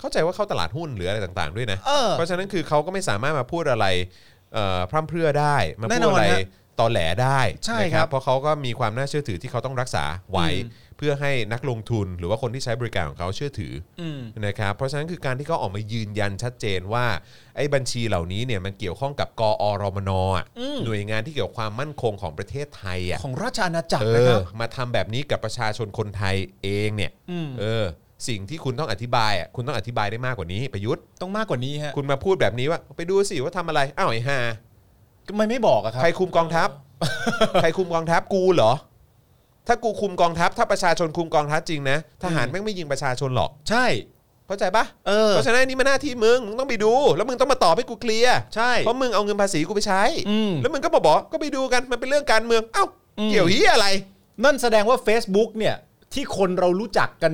เข้าใจว่าเข้าตลาดหุ้นหรืออะไรต่างๆด้วยนะ เออ เพราะฉะนั้นคือเขาก็ไม่สามารถมาพูดอะไรเอ่อพร่ำเพรื่อได้ มา แน่ พูดนอน อะไร ฮะ ตอแหลได้ ใช่ นะครับ เพราะเขาก็มีความน่าเชื่อถือที่เขาต้องรักษาไว้ เพื่อให้นักลงทุนหรือว่าคนที่ใช้บริการของเขาเชื่อถืออ อืม นะครับเพราะฉะนั้นคือการที่เขาออกมายืนยันชัดเจนว่าไอ้บัญชีเหล่านี้เนี่ยมันเกี่ยวข้องกับกอรมนอะ อืม หน่วยงานที่เกี่ยวกับความมั่นคงของประเทศไทยอ่ะ ของราชอาณาจักร เอ นะอครับ มาทำแบบนี้กับประชาชนคนไทยเองเนี่ย อืม เออสิ่งที่คุณต้องอธิบายอ่ะคุณต้องอธิบายได้มากกว่านี้ประยุทธ์ ต้องมากกว่านี้ฮะ คุณมาพูดแบบนี้ว่า ไปดูสิว่าทำอะไรอ้าวไอ้ห่า ก็ไม่ไม่บอกอะครับ ใครคุมกอง ทัพ ใครคุมกองทัพกูเหรอ ถ้ากูคุมกองทัพ ถ้าประชาชนคุมกองทัพจริงนะทหารแม่งไม่ยิงประชาชนหรอก ใช่ เข้าใจปะ เออ เพราะฉะนั้นอันนี่มันหน้าที่มึง มึงต้องไปดู แล้วมึงต้องมาตอบให้กูเคลียร์ ใช่ เพราะมึงเอาเงินภาษีกูไปใช้ อืม แล้วมึงก็มาบอกก็ไปดูกัน มันเป็นเรื่องการเมือง เอ้า อืม เกี่ยวเฮียอะไร นั่นแสดงว่า Facebook เนี่ย ที่คนเรารู้จักกัน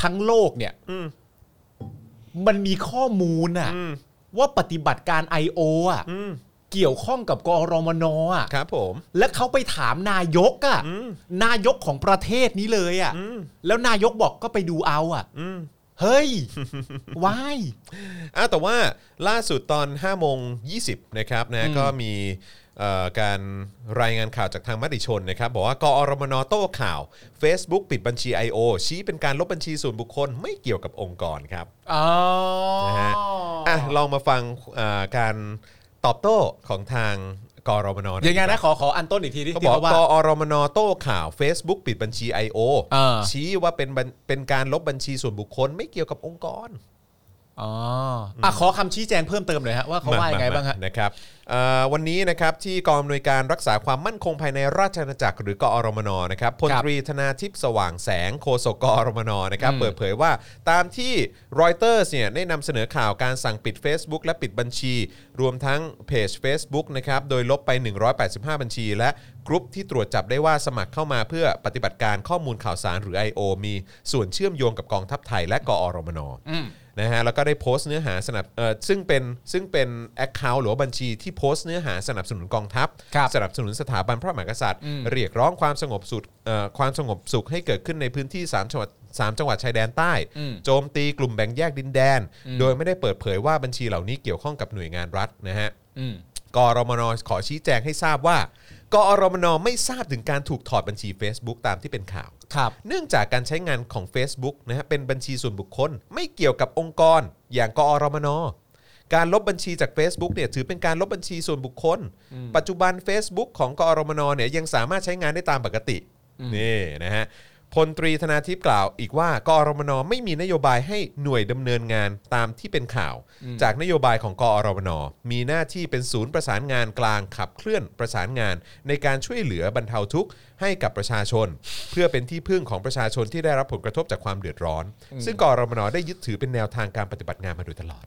ทั้งโลกเนี่ย อืม มันมีข้อมูลอะ อืม ว่าปฏิบัติการ I.O. อะ อืม เกี่ยวข้องกับกอรมนอะ ครับผม และเขาไปถามนายกอะ อืม นายกของประเทศนี้เลยอะ อืม แล้วนายกบอกก็ไปดูเอาอะ อืม เฮ้ย วาย อ่ะแต่ว่าล่าสุดตอน5โมง20นะครับนะก็มีเอ่อการรายงานข่าวจากทางมติชนนะครับ บอกว่ากอรมนโต้ข่าว Facebook ปิดบัญชี I.O. ชี้เป็นการลบบัญชีส่วนบุคคลไม่เกี่ยวกับองค์กรครับ อ๋อ นะฮะ อ่ะลองมาฟังเอ่อการตอบโต้ของทางกอรมนหน่อ ยังไงนะขอขออันต้นอีกทีที่ เขา ที่ บอก เขาว่า กอรมนโต้ข่าว Facebook ปิดบัญชี I.O. เออ ชี้ว่าเป็นบัญเป็นการลบบัญชีส่วนบุคคลไม่เกี่ยวกับองค์กร อ๋ออ่ะขอคำชี้แจงเพิ่มเติมหน่อยฮะว่าเขาว่ายังไงบ้างฮะ นะครับเอ่อวันนี้นะครับที่กองอำนวยการรักษาความมั่นคงภายในราชอาณาจักรหรือกอรมนนะครับพล ครับ ตรีธนาทิพย์สว่างแสงโฆษกกอรมนนะครับ อืม เปิดเผยว่าตามที่รอยเตอร์เนี่ยได้นำเสนอข่าวการสั่งปิด Facebook และปิดบัญชี รวมทั้งเพจ Facebook นะครับโดยลบไป 185 บัญชี และกรุ๊ปที่ตรวจจับได้ว่าสมัครเข้ามาเพื่อปฏิบัติการข้อมูลข่าวสารหรือ I.O. มีส่วนเชื่อมโยงกับกองทัพไทยและกอรมน นะฮะแล้วก็ได้โพสต์เนื้อหาสนับเอ่อซึ่งเป็นซึ่งเป็นแอคเคาท์หรือว่าบัญชีที่โพสต์เนื้อหาสนับสนุนกองทัพ ครับ สนับสนุนสถาบันพระมหากษัตริย์ เรียกร้องความสงบสุขเอ่อความสงบสุขให้เกิดขึ้นในพื้นที่ 3 จังหวัดสามจังหวัดชายแดนใต้ อืม โจมตีกลุ่มแบ่งแยกดินแดน โดยไม่ได้เปิดเผยว่าบัญชีเหล่านี้เกี่ยวข้องกับหน่วยงานรัฐนะฮะ อืม กอรมนขอชี้แจงให้ทราบว่า กอรมนไม่ทราบถึงการถูกถอดบัญชี Facebook ตามที่เป็นข่าว ครับ เนื่องจากการใช้งานของ Facebook นะฮะเป็นบัญชีส่วนบุคคล ไม่เกี่ยวกับองค์กรอย่างกอรมน การลบบัญชีจาก Facebook เนี่ยถือเป็นการลบบัญชีส่วนบุคคล ปัจจุบัน Facebook ของกอรมนเนี่ยยังสามารถใช้งานได้ตามปกตินี่นะฮะพลตรีธนาทิพย์กล่าวอีกว่ากอรมนไม่มีนโยบายให้หน่วยดำเนินงานตามที่เป็นข่าว จากนโยบายของกอรมนมีหน้าที่เป็นศูนย์ประสานงานกลางขับเคลื่อนประสานงาน ในการช่วยเหลือบรรเทาทุกข์ให้กับประชาชน เพื่อเป็นที่พึ่งของประชาชนที่ได้รับผลกระทบจากความเดือดร้อน ซึ่งกอรมนได้ยึดถือเป็นแนวทางการปฏิบัติงานมาโดยตลอด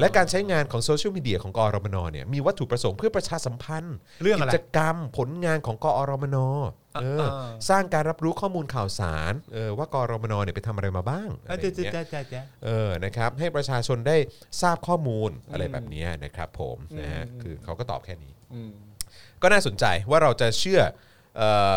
และการใช้งานของโซเชียลมีเดียของกอรมนเนี่ยมีวัตถุประสงค์เพื่อประชาสัมพันธ์ เรื่องอะไร กิจกรรมผลงานของกอรมนเออสร้างการรับรู้ข้อมูลข่าวสารเออว่ากอรมนเนี่ยไปทำอะไรมาบ้างอะไรอย่างเงี้ย จ้าจ้าจ้า เออ นะครับ ให้ประชาชนได้ทราบข้อมูลอะไรแบบเนี้ยนะครับผมนะฮะ คือเขาก็ตอบแค่นี้ ก็น่าสนใจว่าเราจะเชื่อเอ่อ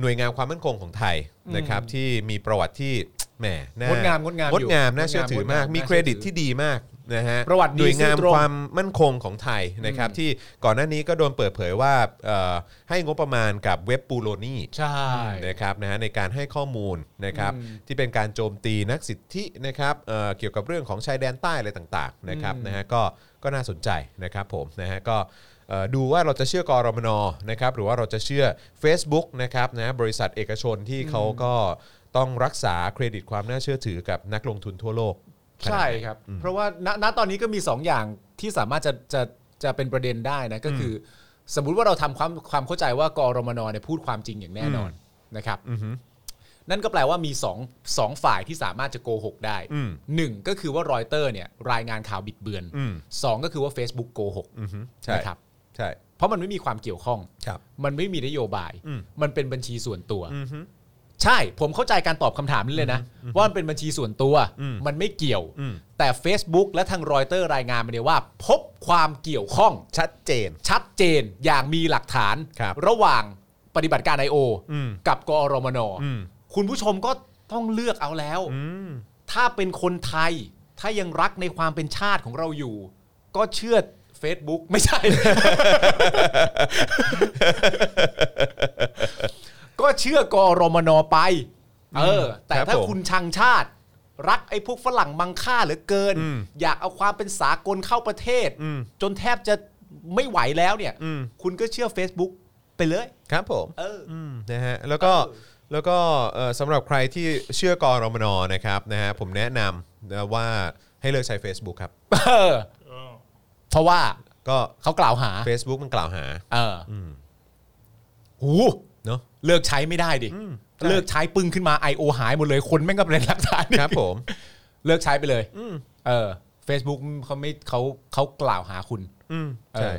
หน่วยงานความมั่นคงของไทยนะครับ ที่มีประวัติที่แหมน่ งดงามงดงามอยู่ งดงาม น่าเชื่อถือมาก งดงาม มีเครดิตที่ดีมากนะฮะ ประวัติหดีน่วยงาน ซื่อตรง ความมั่นคงของไทยนะครับ ที่ก่อนหน้านี้ก็โดนเปิดเผยว่าเอ่อให้งบประมาณกับเว็บปูโรนี่ ใช่ นะครับนะฮะในการให้ข้อมูลนะครับ อืม ที่เป็นการโจมตีนักสิทธินะครับเอ่อเกี่ยวกับเรื่องของชายแดนใต้อะไรต่างๆนะครับ อืม นะฮะก็ก็น่าสนใจนะครับผมนะฮะก็เอ่อดูว่าเราจะเชื่อกอรมนนะครับหรือว่าเราจะเชื่อ Facebook นะครับนะบริษัทเอกชนที่เขาก็ต้องรักษาเครดิตความน่าเชื่อถือกับนักลงทุนทั่วโลกขนาด ใช่ ไหน ครับ เพราะว่าณณตอนนี้ก็มี 2 อย่างที่สามารถจะจะจะเป็นประเด็นได้นะก็คือ สมมุติว่าเราทำความความเข้าใจว่ากอรมนเนี่ยพูดความจริงอย่างแน่นอนนะครับ อือฮึ นั่นก็แปลว่ามีสองสองฝ่ายที่สามารถจะโกหกได้ อืม หนึ่งก็คือว่ารอยเตอร์เนี่ยรายงานข่าวบิดเบือน อืม สองก็คือว่า Facebook โกหก อือฮึใช่ นะครับ ใช่ เพราะมันไม่มีความเกี่ยวข้อง ครับ มันไม่มีนโยบาย อืม มันเป็นบัญชีส่วนตัว อือฮึ ใช่ ผมเข้าใจการตอบคำถามนี้เลยนะ ว่ามันเป็นบัญชีส่วนตัว อืม มันไม่เกี่ยว อืม แต่ Facebook และทางรอยเตอร์รายงานมาเนี่ยว่า พบความเกี่ยวข้อง ชัดเจน ชัดเจนอย่างมีหลักฐาน ครับ ระหว่างปฏิบัติการ i อโอ อืม กับกอรมน อืม คุณผู้ชมก็ต้องเลือกเอาแล้ว อืม ถ้าเป็นคนไทย ถ้ายังรักในความเป็นชาติของเราอยู่ ก็เชื่อ Facebook ไม่ใช่ ก็เชื่อกอรมนไป เออ แต่ ครับ ถ้า ผม คุณชังชาติ รักไอ้พวกฝรั่งมังค่าเหลือเกิน อืม อยากเอาความเป็นสากลเข้าประเทศ อืม จนแทบจะไม่ไหวแล้วเนี่ย อืม คุณก็เชื่อ Facebook ไปเลย ครับผม เออ อืมนะฮะแล้วก็แล้วก็เอ่อสำหรับใครที่เชื่อกอรมนนะครับนะฮะผมแนะนำนะว่าให้เลิกใช้ Facebook ครับ เออ เออ เพราะว่า ก็ เขากล่าวหา Facebook มันกล่าวหา เออ อืม หู เนาะ เลิกใช้ไม่ได้ดิ อืมใช่ เลิกใช้ปึ้งขึ้นมา I.O. หายหมดเลย คนแม่งก็เป็นหลักฐานดิ ครับผม เลิกใช้ไปเลย อืม เออ Facebook เขาไม่เขาเขากล่าวหาคุณ อืม เอ ใช่ อ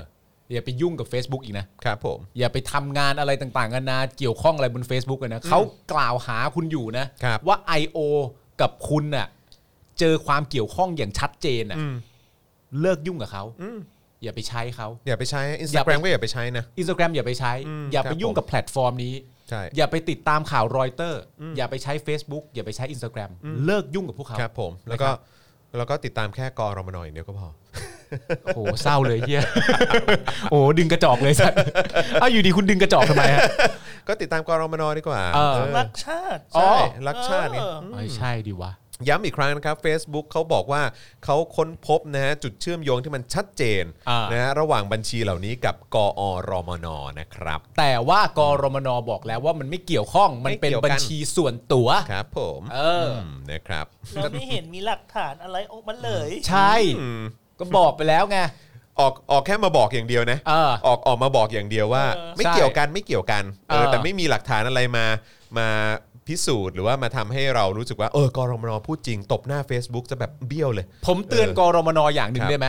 อย่าไปยุ่งกับ Facebook อีกนะ ครับผม อย่าไปทำงานอะไรต่างๆกันานาเกี่ยวข้องอะไรบน Facebook กันนะเขากล่าวหาคุณอยู่นะ ครับ ว่า I.O. กับคุณน่ะเจอความเกี่ยวข้องอย่างชัดเจนน่ะ อืม เลิกยุ่งกับเขา อืม อย่าไปใช้เขา อย่าไปใช้ อย่าไป Instagram ก็อย่าไปใช้นะ อินสตาแกรมอย่าไปใช้ อืม อย่า ค ไป รับ ยุ่ง ผม กับแพลตฟอร์มนี้ ใช่ อย่าไปติดตามข่าวรอยเตอร์ อย่าไปใช้ Facebook อย่าไปใช้ Instagram เลิกยุ่งกับพวกเขา ครับผมแล้วก็แล้วก็ติดตามแค่กอรมนอย่างเดียวก็พอ โอ้โหเศร้าเลยเฮีย โอ้โหดึงกระจอกเลย สัตว์เอาอยู่ดีคุณดึงกระจอกทำไมฮะ ก็ติดตามกอรมนดีกว่า เออ เออ รักชาติ อ๋อ ใช่รักชาติไง เออ เอ้ยใช่ดิวะ ย้ำอีกครั้งนะครับ Facebook เขาบอกว่าเขาค้นพบนะฮะจุดเชื่อมโยงที่มันชัดเจน อ่า นะฮะระหว่างบัญชีเหล่านี้กับกอรมนนะครับ แต่ว่ากรมนบอกแล้วว่ามันไม่เกี่ยวข้องมันเป็ไม่นเกี่ยวกัน บัญชีส่วนตัว ครับผม เอออื มนะครับ เราไม่เห็นมีหลักฐานอะไรออกมาเลย ใช่ อืม ก็บอกไปแล้วไง ออกออกแค่มาบอกอย่างเดียวนะ เออ ออกออกมาบอกอย่างเดียวว่า เออ ไม่ ใช่ เกี่ยวกันไม่เกี่ยวกันเออ เออ แต่ไม่มีหลักฐานอะไรมามาพิสูจน์หรือว่ามาทำให้เรารู้สึกว่าเออกรมนพูดจริงตบหน้า Facebook จะแบบเบี้ยวเลย ผมเตือน เออก รมนอย่างหนึ่ ครั ง บ ได้ไหม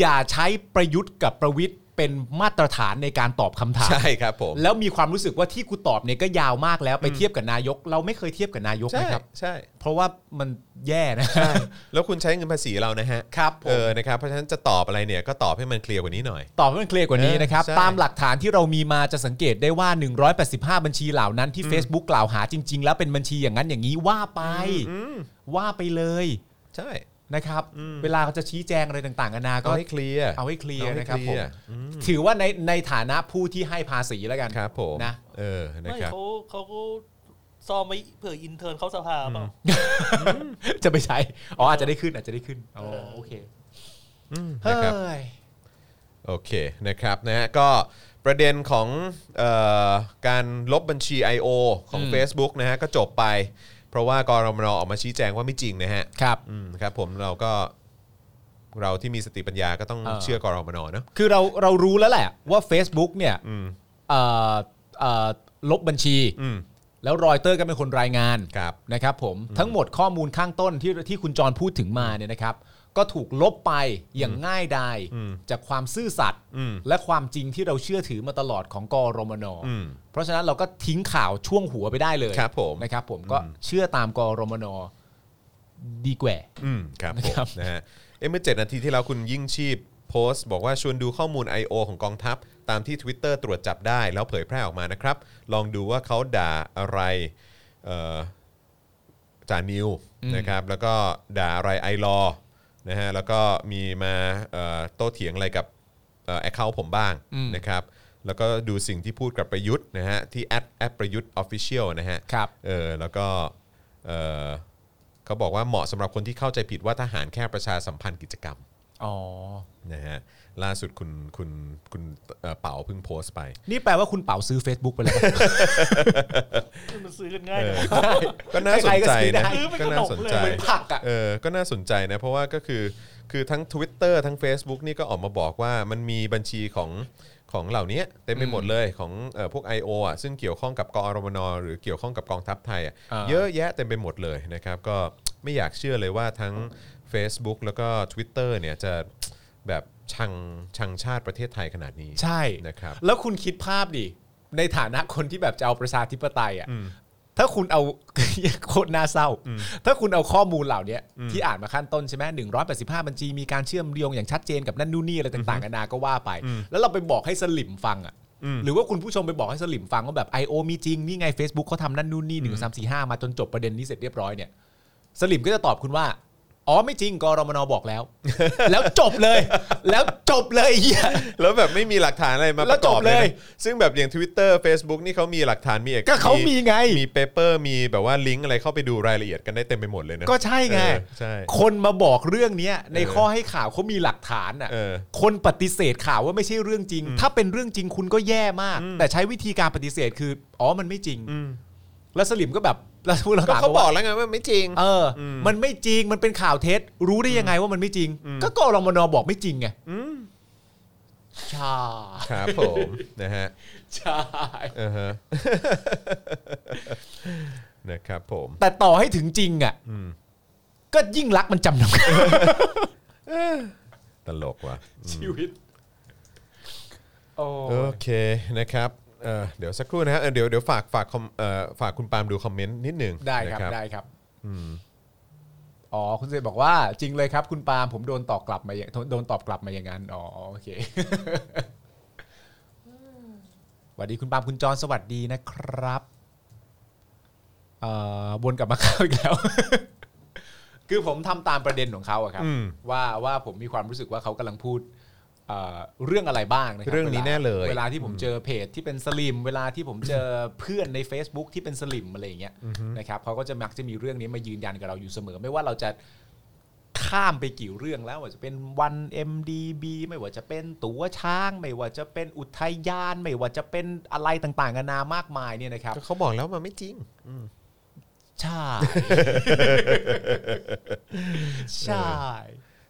อย่าใช้ประยุทธ์กับประวิทย์เป็นมาตรฐานในการตอบคำถาม ใช่ครับผม แล้วมีความรู้สึกว่าที่กูตอบเนี่ยก็ยาวมากแล้วไปเทียบกับนายก เราไม่เคยเทียบกับนายก ใช่ นะครับ ใช่ เพราะว่ามันแย่นะ แล้วคุณใช้เงินภาษีเรานะฮะ ครับผม เออ นะครับ เพราะฉะนั้นจะตอบอะไรเนี่ย ก็ตอบให้มันเคลียร์กว่านี้หน่อย ตอบให้มันเคลียร์กว่านี้นะครับ เออใช่ ตามหลักฐานที่เรามีมาจะสังเกตได้ว่า 185 บัญชีเหล่านั้นที่ Facebook กล่าวหาจริง ๆ แล้วเป็นบัญชีอย่างนั้นอย่างนี้ว่าไป ว่าไปเลย ใช่ นะครับ อืม เวลาเขาจะชี้แจงอะไรต่างๆกันานา ก็ ก็ ให้เคลียร์ เอาให้เคลียร์ เอาให้ นะครับ เค ผ ลี ม ยร์ ถือว่าในในฐานะผู้ที่ให้ภาษีแล้วกัน ครับผม นะ เออ นะ ไม่ ครับ เขาเขาก็ ซ่อมไว้เผื่ออินเทอร์นเข้าสภาเปล่า จะไปใช้อ๋ออาจจะได้ขึ้นอาจจะได้ขึ้นอ๋อโอเค อืม เฮ้ นะครับ ย โอเคนะครับนะฮะก็ประเด็นของเออการลบบัญชี I.O. ของ อืม Facebook นะฮะก็จบไป เพราะว่ากรมนออกมาชี้แจงว่าไม่จริงนะฮะ ครับ อืมครับผมเราก็เราที่มีสติปัญญาก็ต้อง เออ เชื่อกรมนเนอะ คือเราเรารู้แล้วแหละว่า Facebook เนี่ย อืม เอ่อเอ่อลบบัญชี อืม แล้วรอยเตอร์ก็เป็นคนรายงาน ครับ นะครับผมทั้งหมดข้อมูลข้างต้นที่ที่คุณจรพูดถึงมาเนี่ยนะครับ ก็ถูกลบไปอย่างง่ายดายจากความซื่อสัตย์ อืม และความจริงที่เราเชื่อถือมาตลอดของกรมน อืม เพราะฉะนั้นเราก็ทิ้งข่าวช่วงหัวไปได้เลย ครับผม นะครับผม อืม ก็เชื่อตามกรมนดีกว่า อืมครับผมนะครับ นะฮะเอ้ยเมื่อ 7 นาทีที่แล้วคุณยิ่งชีพโพสต์ บอกว่าชวนดูข้อมูล I.O. ของกองทัพ ตามที่ Twitter ตรวจจับได้ แล้วเผยแพร่ออกมานะครับ ลองดูว่าเขาด่าอะไรเอ่อจ่านิวนะครับแล้วก็ด่าอะไรไอรอนะฮะแล้วก็มีมาเอ่อโต้เถียงอะไรกับแอคเคาท์ผมบ้างนะครับแล้วก็ดูสิ่งที่พูดกับประยุทธ์นะฮะที่แอดแอดประยุทธ์ออฟฟิเชียลนะฮะ ครับ เออแล้วก็เออเขาบอกว่าเหมาะสำหรับคนที่เข้าใจผิดว่าทหารแค่ประชาสัมพันธ์กิจกรรม อ๋อ นะฮะล่าสุดคุณคุณคุณเอ่อเป๋าเพิ่งโพสต์ไป นี่แปลว่าคุณเป๋าซื้อ Facebook ไปแล้ว มันซื้อกันง่าย เอ จัง อ วะ ก็น่าสนใจนะ ใคร ๆก็ซื้อได้ ก็น่าสนใจ เหมือน ผักอ่ะ เออก็น่าสนใจนะ เพราะว่าก็คือคือทั้ง Twitter ทั้ง Facebook นี่ก็ออกมาบอกว่ามันมีบัญชีของของเหล่านี้เต็มไปหมดเลยของเอ่อพวก I.O. อ่ะซึ่งเกี่ยวข้องกับกอรมนหรือเกี่ยวข้องกับกองทัพไทยอ่ะ อ่า เยอะแยะเต็มไปหมดเลยนะครับ ก็ไม่อยากเชื่อเลยว่าทั้ง Facebook แล้วก็ Twitter เนี่ยจะแบบชังชังชาติประเทศไทยขนาดนี้ ใช่ นะครับ แล้วคุณคิดภาพดิ ในฐานะคนที่แบบจะเอาประชาธิปไตยอ่ะถ้าคุณเอา โคตรน่าเศร้า ถ้าคุณเอาข้อมูลเหล่าเนี้ยที่อ่านมาขั้นต้นใช่ไหมหนึ่งร้อยแปดสิบห้าบัญชีมีการเชื่อมโยงอย่างชัดเจนกับนั่นนู่นนี่อะไรต่างๆกันานาก็ว่าไป แล้วเราไปบอกให้สลิมฟังอ่ะ หรือว่าคุณผู้ชมไปบอกให้สลิมฟังว่าแบบ I.O. มีจริง นี่ไง Facebook เขาทำนั่นนู่นนี่หนึ่งสามสี่ห้ามาจนจบประเด็นนี้เสร็จเรียบร้อยเนี่ย สลิมก็จะตอบคุณว่า อ๋อไม่จริงกรมนบอก แล้ว แล้วจบเลย แล้วจบเลยไอ้เหี้ย แล้วแบบไม่มีหลักฐานอะไรมา แล้ ป ว ระกอบ จบ เล เลย ย นะซึ่งแบบอย่าง Twitter Facebook นี่เขามีหลักฐานมีเอก ก็เขามีไง มีเปเปอร์มีแบบว่าลิงก์อะไรเข้าไปดูรายละเอียดกันได้เต็มไปหมดเลยนะ ก็ใช่ไง เออใช่ คนมาบอกเรื่องเนี้ยใน เออ ข้อให้ข่าวเขามีหลักฐานอ่ะ เออ คนปฏิเสธข่าวว่าไม่ใช่เรื่องจริง ถ้าเป็นเรื่องจริงคุณก็แย่มาก แต่ใช้วิธีการปฏิเสธคือ อ๋อมันไม่จริง อืม แล้ว แล้วสลิมก็แบบแล้วพูดแล้ว ก็ ถาม เขาบ ว่า อกแล้วไงว่าไม่จริง เอออ มันไม่จริง มันเป็นข่าวเท็จ รู้ได้ยังไงว่ามันไม่จริง ก็กรมนบอกไม่จริงไงใช่ ครับผม นะฮะ ใช่ อือฮะ นะครับผม แต่ต่อให้ถึงจริงอ่ะ อืม ก็ยิ่งรักษณ์มันจำนำ ตลกว่ะ ชีวิตโอ้ โอเคนะครับเอ่อเดี๋ยวสักครู่นะฮะเออเดี๋ยวเดี๋ยวฝากฝากคอมเอ่อฝากคุณปาล์มดูคอมเมนต์นิดหนึ่ง ได้ครับ นะ ได้ครับอ๋อคุณเจบอกว่าจริงเลยครับ คุณปาล์มผมโดนตอบกลับมาอย่างโดนตอบกลับมาอย่างนั้นอ๋อโอเคสวัสดีคุณปาล์มคุณจรสวัสดีนะครับเอ่อวนกลับมาเข้าอีกแล้ว คือผมทำตามประเด็นของเขาอะครับ อืม ว่าว่าผมมีความรู้สึกว่าเขากำลังพูดเอ่อเรื่องอะไรบ้างนะครั เรื่องนี้ วา แน่เลย เวลาที่ผมเจอเพจที่เป็นสลิม เวลาที่ผมเจอ เพื่อนใน Facebook ที่เป็นสลิมอะไรอย่างเงี้ยนะครับเขาก็จะมักจะมีเรื่องนี้มายืนยันกับเราอยู่เสมอ ไม่ว่าเราจะข้ามไปกี่เรื่องแล้วว่าจะเป็นวัน MDB ไม่ว่าจะเป็นตั๋วช้าง ไม่ว่าจะเป็นอุทยาน ไม่ว่าจะเป็นอะไรต่างๆนานามากมายเนี่ยนะครับ ก็เขาบอกแล้วมันไม่จริง ใช่ ใช่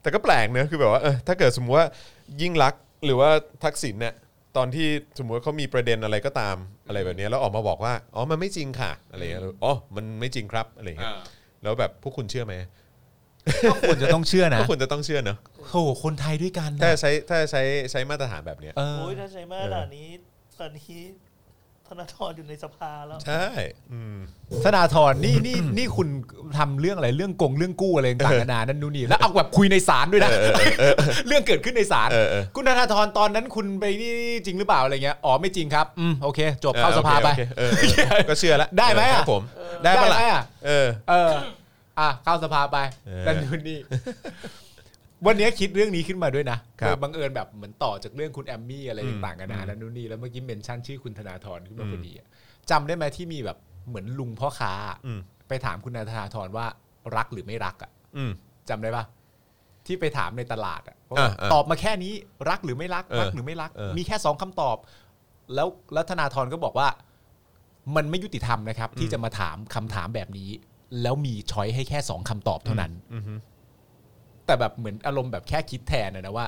แต่ก็แปลกเนอะคือแบบว่าเออถ้าเกิดสมมติว่ายิ่งรักษณ์หรือว่าทักษิณเนี่ยตอนที่สมมติว่าเขามีประเด็นอะไรก็ตามอะไรแบบเนี้ยแล้วออกมาบอกว่าอ๋อมันไม่จริงค่ะอะไรเงี้ยแล้วอ๋อมันไม่จริงครับอะไรเงี้ยแล้วแบบพวกคุณเชื่อไหม ก็ควรจะต้องเชื่อนะ ก็ควรจะต้องเชื่อเนอะ โอ้โหคนไทยด้วยกัน ถ้า นะ ใช้ถ้าใช้ใช้มาตรฐานแบบเนี้ย เออ โอ้ยถ้าใช้มาตรฐานนี้ ตอนนี้ธนาธรอยู่ในสภาแล้ว ใช่อืม ธนาธรนี่นี่นี่คุณทำเรื่องอะไรเรื่องกงเรื่องกู้อะไรต่างๆนานานั่นนู่นนี่แล้วเอาแบบคุยในศาลด้วยนะ เรื่องเกิดขึ้นในศาล เออเออ คุณธนาธรตอนนั้นคุณไปนี่จริงหรือเปล่าอะไรเงี้ยอ๋อไม่จริงครับอืมโอเค จบเข้าสภาไป โอเคโอเคเออเอ อก็เชื่อละ ได้ไหมคอะรับผมได้ปะล่ะ หมอ่ เออ เอออ่ะเข้าสภาไป เออ นั่นนู่นนี่วันนี้คิดเรื่องนี้ขึ้นมาด้วยนะครับ โดยบังเอิญแบบเหมือนต่อจากเรื่องคุณแอมมี่อะไรต่างๆกันานานั่นนู่นนี่แล้วเมื่อกี้เมนชั่นชื่อคุณธนาธรขึ้นมาพอดีอะจำได้ไหมที่มีแบบ เหมือนลุงพ่อค้าอะ อืม ไปถามคุณนายธนาธรว่ารักหรือไม่รักอ่ะ อืม จำได้ปะที่ไปถามในตลาดอ่ะว่า อ่าอ่า ตอบมาแค่นี้รักหรือไม่รัก เออ รักหรือไม่รัก เออ มีแค่สองคำตอบ แล้วแล้วธนาธรก็บอกว่า มันไม่ยุติธรรมนะครับ ที่จะมาถามคำถามแบบนี้ แล้วมีช้อยให้แค่สองคำตอบเท่านั้น อืมฮึ แต่แบบเหมือนอารมณ์แบบแค่คิดแทนอะนะว่า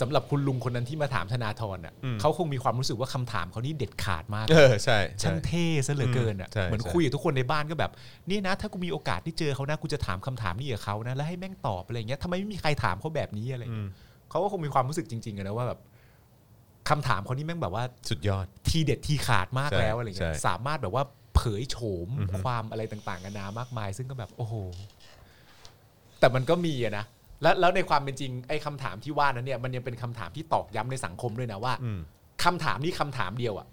สำหรับคุณลุงคนนั้นที่มาถามธนาธรอ่ะเขาคงมีความรู้สึกว่าคำถามเขานี่เด็ดขาดมาก เออใช่ ช่างเท่ซะเหลือเกินอ่ะ ใช่ เหมือน ใช่ คุยกับทุกคนในบ้านก็แบบเนี่ยนะ ถ้ากูมีโอกาสที่เจอเขานะกูจะถามคำถามนี้กับเขานะ แล้วให้แม่งตอบอะไรอย่างเงี้ยทำไมไม่มีใครถามเขาแบบนี้อะไรอย่าง อื เงี้ย ม เขาก็คงมีความรู้สึกจริงๆอะนะว่าแบบคำถามเขานี่แม่งแบบว่า สุดยอด ทีเด็ดทีขาดมาก ใช่ แล้วอะไรเงี้ย ใช่ สามารถแบบว่าเผยโฉมความอะไรต่างๆนานามากมาย ซึ่งก็แบบ โอ้โห แต่มันก็มีอะนะแล้วแล้วในความเป็นจริงไอ้คำถามที่ว่านั้นเนี่ยมันยังเป็นคำถามที่ตอกย้ำในสังคมด้วยนะว่า อืม คำถามนี้คำถามเดียวอะ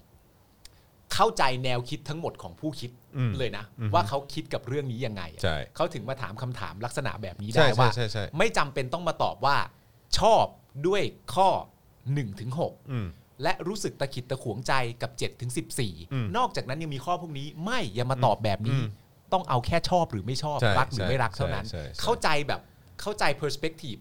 เข้าใจแนวคิดทั้งหมดของผู้คิด อืม เลยนะ อืม ว่าเขาคิดกับเรื่องนี้ยังไงอะ ใช่ เขาถึงมาถามคำถามลักษณะแบบนี้ ใช่ ได้ว่า ใช่ใช่ใช่ ไม่จำเป็นต้องมาตอบว่า ชอบด้วยข้อ1ถึง อืม 6และรู้สึกตะขิดตะขวงใจกับ7ถึง อืม 14 นอกจากนั้นยังมีข้อพวกนี้ไม่อย่ามาตอบแบบ อื นี้ ม ต้องเอาแค่ชอบหรือไม่ชอบ ใช่ รักหรือ ใช่ ไม่รักเท่า ใช่ นั้น ใช่ใช่ เข้าใจแบบเข้าใจ perspective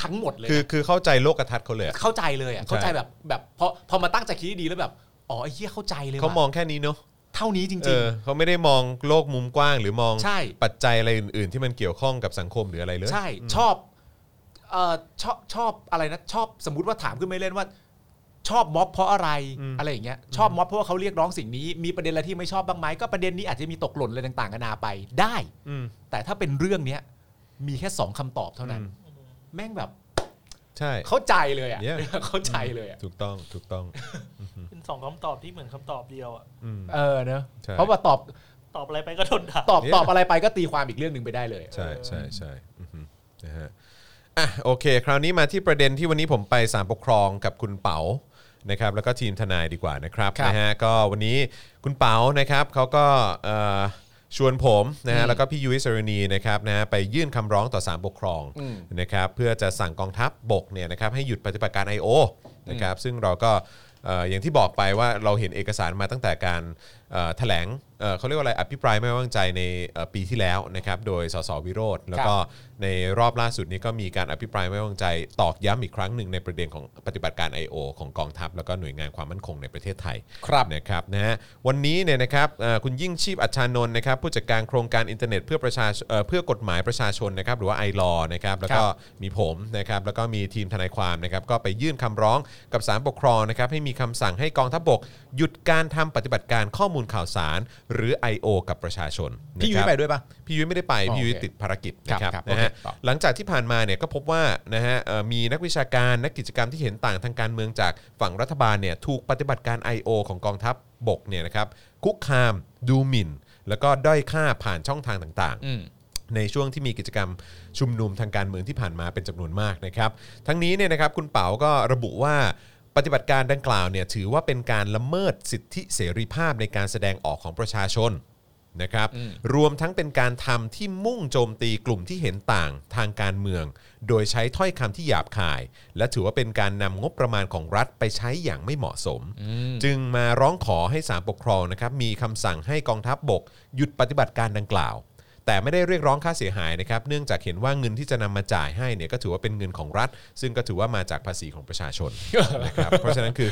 ทั้งหมดเลยนะ คือคือเข้าใจโลกทัศน์เขาเลยอะ เข้าใจเลยอ่ะ ใช่ เข้าใจแบบแบบพอพอมาตั้งใจคิดดีๆแล้วแบบอ๋อไอ้เหี้ยเข้าใจเลย เขา ว่ะ มองแค่นี้เนาะ เท่านี้จ เอ ริง อเขาไม่ได้มองโลกมุมกว้าง หรือมอง ใช่ ปัจจัยอะไรอื่น ๆ ที่มันเกี่ยวข้องกับสังคมหรืออะไรเลย ๆ ใช่ชอบเอ่อชอบชอบอะไรนะชอบสมมติว่าถามขึ้นมาเล่นว่า ชอบม็อบเพราะอะไรอะไรอย่างเงี้ยชอบม็อบเพราะว่าเขาเรียกร้องสิ่งนี้มีประเด็นอะไรที่ไม่ชอบบ้างไหมก็ประเด็นนี้อาจจะมีตกหล่นอะไรต่างๆกันานาไปได้ อืม แต่ถ้าเป็นเรื่องเนี้ยมีแค่สองคำตอบเท่านั้น อืม แม่งแบบ ใช่ เข้าใจเลยอ่ะ Yeah เข้าใจเลยอ่ะ ถูกต้องถูกต้อง เป็นสองคำตอบที่เหมือนคำตอบเดียวอะ อืม เออเนอะ ใช่ เพราะว่าตอบ ตอบอะไรไปก็โดนด่า ตอบตอบ Yeah อะไรไปก็ตีความอีกเรื่องหนึ่งไปได้เลย ใช่ใช่ใช่อือฮึนะฮะอ่ะโอเค คราวนี้มาที่ประเด็นที่วันนี้ผมไปสารปกครองกับคุณเป๋านะครับแล้วก็ทีมทนายดีกว่านะครับ ครับ นะฮะก็วันนี้คุณเป๋านะครับเขาก็เอ่อชวนผมนะฮะแล้วก็พี่ยุ้ยสรณีนะครับนะฮะไปยื่นคำร้องต่อศาลปกครอง อืม นะครับเพื่อจะสั่งกองทัพบกเนี่ยนะครับให้หยุดปฏิบัติการ I.O. นะครับซึ่งเราก็เอ่ออย่างที่บอกไปว่าเราเห็นเอกสารมาตั้งแต่การเอ่อแถลงเอ่อเขาเรียกว่าอะไรอภิปรายไม่ไว้วางใจในเอ่อปีที่แล้วนะครับโดยสสวิโรธแล้วก็ ก็ในรอบล่าสุดนี้ก็มีการอภิปรายไม่ไว้วางใจตอกย้ำอีกครั้งหนึ่งในประเด็นของปฏิบัติการ I.O. ของกองทัพ แล้วก็หน่วยงานความมั่นคงในประเทศไทย ครับ นะครับนะฮะวันนี้เนี่ยนะครับเอ่อคุณยิ่งชีพอัชชานนท์นะครับผู้จัดการโครงการอินเทอร์เน็ตเพื่อประชาชนเอ่อเพื่อกฎหมายประชาชนนะครับหรือว่าไอรอนะครับแล้วก็ ครับ มีผมนะครับแล้วก็มีทีมทนายความนะครับก็ไปยื่นคำร้องกับศาลปกครองนะครับให้มีคำสั่งให้กองทัพบก หยุดการทำปฏิบัติการข้อมูลข่าวสาร หรือ I.O. กับประชาชนนะครับ พี่ยุ้ยไปด้วยปะ พี่ยุ้ยไม่ได้ไป อ๋อ พี่ยุ้ย โอเค ติดภารกิจนะครับ ครับครับ นะฮะ โอเคต่อ หลังจากที่ผ่านมาเนี่ยก็พบว่านะฮะเอ่อมีนักวิชาการนักกิจกรรมที่เห็นต่างทางการเมืองจากฝั่งรัฐบาลเนี่ยถูกปฏิบัติการ I.O. ของกองทัพบกเนี่ยนะครับคุกคามดูหมิ่น แล้วก็ด้อยค่าผ่านช่องทางต่าง อืม ๆ ในช่วงที่มีกิจกรรมชุมนุมทางการเมืองที่ผ่านมาเป็นจำนวนมากนะครับ ทั้งนี้เนี่ยนะครับคุณเป๋าก็ระบุว่าปฏิบัติการดังกล่าวเนี่ยถือว่าเป็นการละเมิดสิทธิเสรีภาพในการแสดงออกของประชาชน นะครับรวมทั้งเป็นการทำที่มุ่งโจมตีกลุ่มที่เห็นต่างทางการเมือง โดยใช้ถ้อยคำที่หยาบคาย และถือว่าเป็นการนำงบประมาณของรัฐไปใช้อย่างไม่เหมาะสม จึงมาร้องขอให้ศาลปกครองนะครับมีคำสั่งให้กองทัพบก หยุดปฏิบัติการดังกล่าว แต่ไม่ได้เรียกร้องค่าเสียหายนะครับเนื่องจากเห็นว่าเงินที่จะนำมาจ่ายให้เนี่ยก็ถือว่าเป็นเงินของรัฐ ซึ่งก็ถือว่ามาจากภาษีของประชาชน นะครับเพราะฉะนั้นคือ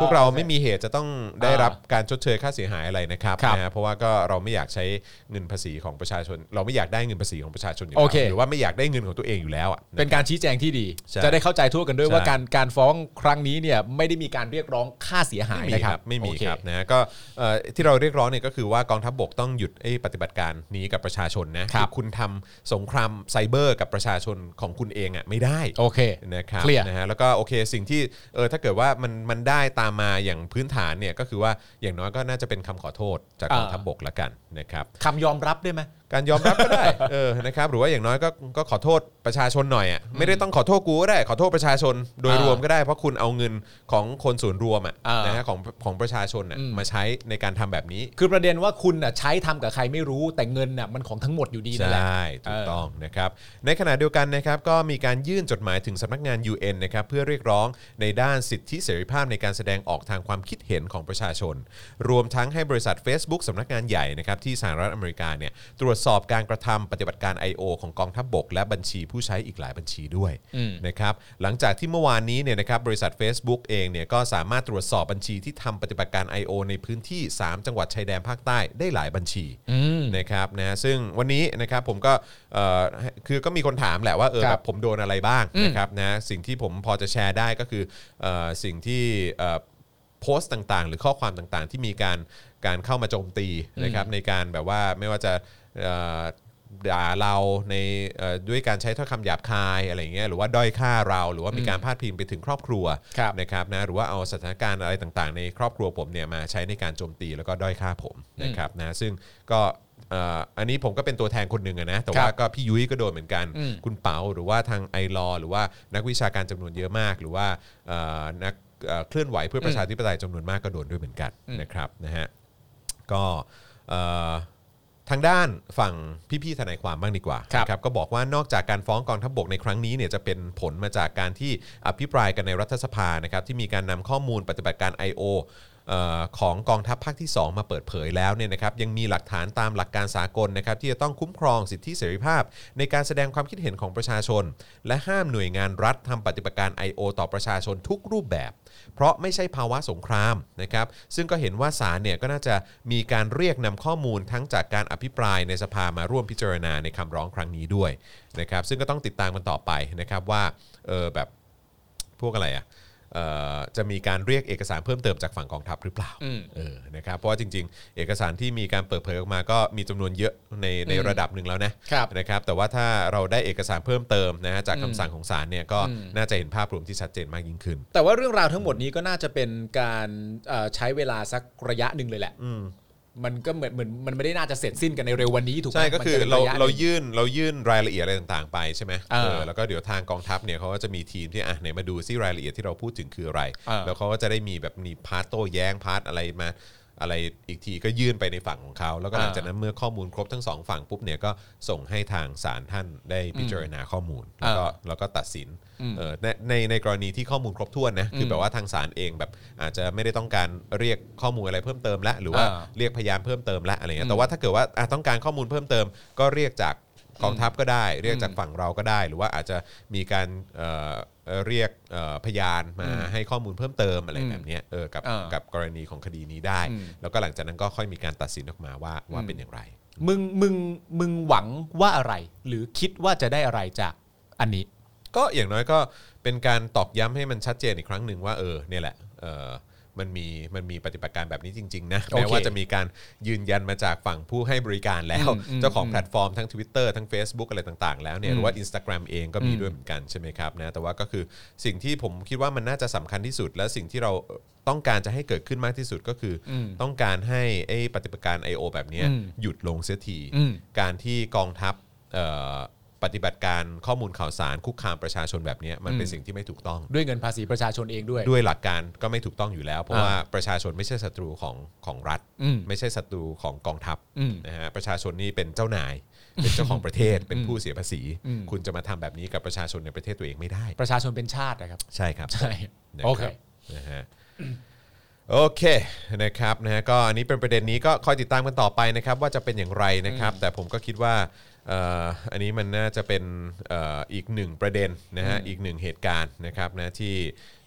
พวกเราไม่มีเหตุจะต้องได้รับการชดเชยค่าเสียหายอะไรนะครับ ครับ นะฮะ เพราะว่าก็เราไม่อยากใช้เงินภาษีของประชาชน เราไม่อยากได้เงินภาษีของประชาชนอยู่แล้ โอ ว เค หรือว่าไม่อยากได้เงินของตัวเองอยู่แล้วอ่ะะ เป็นการชี้แจงที่ดี ใช่ จะได้เข้าใจทั่วกันด้วย ใช่ ว่าการการฟ้องครั้งนี้เนี่ยไม่ได้มีการเรียกร้องค่าเสียหาย ไม่มี นะ ค ค รั รั บบ ไม่มี โอเ ครับนะฮะก็เอ่อที่เราเรียกร้องเนี่ยก็คือว่ากองทัพบกต้องหยุดไอ้ปฏิบัติการนี้กับประชาชนนะครับ อคุณทำสงครามไซเบอร์กับประชาชนของคุณเองอ่ะไม่ได้ โอเค นะครับ Clear นะฮะแล้วก็โอเคสิ่งที่เออถ้าเกิดว่ามันมันได้ตามมาอย่างพื้นฐานเนี่ยก็คือว่าอย่างน้อยก็น่าจะเป็นคำขอโทษจากกอง อ่า ทัพบกละกันนะครับ คำยอมรับได้ไหม การยอมรับก็ได้ เออนะครับหรือว่าอย่างน้อยก็ก็ขอโทษประชาชนหน่อยอ่ะไม่ได้ต้องขอโทษกูก็ได้ขอโทษประชาชนโดย อ่าร ร วมก็ได้เพราะคุณเอาเงินของคนส่วนรวมอ่ะ อ่าน นะฮะของของประชาชนน่ะ อืม มาใช้ในการทำแบบนี้ คือประเด็นว่าคุณน่ะใช้ทำกับใครไม่รู้แต่เงินน่ะมันของทั้งหมดอยู่ดีนั่นแหละ ใช่ถูกต้องนะครับในขณะเดียวกันนะครับก็มีการยื่นจดหมายถึงสำนักงาน UN นะครับเพื่อเรียกร้องในด้านสิทธิเสรีภาพในการแสดงออกทางความคิดเห็นของประชาชน รวมทั้งให้บริษัท Facebook สำนักงานใหญ่นะครับที่สหรัฐอเมริกาเนี่ยตรวจสอบการกระทำปฏิบัติการ IO ของกองทัพบบก และบัญชีผู้ใช้อีกหลายบัญชีด้วย อืม นะครับหลังจากที่เมื่อวานนี้เนี่ยนะครับบริษัท Facebook เองเนี่ยก็สามารถตรวจสอบบัญชีที่ทำปฏิบัติการ IO ในพื้นที่ 3 จังหวัดชายแดนภาคใต้ได้หลายบัญชี อืม นะครับนะซึ่งวันนี้นะครับผมก็เอ่อให้คือก็มีคนถามแหละว่าเออ ครับ แบบผมโดนอะไรบ้าง อืม นะครับนะสิ่งที่ผมพอจะแชร์ได้ก็คือเอ่อสิ่งที่เอ่อโพสต์ต่างๆ หรือข้อความต่างๆ ที่มีการการเข้ามาโจมตีนะครับในการแบบว่าไม่ว่าจะเอ่อด่าเราในเอ่อด้วยการใช้ถ้อยคำหยาบคายอะไรอย่างเงี้ยหรือว่าด้อยค่าเรา หรือว่ามีการพาดพิงไปถึงครอบครัว ครับ นะครับนะหรือว่าเอาสถานการณ์อะไรต่างๆ ในครอบครัวผมเนี่ยมาใช้ในการโจมตีแล้วก็ด้อยค่าผมนะครับนะซึ่งก็ เอ่ออันนี้ผมก็เป็นตัวแทนคนหนึ่งอะนะแต่ว่า ครับ ก็พี่ยุ้ยก็โดนเหมือนกัน อืม คุณเปาหรือว่าทางไอรอหรือว่านักวิชาการจำนวนเยอะมาก หรือว่าเอ่อนักเอ่อเคลื่อนไหวเพื่อประชาธิปไตยจำนวนมากก็โดนด้วยเหมือนกัน อืม นะครับนะฮะก็เอ่อทางด้านฝั่งพี่ๆทนายความบ้างดีกว่า ครับ นะครับก็บอกว่านอกจากการฟ้องกองทัพบกในครั้งนี้เนี่ยจะเป็นผลมาจากการที่อภิปรายกันในรัฐสภานะครับที่มีการนำข้อมูลปฏิบัติการ I.O. เอ่อของกองทัพภาคที่ 2 มาเปิดเผยแล้วเนี่ยนะครับยังมีหลักฐานตามหลักการสากลนะครับที่จะต้องคุ้มครองสิทธิเสรีภาพ ในการแสดงความคิดเห็นของประชาชน และห้ามหน่วยงานรัฐทำปฏิบัติการ I.O. ต่อประชาชนทุกรูปแบบ เพราะไม่ใช่ภาวะสงครามนะครับซึ่งก็เห็นว่าศาลเนี่ยก็น่าจะมีการเรียกนำข้อมูลทั้งจากการอภิปรายในสภามาร่วมพิจารณาในคำร้องครั้งนี้ด้วยนะครับซึ่งก็ต้องติดตามกันต่อไปนะครับว่าเออแบบพวกอะไรอะเอ่อจะมีการเรียกเอกสารเพิ่มเติมจากฝั่งกองทัพหรือเปล่า อืม เออนะครับเพราะว่าจริง ๆ เอกสารที่มีการเปิดเผยออกมาก็มีจำนวนเยอะในใน อืม ระดับหนึ่งแล้วนะ ครับ นะครับแต่ว่าถ้าเราได้เอกสารเพิ่มเติมนะฮะจาก อืม คำสั่งของศาลเนี่ยก็ อืม น่าจะเห็นภาพรวมที่ชัดเจนมากยิ่งขึ้น แต่ว่าเรื่องราวทั้งหมดนี้ก็น่าจะเป็นการเอ่อใช้เวลาสักระยะหนึ่งเลยแหละ อืม มันก็เหมือนเหมือนมันไม่ได้น่าจะเสร็จสิ้นกันในเร็ววันนี้ถูกไหม ใช่ก็คือ มันจะป็เรานะยะหนึ่ง เรายื่นเรายื่นรายละเอียดอะไรต่างๆไปใช่ไหม อ่า เออแล้วก็เดี๋ยวทางกองทัพเนี่ยเขาก็จะมีทีมที่อ่ะไหนมาดูซิรายละเอียดที่เราพูดถึงคืออะไร อ่า แล้วเขาก็จะได้มีแบบมีพาร์ตโต้แย้งพาร์ตอะไรมาอะไรอีกทีก็ยื่นไปในฝั่งของเขา แล้วก็หลัง อ่า จากนั้นเมื่อข้อมูลครบทั้งสองฝั่งปุ๊บเนี่ยก็ส่งให้ทางศาลท่านได้พิจารณาข้อมูล แล้วก็แล้วก็ตัดสิน อืม เออในในในกรณีที่ข้อมูลครบถ้วนนะคือ ม แบบว่าทางศาลเองแบบอาจจะไม่ได้ต้องการเรียกข้อมูลอะไรเพิ่มเติมละหรือว่า อ่า เรียกพยานเพิ่มเติมและอะไรเงี้ยอืม แต่ว่าถ้าเกิดว่าอ่ะต้องการข้อมูลเพิ่มเติม ก็เรียกจากกองทัพก็ได้ เรียกจากฝั่งเราก็ได้ หรือว่าอาจจะมีการเอ่อเอ่อเรียกเอ่อพยานมา อืม ให้ข้อมูลเพิ่มเติมอะไร อืม แบบเนี้ยเออกับ อ่ากั กับกรณีของคดีนี้ได้ อืม แล้วก็หลังจากนั้นก็ค่อยมีการตัดสินออกมาว่าว่า อืม เป็นอย่างไร มึงมึงมึงหวังว่าอะไร หรือคิดว่าจะได้อะไรจากอันนี้ ก็อย่างน้อยก็เป็นการตอกย้ำให้มันชัดเจนอีกครั้งหนึ่งว่าเออเนี่ยแหละเออมันมีมันมีปฏิบัติการแบบนี้จริงๆนะ โอเค แม้ว่าจะมีการยืนยันมาจากฝั่งผู้ให้บริการแล้ว อืมอืม เจ้าของแพลตฟอร์มทั้ง Twitter ทั้ง Facebook อะไรต่างๆ แล้วเนี่ย อืม หรือว่า Instagram เองก็มี อืม ด้วยเหมือนกันใช่ไหมครับนะแต่ว่าก็คือสิ่งที่ผมคิดว่ามันน่าจะสำคัญที่สุด และสิ่งที่เราต้องการจะให้เกิดขึ้นมากที่สุดก็คืออ ม ต้องการให้ไอ้ปฏิบัติการ I.O. แบบเนี้ย อืม หยุดลงเสียที อืม การที่กองทัพเอ่อปฏิบัติการข้อมูลข่าวสารคุกคามประชาชนแบบเนี้ย มันเป็น อืม สิ่งที่ไม่ถูกต้อง ด้วยเงินภาษีประชาชนเองด้วย ด้วยหลักการก็ไม่ถูกต้องอยู่แล้ว เพราะ อ่า ว่าประชาชนไม่ใช่ศัตรูของของรัฐ อืม ไม่ใช่ศัตรูของกองทัพ อืม นะฮะประชาชนนี่เป็นเจ้านาย เป็นเจ้าของประเทศ เป็นผู้เสียภาษี อืม คุณจะมาทำแบบนี้กับประชาชนในประเทศตัวเองไม่ได้ ประชาชนเป็นชาตินะครับ ใช่ครับ ใช่ นะ โอเค รับนะฮะโอเคนะครับนะฮะก็อันนี้เป็นประเด็นนี้ก็คอยติดตามกันต่อไปนะครับว่าจะเป็นอย่างไรนะครับ แต่ผมก็คิดว่าเอ่ออันนี้มันน่าจะเป็นเอ่ออีกหนึ่งประเด็นนะฮะอีกหนึ่งเหตุการณ์นะครับนะที่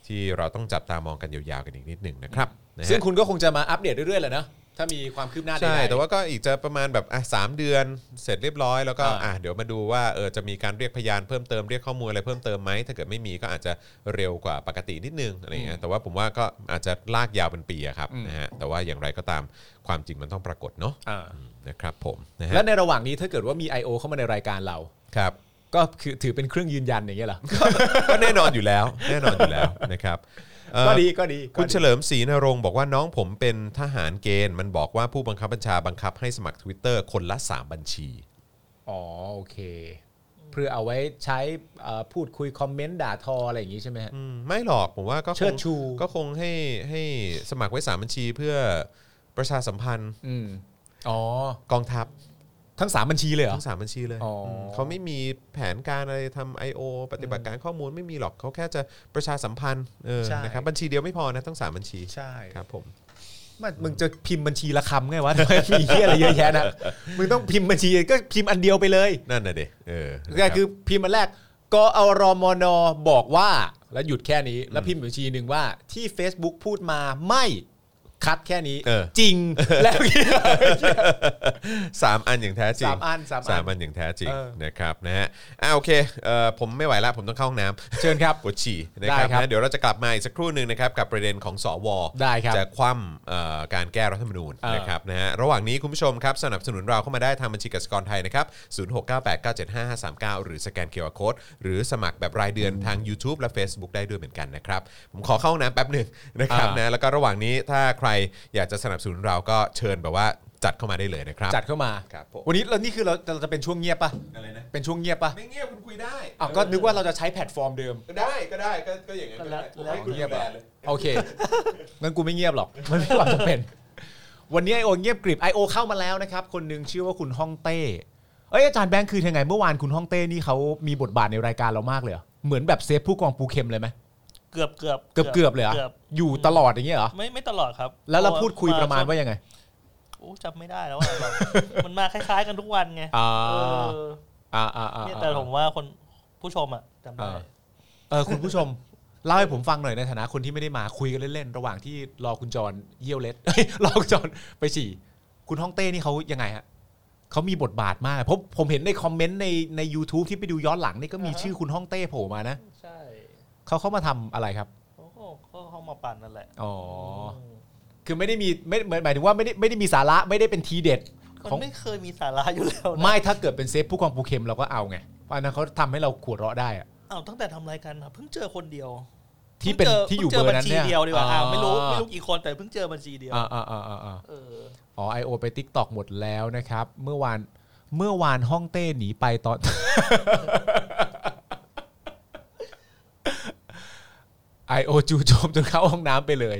ที่เราต้องจับตามองกันยาวๆกันอีกนิดหนึ่งนะครับนะฮะ ซึ่งคุณก็คงจะมาอัปเดตเรื่อยๆแหละเนอะถ้ามีความคืบหน้าใดๆ ใช่ แต่ว่าก็อีกจะประมาณแบบอ่ะสามเดือนเสร็จเรียบร้อยแล้วก็ อ่า อ่ะเดี๋ยวมาดูว่าเออจะมีการเรียกพยานเพิ่มเติมเรียกข้อมูลอะไรเพิ่มเติมไหมถ้าเกิดไม่มีก็อาจจะเร็วกว่าปกตินิดนึงอะไรเงี้ยแต่ว่าผมว่าก็อาจจะลากยาวเป็นปีอะครับ อืม นะฮะแต่ว่าอย่างไรก็ตามความจริงมันต้องปรากฏเนาะ อ่า อืมนะครับผมนะฮะ และในระหว่างนี้ถ้าเกิดว่ามี I.O. เข้ามาในรายการเรา ครับ ก็คือถือเป็นเครื่องยืนยันอย่างเงี้ยเหรอ ก็แน่นอนอยู่แล้ว แน่นอนอยู่แล้วนะครับ เอ่อ ก็ดีก็ดี คุณเฉลิมศรีนรงค์บอกว่าน้องผมเป็นทหารเกณฑ์ มันบอกว่าผู้บังคับบัญชาบังคับให้สมัคร Twitter คนละ 3 บัญชี อ๋อโอเค เพื่อเอาไว้ใช้เอ่อพูดคุยคอมเมนต์ด่าทออะไรอย่างนี้ใช่ไหมฮะ อืมไม่หรอกผมว่าก็คง เชิดชู ก็คงให้ให้สมัครไว้ 3 บัญชีเพื่อประชาสัมพันธ์ อืมอ๋อก องทัพ ทั้งสามบัญชีเลยเหรอ ทั้ง 3 บัญชีเลย อ๋ออื มเขาไม่มีแผนการอะไรทำ I.O. ปฏิบัติการข้อมูลไม่มีหรอกเขาแค่จะประชาสัมพันธ์เออ ใช่ นะครับบัญชีเดียวไม่พอนะต้อง 3 บัญชี ใช่ ครับผม มันมึงจะพิมพ์บัญชีละคำไงวะ ทำไมมีเหี้ยอะไรเยอะ แยะนะมึงต้องพิมพ์บัญชีก็พิมพ์อันเดียวไปเลย นั่นน่ะเด็เออนะก็รับ คือพิมพ์อันแรกกอรมนบอกว่าแล้วหยุดแค่นี้ แล้วพิมพ์บัญชีหนึ่งว่าที่ Facebook พูดมาไม่คัดแค่นี้ จริงแล้ว สามอันอย่างแท้จริง สามอันสาม สา อั ม น อันอย่างแท้จริง เออ นะครับนะฮะอ่าโอเคเอ่อผมไม่ไหวละผมต้องเข้าห้องน้ำ เชิญครับ ปวดฉี่นะครับ ได้ครับ นะเดี๋ยวเราจะกลับมาอีกสักครู่หนึ่งนะครับกับประเด็นของสว ได้ครับ จะคว่ำเอ่อการแก้รัฐธรรมนูญ เออ นะครับนะฮะระหว่างนี้คุณผู้ชมครับสนับสนุนเราเข้ามาได้ทางบัญชีกสิกรไทยนะครับ0698975539 หรือสแกนเคอร์โค้ดหรือสมัครแบบรายเดือนทาง YouTube และ Facebook ได้ด้วยเหมือนกันนะครับผมขอเข้าห้องน้ำแป๊บหนึ่งนะครับ อ่าน นะแล้วก็ระหว่างนี้ถ้าใครอยากจะสนับสนุนเราก็เชิญแบบว่าจัดเข้ามาได้เลยนะครับ จัดเข้ามา ครับผม วันนี้เรานี่คือเราเราจะเป็นช่วงเงียบปะ อะไรนะ เป็นช่วงเงียบปะ ไม่เงียบคุณคุยได้ อ้าวก็นึกว่าเราจะใช้แพลตฟอร์มเดิม ก็ได้ก็ได้ก็ก็อย่างนั้นก็ได้ แล้วแล้ว ให้คุณ เงียบ ดู อะ แลเลย โอเค งั้นกูไม่เงียบหรอก มันไม่ความจำเป็น วันนี้ไอโอเงียบกริบไอโอเข้ามาแล้วนะครับ คนหนึ่งชื่อว่าคุณฮ่องเต้ เอ้ยอาจารย์แบงค์คือยังไง เมื่อวานคุณฮ่องเต้นี่เขามีบทบาทในรายการเรามากเลยเหรอเหมือนแบบเซฟผู้กองปูเข็มเลยไหม เกือบเกือบ เกือบเกือบเลยเหรอ กืบ อยู่ตลอดอย่างเงี้ยเหรอ ไม่ไม่ตลอดครับ แล้วเรา พอ พูดคุยประมาณว่ายังไง โอ้จำไม่ได้แล้วอะแบบ มันมาคล้ายๆกันทุกวันไง อ่า เออ อ่าอ่าอ่า เนี่ยแต่ผมว่าคนผู้ชมอะจำได้ เออคุณผู้ชม เล่าให้ผมฟังหน่อยในฐานะคนที่ไม่ได้มาคุยกันเล่นๆระหว่างที่รอคุณจรเยี่ยวเล็ด เอ้ยรอคุณจรไปฉี่คุณฮ่องเต้นี่เขายังไงฮะเขามีบทบาทมากเพราะผมเห็นในคอมเมนต์ในใน u t u b e ที่ไปดูย้อนหลังนี่ก็มี อ่าฮะ ชื่อคุณฮ่องเต้โผล่มานะ ใช่ เขาเข้ามาทำอะไรครับ เขาก็ก็เข้ามาปั่นนั่นแหละ อ๋ออ ม คือไม่ได้มีไม่เหมือนหมายถึงว่าไม่ได้ไม่ได้มีสาระไม่ได้เป็นทีเด็ด มัน ของ ไม่เคยมีสาระอยู่แล้วนะ ไม่ถ้าเกิดเป็นเซฟผู้กองปูเข็มเราก็เอาไงเพราะอันนั้นเขาทำให้เราขวดเราะได้อะ อ้าวตั้งแต่ทำรายการมาเพิ่งเจอคนเดียว ที่เป็น พิ่งจ ที่อยู่ พิ่งจ เบอร์นั้น ญชี เนี่ย เดียวดีกว่าอ้าวไม่รู้ไม่รู้กี่คนแต่เพิ่งเจอบัญชีเดียว อ่าอ่าอ่าอ่าอ่า เออ อ๋อ I.O. ไป TikTok หมดแล้วนะครับ เมื่อวานเมื่อวานห้องเต้หนีไปตอน I.O. จูโจมจนเข้าห้องน้ำไปเลย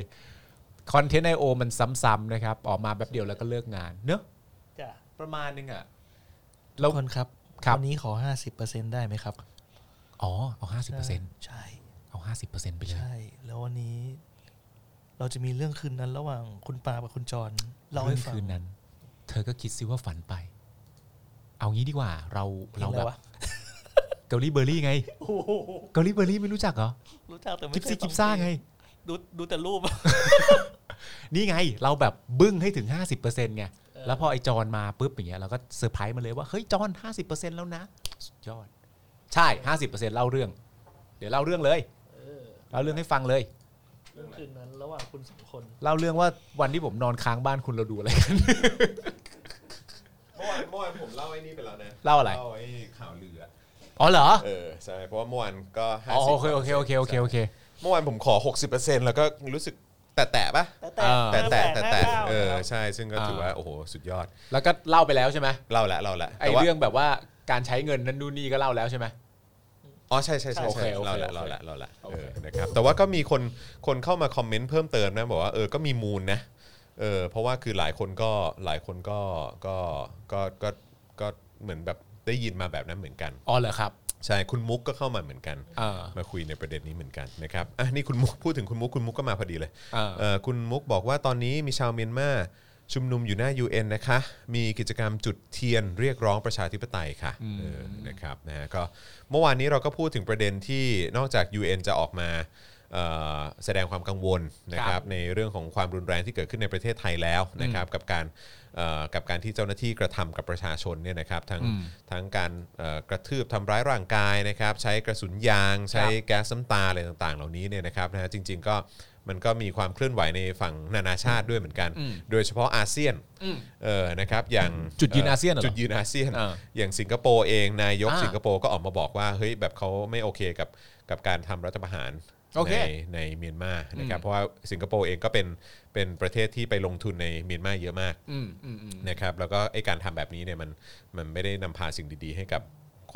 คอนเทนต์ I.O. มันซ้ำๆนะครับ ออกมาแบบเดียวแล้วก็เลิกงาน เนอะ จ้ะ ประมาณนึงอ่ะ แล้ ทุ ว กคนครับ ครับ วันนี้ขอห้าสิบเปอร์เซ็นได้ไหมครับ อ๋อ เอา 50% ใช่ เอา 50%ไปเลย ใช่ แล้ววันนี้ เราจะมีเรื่องคืนนั้นระหว่างคุณปากับคุณจรเล่า เรื่ ให้ อง ฟัง คืนนั้น เธอก็คิดซิว่าฝันไป เอางี้ดีกว่า เรา เพลง เรา อะไร แบบ วะ เกาหลีเบอร์รี่ไง โอ้โห เกาหลีเบอร์รี่ไม่รู้จักเหรอ รู้จักแต่ไม่ กิฟ เคย ซี่ ฟั กิฟซ่าไง ดูดูแต่รูป นี่ไง เราแบบบึ้งให้ถึง 50%ไง เออ แล้วพอไอ้จอนมาปุ๊บอย่างเงี้ยเราก็เซอร์ไพรส์มาเลยว่า เฮ้ย จอน 50%แล้วนะสุดยอด ใช่ 50%เล่าเรื่อง เดี๋ยวเล่าเรื่องเลยเล่าเรื่องให้ฟังเลย เรื่องคืนนั้นระหว่างคุณสองคน เล่าเรื่องว่าวันที่ผมนอนค้างบ้านคุณเราดูอะไรกัน เมื่อวานเมื่อวานผมเล่าไอ้นี่ไปแล้วนะ เล่าอะไร เล่าไอ้ข่าวลืออะ อ๋อเหรอ เออใช่เพราะว่าเมื่อวานก็ห้า อ๋อ สิบ โอเคโอเคโอเคโอเคโอเค เมื่อวานผมขอ 60%แล้วก็รู้สึกแตะแตะๆปะ แต่ เออ แต่ แต่แต่แต่แต่ หน้าก้าว เออ นะครับ ใช่ซึ่งก็ถือว่า โอ้โห สุดยอด แล้วก็เล่าไปแล้วใช่ไหม เล่าละเล่าละ ไอ้ แต่ว่า เรื่องแบบว่าการใช้เงินนั่นนู่นนี่ก็เล่าแล้วใช่ไหม อ๋อใช่ใช่ใช่ โอเค ใช่ โอเค เล่าละ โอเค เล่าละเล่าละ โอ เอ เค อนะครับแต่ว่าก็มีคนคนเข้ามาคอมเมนต์เพิ่มเติมนะบอกว่าเออก็มีมูลนะเออเพราะว่าคือหลายคนก็หลายคนก็ก็ก็ก็ก็เหมือนแบบได้ยินมาแบบนั้นเหมือนกัน อ๋อเหรอครับ ใช่คุณมุกก็เข้ามาเหมือนกัน เออ มาคุยในประเด็นนี้เหมือนกันนะครับ อ่ะนี่คุณมุกพูดถึงคุณมุกคุณมุกก็มาพอดีเลย เออ เอ่อคุณมุกบอกว่าตอนนี้มีชาวเมียนมาชุมนุมอยู่หน้า UN นะคะ มีกิจกรรมจุดเทียนเรียกร้องประชาธิปไตยค่ะเออนะครับนะฮะก็เมื่อวานนี้เราก็พูดถึงประเด็นที่นอกจาก UN จะออกมาเอ่อแสดงความกังวลนะครับในเรื่องของความรุนแรงที่เกิดขึ้นในประเทศไทยแล้วนะครับกับการเอ่อกับการที่เจ้าหน้าที่กระทำกับประชาชนเนี่ยนะครับทั้ง ทั้งการเอ่อกระทืบทำร้ายร่างกายนะครับ ใช้กระสุนยาง ใช้แก๊สน้ำตาอะไรต่างๆ เหล่านี้เนี่ยนะครับนะฮะจริง ๆ ก็มันก็มีความเคลื่อนไหวในฝั่งนานาชาติด้วยเหมือนกัน โดยเฉพาะอาเซียนเออนะครับอย่าง จุดยืนอาเซียนเหรอ จุดยืนอาเซียน อ่า อย่างสิงคโปร์เองนายก อ่า สิงคโปร์ก็ออกมาบอกว่าเฮ้ยแบบเขาไม่โอเคกับกับการทำรัฐประหาร โอเค ในในเมียนมานะครับเพราะว่าสิงคโปร์เองก็เป็นเป็นประเทศที่ไปลงทุนในเมียนมาเยอะมาก อืมอืมอืม นะครับแล้วก็ไอการทำแบบนี้เนี่ยมันมันไม่ได้นำพาสิ่งดีๆ ให้กับ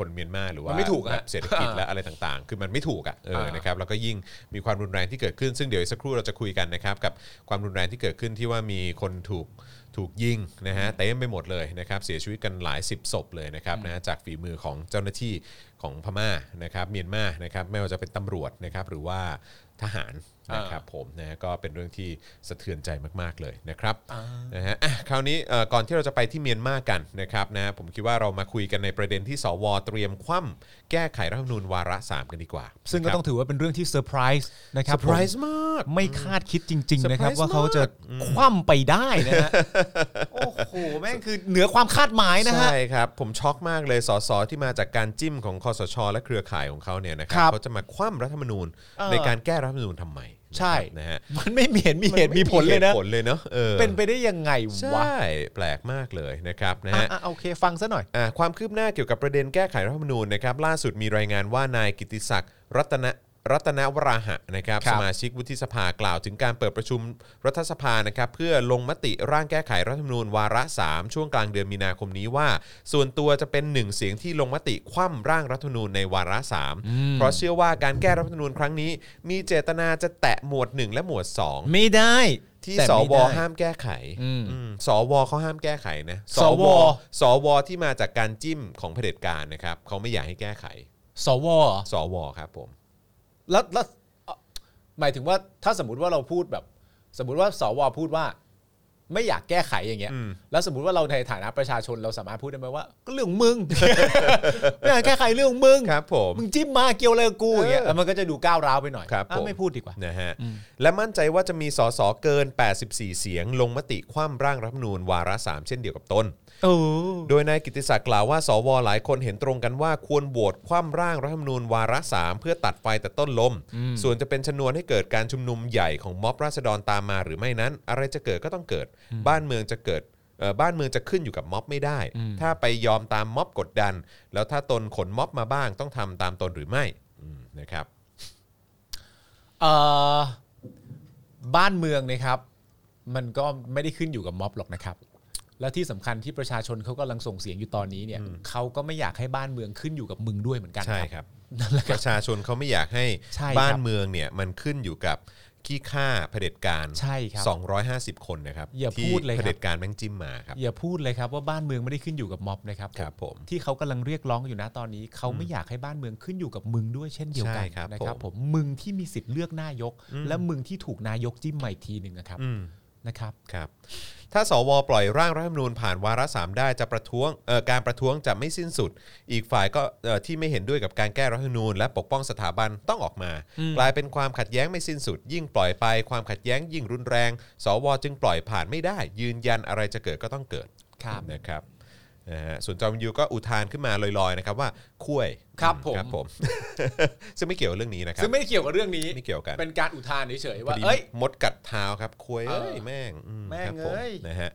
คนเมียนมาหรือว่า ไม่ถูกอะ แบบเศรษฐ กิจและอะไรต่างๆ คือมันไม่ถูกอ่ะเออ อ่าน นะครับแล้วก็ยิ่งมีความรุนแรงที่เกิดขึ้นซึ่งเดี๋ยวอีกสักครู่เราจะคุยกันนะครับกับความรุนแรงที่เกิดขึ้นที่ว่ามีคนถูกถูกยิงนะฮะเต็มไปหมดเลยนะครับเสียชีวิตกันหลายสิบศพเลยนะครับนะฮะจากฝีมือของเจ้าหน้าที่ของพม่านะครับเมียนมานะครับไม่ว่าจะเป็นตำรวจนะครับหรือว่า ทหารนะครับผมนะก็เป็นเรื่องที่สะเทือนใจมาก ๆ เลยนะครับนะฮะอ่ะคราวนี้เอ่อก่อนที่เราจะไปที่เมียนมากันนะครับนะผมคิดว่าเรามาคุยกันในประเด็นที่สวเตรียมคว่ำแก้ไขรัฐธรรมนูญวาระ 3 กันดีกว่า ซึ่งก็ต้องถือว่าเป็นเรื่องที่เซอร์ไพรส์นะค เซ รั อบ ร์ไพรส์มาก ไม่คาดคิดจริง ๆ นะครับ เซอร์ไพรส์ ว่าเขาจะคว่ำไปได้นะฮะ โอ้โหแม่งคือ เหนือความคาดหมายนะฮะ ใช่ครับ ผมช็อกมากเลยสสที่มาจากการจิ้มของคอสช และเครือข่ายของเขาเนี่ยนะครั ครับ บ เขาจะมาคว่ำรัฐธรรมนูญ เออ ในการแก้รัฐธรรมนูญทำไม ใช่ นะครับนะฮะ มันไม่มีเหตุมีเหตุมีผลเลยนะ หตุผลเลยเนาะออ เป็นไปได้ยังไง ใช วะ ่แปลกมากเลยนะครับนะ อ่ะ ฮะ อ่ะโอเคฟังซะหน่อย อ่าความคืบหน้าเกี่ยวกับประเด็นแก้ไขรัฐธรรมนูญนะครับล่าสุดมีรายงานว่านายกิติศักดิ์รัตนะรัตนวราหะนะครับ ครั ส บ มาชิกวุฒิสภากล่าวถึงการเปิดประชุมรัฐสภานะครับเพื่อลงมติร่างแก้ไขรัฐธรรมนูญวาระ 3 ช่วงกลางเดือนมีนาคมนี้ว่า ส่วนตัวจะเป็นหนึ่งเสียงที่ลงมติคว่ำร่างรัฐธรรมนูญในวาระ 3 เพราะเชื่อว่าการแก้รัฐธรรมนูญครั้งนี้ มีเจตนาจะแตะหมวด 1 และหมวด 2 ไม่ได้ ที่ แต่ ส ไม่ ว ได้ ห้ามแก้ไข อืม อืมสวเขาห้ามแก้ไขนะ สว สวที่มาจากการจิ้มของเผด็จการนะครับเขาไม่อยากให้แก้ไข สวเหรอ สวครับผม แล้วแล้วเอ่อหมายถึงว่าถ้าสมมติว่าเราพูดแบบ สมมติว่าสวพูดว่า ไม่อยากแก้ไขอย่างเงี้ย อืม แล้วสมมติว่าเราในฐานะประชาชนเราสามารถพูดได้ไหมว่า ก็เรื่องของ มึง ไม่อยากแก้ไขเรื่องของมึง ครับผม มึงจิ้มมาเกี่ยวอะไรกับกูอย่างเงี้ย เออ แล้วมันก็จะดูก้าวร้าวไปหน่อย ครับ อ่ะ ผม ไม่พูดดีกว่า นะฮะและมั่นใจว่าจะมีสสเกิน 84 เสียง ลงมติคว่ำร่างรัฐธรรมนูญวาระ 3 เช่นเดียวกับตน โอ้ โดยนายกิติศักดิ์กล่าวว่าสวหลายคนเห็นตรงกันว่าควรโหวตคว่ำร่างรัฐธรรมนูญวาระสามเพื่อตัดไฟแต่ต้นลม ส่วนจะเป็นชนวนให้เกิดการชุมนุมใหญ่ของม็อบราษฎรตามมาหรือไม่นั้น อะไรจะเกิดก็ต้องเกิด บ้านเมืองจะเกิดเอ่อบ้านเมืองจะขึ้นอยู่กับม็อบไม่ได้ ถ้าไปยอมตามม็อบกดดัน แล้วถ้าตนขนม็อบมาบ้างต้องทำตามตนหรือไม่อืมนะครับ เอ่อบ้านเมืองนะครับ มันก็ไม่ได้ขึ้นอยู่กับม็อบหรอกนะครับ และที่สำคัญที่ประชาชนเขากำลังส่งเสียงอยู่ตอนนี้เนี่ยเขาก็ไม่อยากให้บ้านเมืองขึ้นอยู่กับมึงด้วยเหมือนกัน ใช่ ครับ ครับ นั่นแหละ ประชาชนเขาไม่อยากให้ ใช่ครับ บ้านเมืองเนี่ยมันขึ้นอยู่กับขี้ข้าเผด็จการ ใช่ครับ 250 คนนะครับ อย่า ที่ พูดเลยค เผ รับ ด็จการแม่งจิ้มมาครับ อย่าพูดเลยครับว่าบ้านเมืองไม่ได้ขึ้นอยู่กับม็อบนะครับ ครับผม ที่เขากำลังเรียกร้องอยู่นะตอนนี้ เขาไม่อยากให้บ้านเมืองขึ้นอยู่กับมึงด้วยเช่นเดียวกัน ใช่ครับ นะครับ ผ ผม มมึงที่มีสิทธิ์เลือกนายก และมึงที่ถูกนายกจิ้มใหม่ทีหนึ่งนะครับ อืม นะครับ ครับ ถ้าสวปล่อยร่างรัฐธรรมนูญผ่านวาระสามได้จะประท้วงเอ่อการประท้วงจะไม่สิ้นสุด อีกฝ่ายก็เอ่อที่ไม่เห็นด้วยกับการแก้รัฐธรรมนูญ และปกป้องสถาบันต้องออกมา กลายเป็นความขัดแย้งไม่สิ้นสุด ยิ่งปล่อยไปความขัดแย้งยิ่งรุนแรง สวจึงปล่อยผ่านไม่ได้ ยืนยันอะไรจะเกิดก็ต้องเกิด ครับ นะครับนะฮะส่วนจอมยูก็อุทานขึ้นมาลอยๆนะครับว่าคุ้ย ครับผม ครับผม ซึ่งไม่เกี่ยวกับเรื่องนี้นะครับ ซึ่งไม่ได้เกี่ยวกับเรื่องนี้ ไม่เกี่ยวกัน เป็นการอุทานเฉยพอๆว่า ดี เอ้ย มดกัดเท้าครับคุ้ย เออ เอ้ยแม่งอื แม่คงรับผ เอ้ย นะฮะ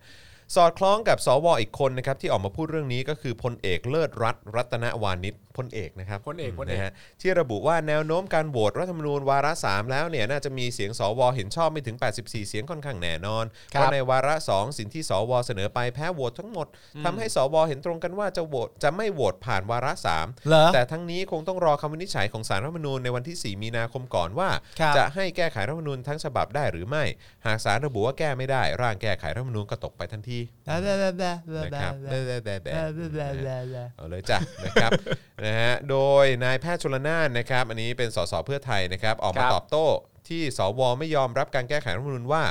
สอดคล้องกับสวอีกคนนะครับที่ออกมาพูดเรื่องนี้ก็คือพลเอกเลิศรัตน์รัตนวานิชพลเอกนะครับ พลเอกพลเอก นะฮะที่ระบุว่าแนวโน้มการโหวตรัฐธรรมนูญวาระ 3 แล้วเนี่ยน่าจะมีเสียงสวเห็นชอบไม่ถึง 84 เสียงค่อนข้างแน่นอน เพราะในวาระ 2 สิ่งที่สวเสนอไปแพ้โหวตทั้งหมดทำให้สวเห็นตรงกันว่าจะโหวตจะไม่โหวตผ่านวาระ เหรอ 3 แต่ทั้งนี้คงต้องรอคำวินิจฉัยของสารรัฐธรรมนูญในวันที่ 4 มีนาคมก่อนว่า ครับ จะให้แก้ไขรัฐธรรมนูญทั้งฉบับได้หรือไม่ หากสารระบุว่าแก้ไม่ได้ ร่างแก้ไขรัฐธรรมนูญก็ตกไปทันทีนะครับแบบแบบแบบเอาเลยจ้ะ นะครับนะฮะโดยนายแพทย์ชลนานนะครับ อันนี้เป็นสสเพื่อไทยนะครับ ออกมา ครับ ตอบโต้ที่สวไม่ยอมรับการแก้ไขรัฐธรรมนูญว่า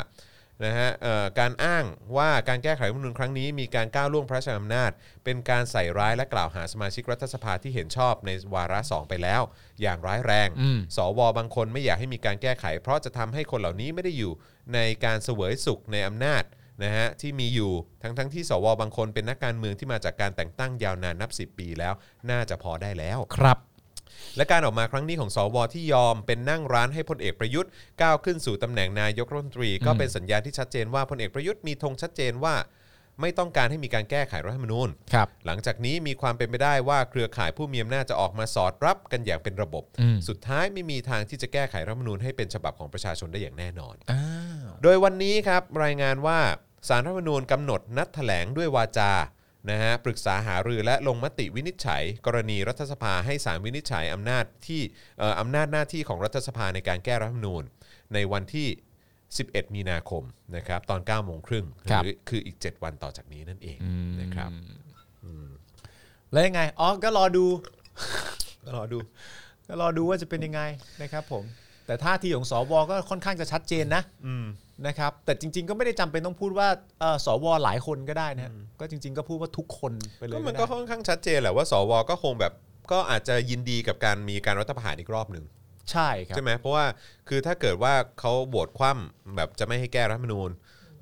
นะฮะเอ่อการอ้างว่าการแก้ไขรัฐธรรมนูญครั้งนี้มีการก้าวล่วงพระราชอำนาจ เป็นการใส่ร้ายและกล่าวหาสมาชิกรัฐสภาที่เห็นชอบในวาระสองไปแล้ว อย่างร้ายแรง อืม สวบางคนไม่อยากให้มีการแก้ไข เพราะจะทำให้คนเหล่านี้ไม่ได้อยู่ในการเสวยสุขในอำนาจนะฮะที่มีอยู่ทั้งทั้งๆที่สวบางคนเป็นนักการเมืองที่มาจากการแต่งตั้งยาวนานนับ 10 ปีแล้ว น่าจะพอได้แล้ว ครับ และการออกมาครั้งนี้ของสวที่ยอมเป็นนั่งร้านให้พลเอกประยุทธ์ก้าวขึ้นสู่ตำแหน่งนายกรัฐมนตรี ก็เป็นสัญญาณที่ชัดเจนว่าพลเอกประยุทธ์มีธงชัดเจนว่า ไม่ต้องการให้มีการแก้ไขรัฐธรรมนูญ ครับ หลังจากนี้มีความเป็นไปได้ว่าเครือข่ายผู้มีอำนาจจะออกมาสอดรับกันอย่างเป็นระบบ อืม สุดท้ายไม่มีทางที่จะแก้ไขรัฐธรรมนูญให้เป็นฉบับของประชาชนได้อย่างแน่นอน อ้าว โดยวันนี้ครับรายงานว่าสารรัฐธรรมนูญกำหนดนัดแถลงด้วยวาจานะฮะปรึกษาหารือและลงมติวินิจฉัย กรณีรัฐสภาให้สารวินิจฉัยอำนาจที่เอ่ออำนาจหน้าที่ของรัฐสภาในการแก้รัฐธรรมนูญ ในวันที่ 11 มีนาคมนะครับตอน9โมงครึ่ง ครับ หรือคืออีก 7 วันต่อจากนี้นั่นเองนะครับ แล้วยังไงอ๋อก็รอดู ก็รอดู ก็รอดูว่าจะเป็นยังไงนะครับผม แต่ท่าทีของสวก็ค่อนข้างจะชัดเจนนะนะครับ แต่จริง ๆ ก็ไม่ได้จำเป็นต้องพูดว่าเอ่อสวหลายคนก็ได้นะฮะก็จริง ๆ ก็พูดว่าทุกคนไปเลย ก็ ก็ มัน ได้ ก็ค่อนข้างชัดเจนแหละว่าสวก็คงแบบก็อาจจะยินดีกับการมีการรัฐประหารอีกรอบหนึ่ง ใช่ครับ ใช่ไหมเพราะว่าคือถ้าเกิดว่าเขาโหวตคว่ำแบบจะไม่ให้แก้รัฐธรรมนูญ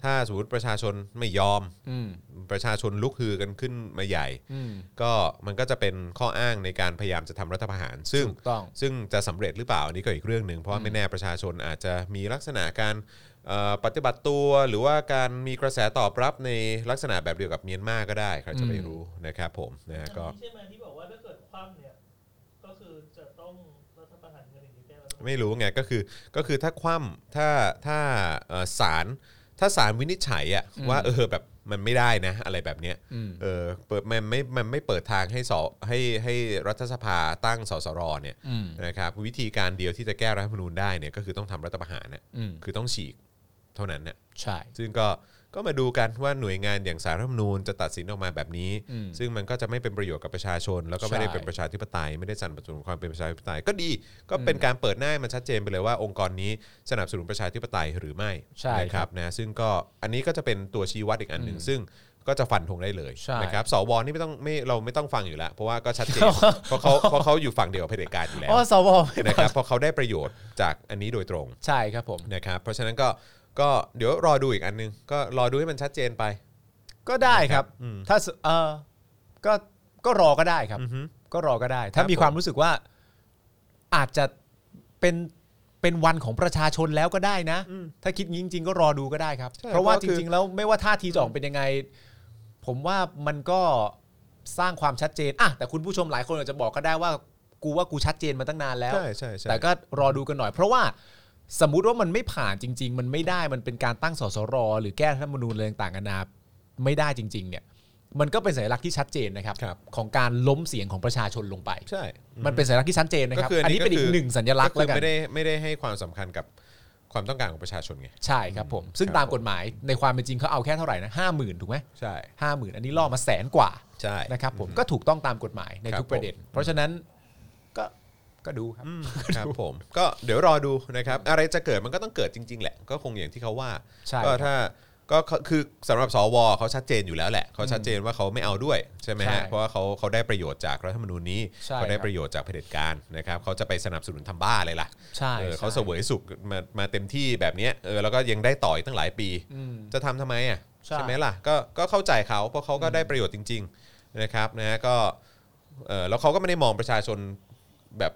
ถ้าสมมติประชาชนไม่ยอม อืม ประชาชนลุกฮือกันขึ้นมาใหญ่ อืม ก็มันก็จะเป็นข้ออ้างในการพยายามจะทำรัฐประหาร ซึ่ง ถูกต้อง ซึ่งจะสำเร็จหรือเปล่าอันนี้ก็อีกเรื่องหนึ่งเพราะว่าไม่แน่ประชาชนอาจจะมีลักษณะการเอ่อปฏิบัติตัว หรือว่าการมีกระแสตอบรับในลักษณะแบบเดียวกับเมียนมาก็ได้ใครจะไปรู้นะครับผมนะฮะก็ ใช่ไหมที่บอกว่าถ้าเกิดคว่ำเนี่ย ก็คือจะต้องรัฐประหารกันอย่างนี้แก้รัฐประหาร ไม่รู้ไงก็คือก็คือถ้าคว่ำถ้าถ้าเอ่อศาลถ้าศาลวินิจฉัยอะว่าเออแบบมันไม่ได้นะ อะไรแบบเนี้ย อืม เออเปิดมันไม่มันไม่เปิดทางให้สอให้ให้รัฐสภาตั้งสสรเนี่ย อืม นะครับวิธีการเดียวที่จะแก้รัฐธรรมนูญได้เนี่ยก็คือต้องทำรัฐประหารน่ะ อืม คือต้องฉีกเท่านั้นน่ะ ใช่ ซึ่งก็ก็มาดูกันว่าหน่วยงานอย่างสารรัฐธรรมนูญจะตัดสินออกมาแบบนี้ อืม ซึ่งมันก็จะไม่เป็นประโยชน์กับประชาชน แล้วก็ไม่ได้ ใช่ เป็นประชาธิปไตย ไม่ได้สนับสนุนความเป็นประชาธิปไตยก็ดีก็เป็นการเปิดหน้าให้มันชัดเจนไปเลยว่าองค์กรนี้สนับสนุนประชาธิปไตยหรือไม่ ใช่ นะค ครั รับบ นะซึ่งก็อันนี้ก็จะเป็นตัวชี้วัดอีกอันหนึ่งซึ่งก็จะฟันธงได้เลย ใช่ นะครับสวนี่ไม่ต้องไม่เราไม่ต้องฟังอยู่แล้วเพราะว่าก็ชัดเจนเพราะเขาเพราะเขาอยู่ฝั่งเดียวกับเผด็จการอยู่แล้ว อ๋อสว นะครับเพราะเขาได้ประโยชน์จากอันนี้โดยตรง ใช่ครับผม นะครับเพราะฉะนั้นก็ก็เดี๋ยวรอดูอีกอันหนึง ก็รอดูให้มันชัดเจนไป ก็ได้ครับ อืม ถ้าสเออก็ก็รอก็ได้ครับ อือฮึ ก็รอก็ได้ ถ้า ครับ มีความ ผม รู้สึกว่าอาจจะเป็นเป็นวันของประชาชนแล้วก็ได้นะ ถ้าคิดงี้จริง ๆ ก็รอดูก็ได้ครับ เพราะว่าจริง ๆ แล้วไม่ว่าท่าทีจะออกเป็นยังไง ผมว่ามันก็สร้างความชัดเจนอ่ะแต่คุณผู้ชมหลายคนอาจจะบอกก็ได้ว่า กูว่ากูชัดเจนมาตั้งนานแล้ว ใช่ใช่ใช่ แต่ก็รอดูกันหน่อย เพราะว่าสมมติว่ามันไม่ผ่านจริง ๆ มันไม่ได้มันเป็นการตั้งสสร หรือแก้รัฐธรรมนูญอะไรต่างๆนานาไม่ได้จริง ๆ เนี่ย มันก็เป็นสัญลักษณ์ที่ชัดเจนนะครับ ครับ ของการล้มเสียงของประชาชนลงไป ใช่ มันเป็นสัญลักษณ์ที่ชัดเจนนะครับ อันนี้เป็นอี คื กหนึ่งสัญลักษณ์ คื แล้ อ วกัน ไม่ได้ไม่ได้ให้ความสำคัญกับความต้องการของประชาชนไง ใช่ครับผม ซึ่ง ครับ ตาม ผม กฎหมายในความเป็นจริงเขาเอาแค่เท่าไหร่นะห้าหมื่นถูกไหม ใช่ ห้าหมื่นอันนี้ล่อมาแสนกว่า ใช่ นะครับผมก็ถูกต้องตามกฎหมายใน ครับ ทุกประเด็น ผม เพราะฉะนั้นก็ก็ดูครับ อืมครับผมก็เดี๋ยวรอดูนะครับ อะไรจะเกิดมันก็ต้องเกิดจริง ๆ แหละ ก็คงอย่างที่เขาว่า ใช่ ก็ ครับ ถ้าก็เขาคือสำหรับสวเขาชัดเจนอยู่แล้วแหละเขาชัดเจนว่าเขาไม่เอาด้วยใช่ไหมฮะ ใช่ เพราะว่าเขาเขาได้ประโยชน์จากรัฐธรรมนูญนี้ ใช่ เขาได้ ครับ ประโยชน์จากเผด็จการนะครับเขาจะไปสนับสนุนทำบ้าอะไรล่ะ ใช่ เออเขา ใช่ เสวยสุขมามาเต็มที่แบบเนี้ยเออแล้วก็ยังได้ต่ออีกตั้งหลายปี จะทำทำไมอ่ะ ใช่ ไหมล่ะก็ก็เข้าใจเขาเพราะเขาก็ได้ประโยชน์จริง ๆนะครับนะก็เออแล้วเขาก็ไม่ได้มองประชาชนแบบ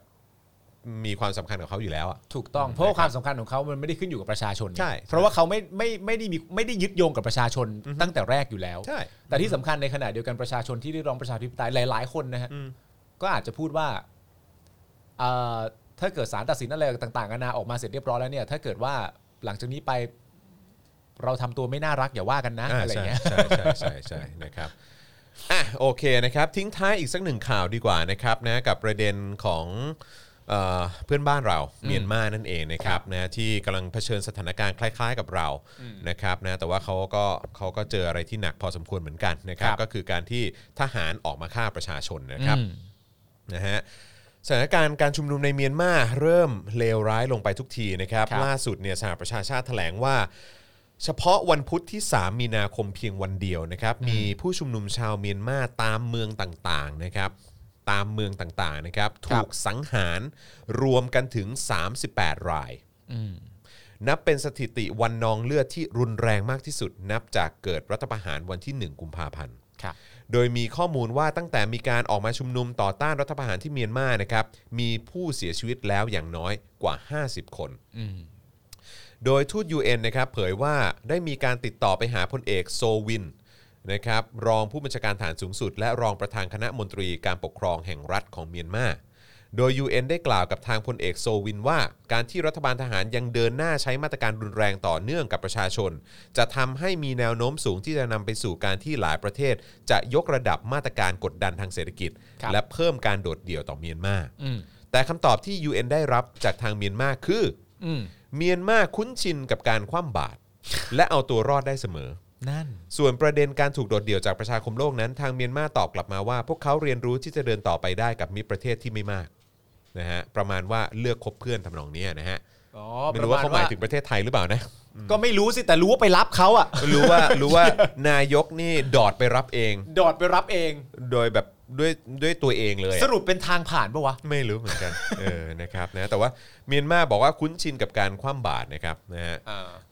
มีความสำคัญกับเขาอยู่แล้วอ่ะ ถูกต้องเพราะว่าความสำคัญของเขามันไม่ได้ขึ้นอยู่กับประชาชนไง ใช่ เพราะว่าเขาไม่ไม่ไม่ได้มีไม่ได้ยึดโยงกับประชาชนตั้งแต่แรกอยู่แล้ว ใช่ แต่ที่สำคัญในขณะเดียวกันประชาชนที่ได้ร้องประชาธิปไตยหลาย ๆ คนนะฮะก็อาจจะพูดว่าเอ่อถ้าเกิดสารตัดสินอะไรต่างๆนานาออกมาเสร็จเรียบร้อยแล้วเนี่ย ถ้าเกิดว่าหลังจากนี้ไปเราทำตัวไม่น่ารักอย่าว่ากันนะอะไรเงี้ย ใช่ใช่ใช่ใช่ใช่นะครับอ่ะโอเคนะครับ ทิ้งท้ายอีกสักหนึ่งข่าวดีกว่านะครับนะกับประเด็นของเอ่อเพื่อนบ้านเราเมียนมานั่นเองนะครับนะที่กำลังเผชิญสถานการณ์คล้าย ๆ กับเรานะครับนะแต่ว่าเขาก็เขาก็เจออะไรที่หนักพอสมควรเหมือนกันนะครับ ครับ ก็คือการที่ทหารออกมาฆ่าประชาชนนะครับ อืม นะฮะสถานการณ์การชุมนุมในเมียนมาเริ่มเลวร้ายลงไปทุกทีนะครับ ครับ ล่าสุดเนี่ยสหประชาชาติแถลงว่า เฉพาะวันพุทธที่ 3 มีนาคมเพียงวันเดียวนะครับ มีผู้ชุมนุมชาวเมียนมาตามเมืองต่างๆนะครับ ตามเมืองต่างๆนะครับ ถูกสังหารรวมกันถึง 38 ราย นับเป็นสถิติวันนองเลือดที่รุนแรงมากที่สุด นับจากเกิดรัฐประหารวันที่ 1 กุมภาพันธ์ ครับ โดยมีข้อมูลว่าตั้งแต่มีการออกมาชุมนุมต่อต้านรัฐประหารที่เมียนมานะครับ มีผู้เสียชีวิตแล้วอย่างน้อยกว่า 50 คน โดยทูต UN นะครับเผยว่าได้มีการติดต่อไปหาพลเอกโซวิน นะครับรองผู้บัญชาการฐานสูงสุด และรองประธานคณะมนตรีการปกครองแห่งรัฐของเมียนมา โดย UN ได้กล่าวกับทางพลเอกโซวินว่า การที่รัฐบาลทหารยังเดินหน้าใช้มาตรการรุนแรงต่อเนื่องกับประชาชน จะทำให้มีแนวโน้มสูงที่จะนำไปสู่การที่หลายประเทศ จะยกระดับมาตรการกดดันทางเศรษฐกิจ ครับ และเพิ่มการโดดเดี่ยวต่อเมียนมา อืม แต่คำตอบที่ UN ได้รับจากทางเมียนมาคือ อืม เมียนมาคุ้นชินกับการคว่ำบาตรและเอาตัวรอดได้เสมอ นั่น ส่วนประเด็นการถูกโดดเดี่ยวจากประชาคมโลกนั้น ทางเมียนมาตอบกลับมาว่า พวกเขาเรียนรู้ที่จะเดินต่อไปได้กับมิตรประเทศที่ไม่มากนะฮะประมาณว่าเลือกคบเพื่อนทำนองเนี้ยนะฮะ อ๋อ ไม่รู้ว่าเขาหมายถึงประเทศไทยหรือเปล่านะ ก็ไม่รู้สิแต่รู้ว่าไปรับเขาอะ รู้ว่ารู้ว่านายกนี่ดอดไปรับเอง ดอดไปรับเอง โดยแบบด้วยด้วยตัวเองเลยอะ สรุปเป็นทางผ่านปะวะ ไม่รู้เหมือนกันเออนะครับนะแต่ว่าเมียนมาบอกว่าคุ้นชินกับการคว่ำบาตรนะครับนะฮะ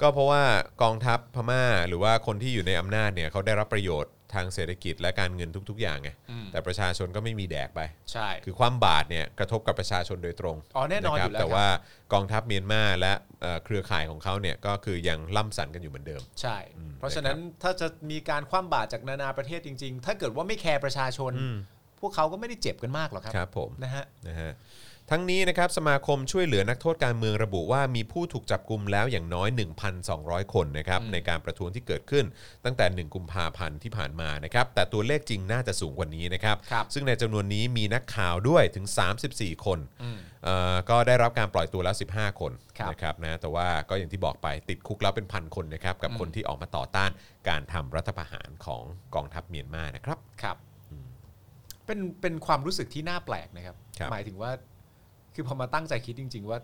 ก็เพราะว่ากองทัพพม่าหรือว่าคนที่อยู่ในอำนาจเนี่ยเขาได้รับประโยชน์ทางเศรษฐกิจและการเงินทุก ๆ อย่างไง อืม แต่ประชาชนก็ไม่มีแดกไป ใช่ คือความบาทเนี่ยกระทบกับประชาชนโดยตรง อ๋อแน่นอนอยู่ะครับแล้วแต่ว่ากองทัพเมียนมาและเอ่อเครือข่ายของเขาเนี่ยก็คือยังล่ำสันกันอยู่เหมือนเดิม ใช่ อืม เพราะฉะนั้นถ้าจะมีการคว่ำบาตรจากนานาประเทศจริง ๆ ถ้าเกิดว่าไม่แคร์ประชาชน อืม พวกเขาก็ไม่ได้เจ็บกันมากหรอกครับ ครับผม นะฮะ นะฮะทั้งนี้นะครับสมาคมช่วยเหลือนักโทษการเมืองระบุว่ามีผู้ถูกจับกลุ่มแล้วอย่างน้อย 1,200 คนนะครับในการประท้วงที่เกิดขึ้น ตั้งแต่ 1 กุมภาพันธ์ที่ผ่านมานะครับแต่ตัวเลขจริงน่าจะสูงกว่านี้นะครับ ครับ ซึ่งในจำนวนนี้มีนักข่าวด้วยถึง 34 คนเอ่อก็ได้รับการปล่อยตัวแล้ว 15 คน ครับ นะครับนะแต่ว่าก็อย่างที่บอกไปติดคุกแล้วเป็นพันคนนะครับกับคนที่ออกมาต่อต้านการทำรัฐประหารของกองทัพเมียนมานะครับ ครับเป็นเป็นความรู้สึกที่น่าแปลกนะครับ ครับ หมายถึงว่า คือพอมาตั้งใจคิดจริง ๆ ว่า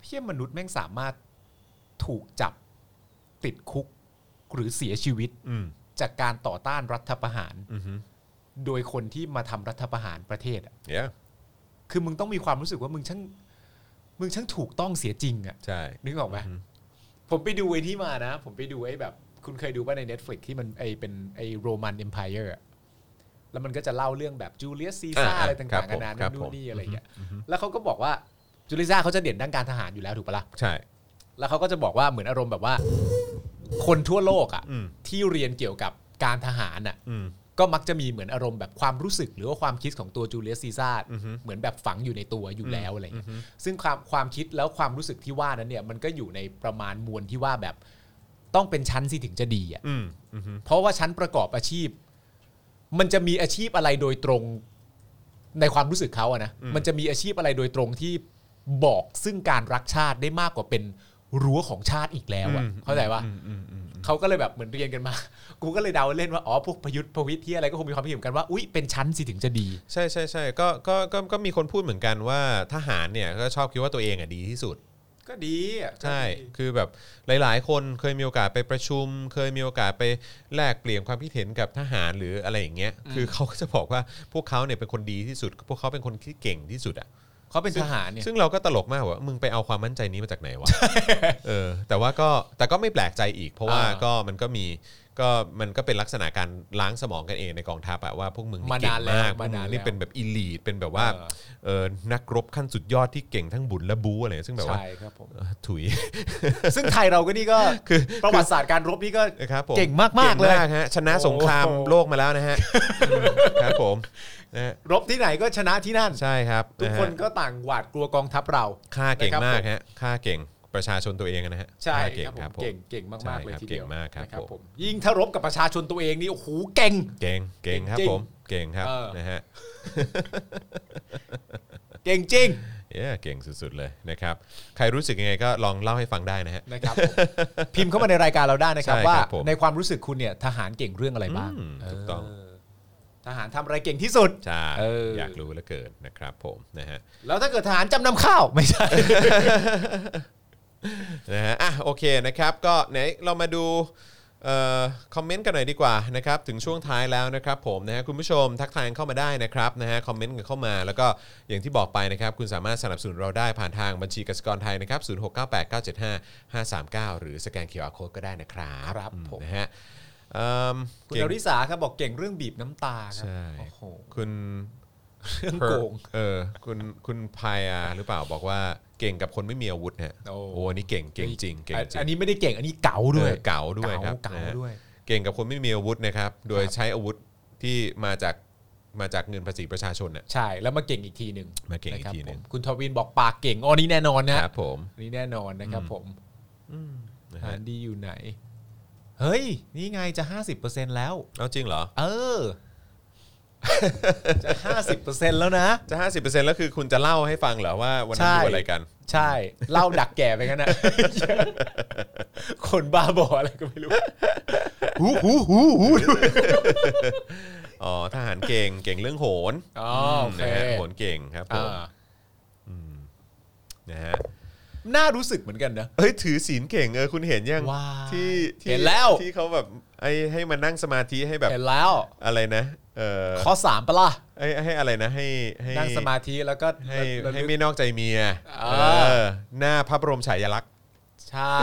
เพี้ยมนุษย์แม่งสามารถถูกจับติดคุก หรือเสียชีวิต อืม จากการต่อต้านรัฐประหาร อือฮึ โดยคนที่มาทำรัฐประหารประเทศอะ เนี่ย คือมึงต้องมีความรู้สึกว่ามึงช่างมึงช่างถูกต้องเสียจริงอะ ใช่ นึกออกไหมผมไปดูไอ้ที่มานะ ผมไปดูไอ้แบบ คุณเคยดูป่ะใน Netflix ที่มันไอเป็นไอโรมันเอ็มพายเออร์แล้วมันก็จะเล่าเรื่องแบบจูเลียสซีซ่าอะไรต่างๆกันานานู่นนี่อะไรอย่างเงี้ยแล้วเขาก็บอกว่าจูเลียสซ่าเขาจะเด่นด้านการทหารอยู่แล้วถูกปะล่ะ ใช่ แล้วเขาก็จะบอกว่าเหมือนอารมณ์แบบว่า คนทั่วโลกอ่ะ อืม ที่เรียนเกี่ยวกับการทหารอ่ะ อืม ก็มักจะมีเหมือนอารมณ์แบบความรู้สึก หรือว่าความคิดของตัวจูเลียสซีซ่า อือฮึ เหมือนแบบฝังอยู่ในตัวอยู่แล้วอะไรเงี้ย อือฮึ ซึ่งความความคิดแล้วความรู้สึกที่ว่านั้นเนี่ยมันก็อยู่ในประมาณมวลที่ว่าแบบต้องเป็นชั้นสิถึงจะดีอ่ะ อืมอือฮึ เพราะว่าชั้นประกอบอาชีพ มันจะมีอาชีพอะไรโดยตรงในความรู้สึกเขาอะนะ อืม มันจะมีอาชีพอะไรโดยตรงที่บอกซึ่งการรักชาติได้มากกว่าเป็นรั้วของชาติอีกแล้วอะเข้าใจปะ อืมอืมอืมอืม เขาก็เลยแบบเหมือนเรียนกันมา กูก็เลยเดาเล่นว่า อ๋อ พวกประยุทธ์ประวิทย์ที่อะไรก็คงมีความคิดเห็นกันว่า อุ๊ย เป็นชั้นสิถึงจะดี ใช่ใช่ใช่ก็ก็ก็ก็มีคนพูดเหมือนกันว่าทหารเนี่ยก็ชอบคิดว่าตัวเองอ่ะดีที่สุด ก็ดี ใช่คือแบบหลาย ๆ คนเคยมีโอกาสไปประชุม เคยมีโอกาสไปแลกเปลี่ยนความคิดเห็นกับทหารหรืออะไรอย่างเงี้ยคือเขาก็จะบอกว่าพวกเขาเนี่ยเป็นคนดีที่สุด พวกเขาเป็นคนที่เก่งที่สุดอ่ะ เขาเป็นทหารเนี่ย ซึ่งเราก็ตลกมากว่ามึงไปเอาความมั่นใจนี้มาจากไหนวะเออแต่ว่าก็แต่ก็ไม่แปลกใจอีก เพราะว่า อ่า ก็มันก็มีก็มันก็เป็นลักษณะการล้างสมองกันเองในกองทัพอะว่าพวกมึงนี่ มา เก่ง นานแล้ว มากพว มาก มึ นางนแล้ว นี่เป็นแบบอีลีทเป็นแบบว่า เออ เออนักรบขั้นสุดยอดที่เก่งทั้งบุญและบูอะไรซึ่งแบบว่า ใช่ครับผม เออถุย ซึ่งไทยเราก็นี่ก็ คือ ประวัติศาสตร์การรบนี่ก็ นะครับผม เก่งมากๆ ก่ง เลย ฮะชนะสงคราม โอ้โห โลกมาแล้วนะฮะอืมครับผมนะฮะ รบที่ไหนก็ชนะที่นั่น ใช่ครับ ทุกคน นะฮะ ก็ต่างหวาดกลัวกองทัพเรา ฆ่าเก่ง นะครับ มากฮะฆ่าเก่งประชาชนตัวเองนะฮะ ใช่ ฆ่าเก่ง ค ค รั รั บบ ผ ผม ม เก่งเก่งมากๆเลยทีเดียว เก่งมากครับ นะครับ ผ ผม ม ยิ่งถ้ารบกับประชาชนตัวเองนี่ โอ้โห เก่ง เก่งเก่งครับ เก่งจริง ผมเก่งครับ เออ นะฮะ เก่งจริง เย้เก่งสุดๆเลยนะครับใครรู้สึกยังไงก็ลองเล่าให้ฟังได้นะฮะ นะครับ ผมพิมพ์เข้ามาในรายการเราได้นะครับ ใช่ ว่า ครับผม ในความรู้สึกคุณเนี่ยทหารเก่งเรื่องอะไรบ้าง อืมถูกต้อง ทหารทำอะไรเก่งที่สุด ใช่ เอออ อยากรู้เหลือเกินนะครับผมนะฮะ แล้วถ้าเกิดทหารจำนำข้าวไม่ใช่ นะฮะอ่ะโอเคนะครับก็ไหนเรามาดูเอ่อคอมเมนต์กันหน่อยดีกว่านะครับถึงช่วงท้ายแล้วนะครับผมนะฮะคุณผู้ชมทักทายเข้ามาได้นะครับนะฮะคอมเมนต์กันเข้ามาแล้วก็อย่างที่บอกไปนะครับคุณสามารถสนับสนุนเราได้ผ่านทางบัญชีกสิกรไทยนะครับศูนย์หกเก้าแปดเก้าเจ็ดห้าห้าสามเก้าหรือสแกนเคอร์โค้ดก็ได้นะครับ ครับผม นะฮะเอิ่ม คุณ เก่ง อริสาครับบอกเก่งเรื่องบีบน้ำตาครับ ใช่ โอ้โห คุณ เรื่อง เพิ โก ร์ ง เออคุณคุณพายอาหรือเปล่าบอกว่าเก่งกับคนไม่มีอาวุธเนี่ย โอ้ โอ้อันนี่เก่งเก่งจริงเก่งจริง อันนี้ไม่ได้เก่งอันนี้เก๋าด้วย เออเก่าด้วยครับ เก๋า นะฮะ ด้วย เก ก่งกับคนไม่มีอาวุธนะครับ โดยใช้อาวุธที่มาจากมาจากเงินภาษีประชาชนเนี่ย ใช่แล้วมาเก่งอีกทีหนึ่ง มาเก่งอีก นะครับ ทีหนึ่ง ผมคุณทวินบอกปากเก่งอ๋อนี่แน่นอนนะ ค ฮะ รับผม อันนี่แน่นอนนะครับผม นะ หา ฮะ รดีอยู่ไหน เฮ้ย นี่ไงจะ 50%แล้ว เอาจริงเหรอ เออ จะ 50%แล้วนะ จะ 50%แล้วคือคุณจะเล่าให้ฟังเหรอว่าวันนั้น ใช่ ดูอะไรกัน ใช่เหล่าดักแก่ไปกันนะ คนบ้าบออะไรก็ไม่รู้ หูหูหูหู อ๋อทหารเก่งเก่งเรื่องโหน อ๋อโอเค นะฮะโหนเก่งครับผม อ่า นะฮะ น่ารู้สึกเหมือนกันนะ เอ้ยถือศีลเก่งเออคุณเห็นยัง ว้าว ที่ที่ เห็นแล้ว ที่เขาแบบไอ้ให้มานั่งสมาธิให้แบบ เห็นแล้ว อะไรนะเออ ข้อสามปะล่ะ ไอ้ให้อะไรนะให้ให้ นั่งสมาธิแล้วก็ ให้ ระลึก ให้ไม่นอกใจเมีย อ่า เออหน้าพระบรมฉายาลักษณ์ ใช่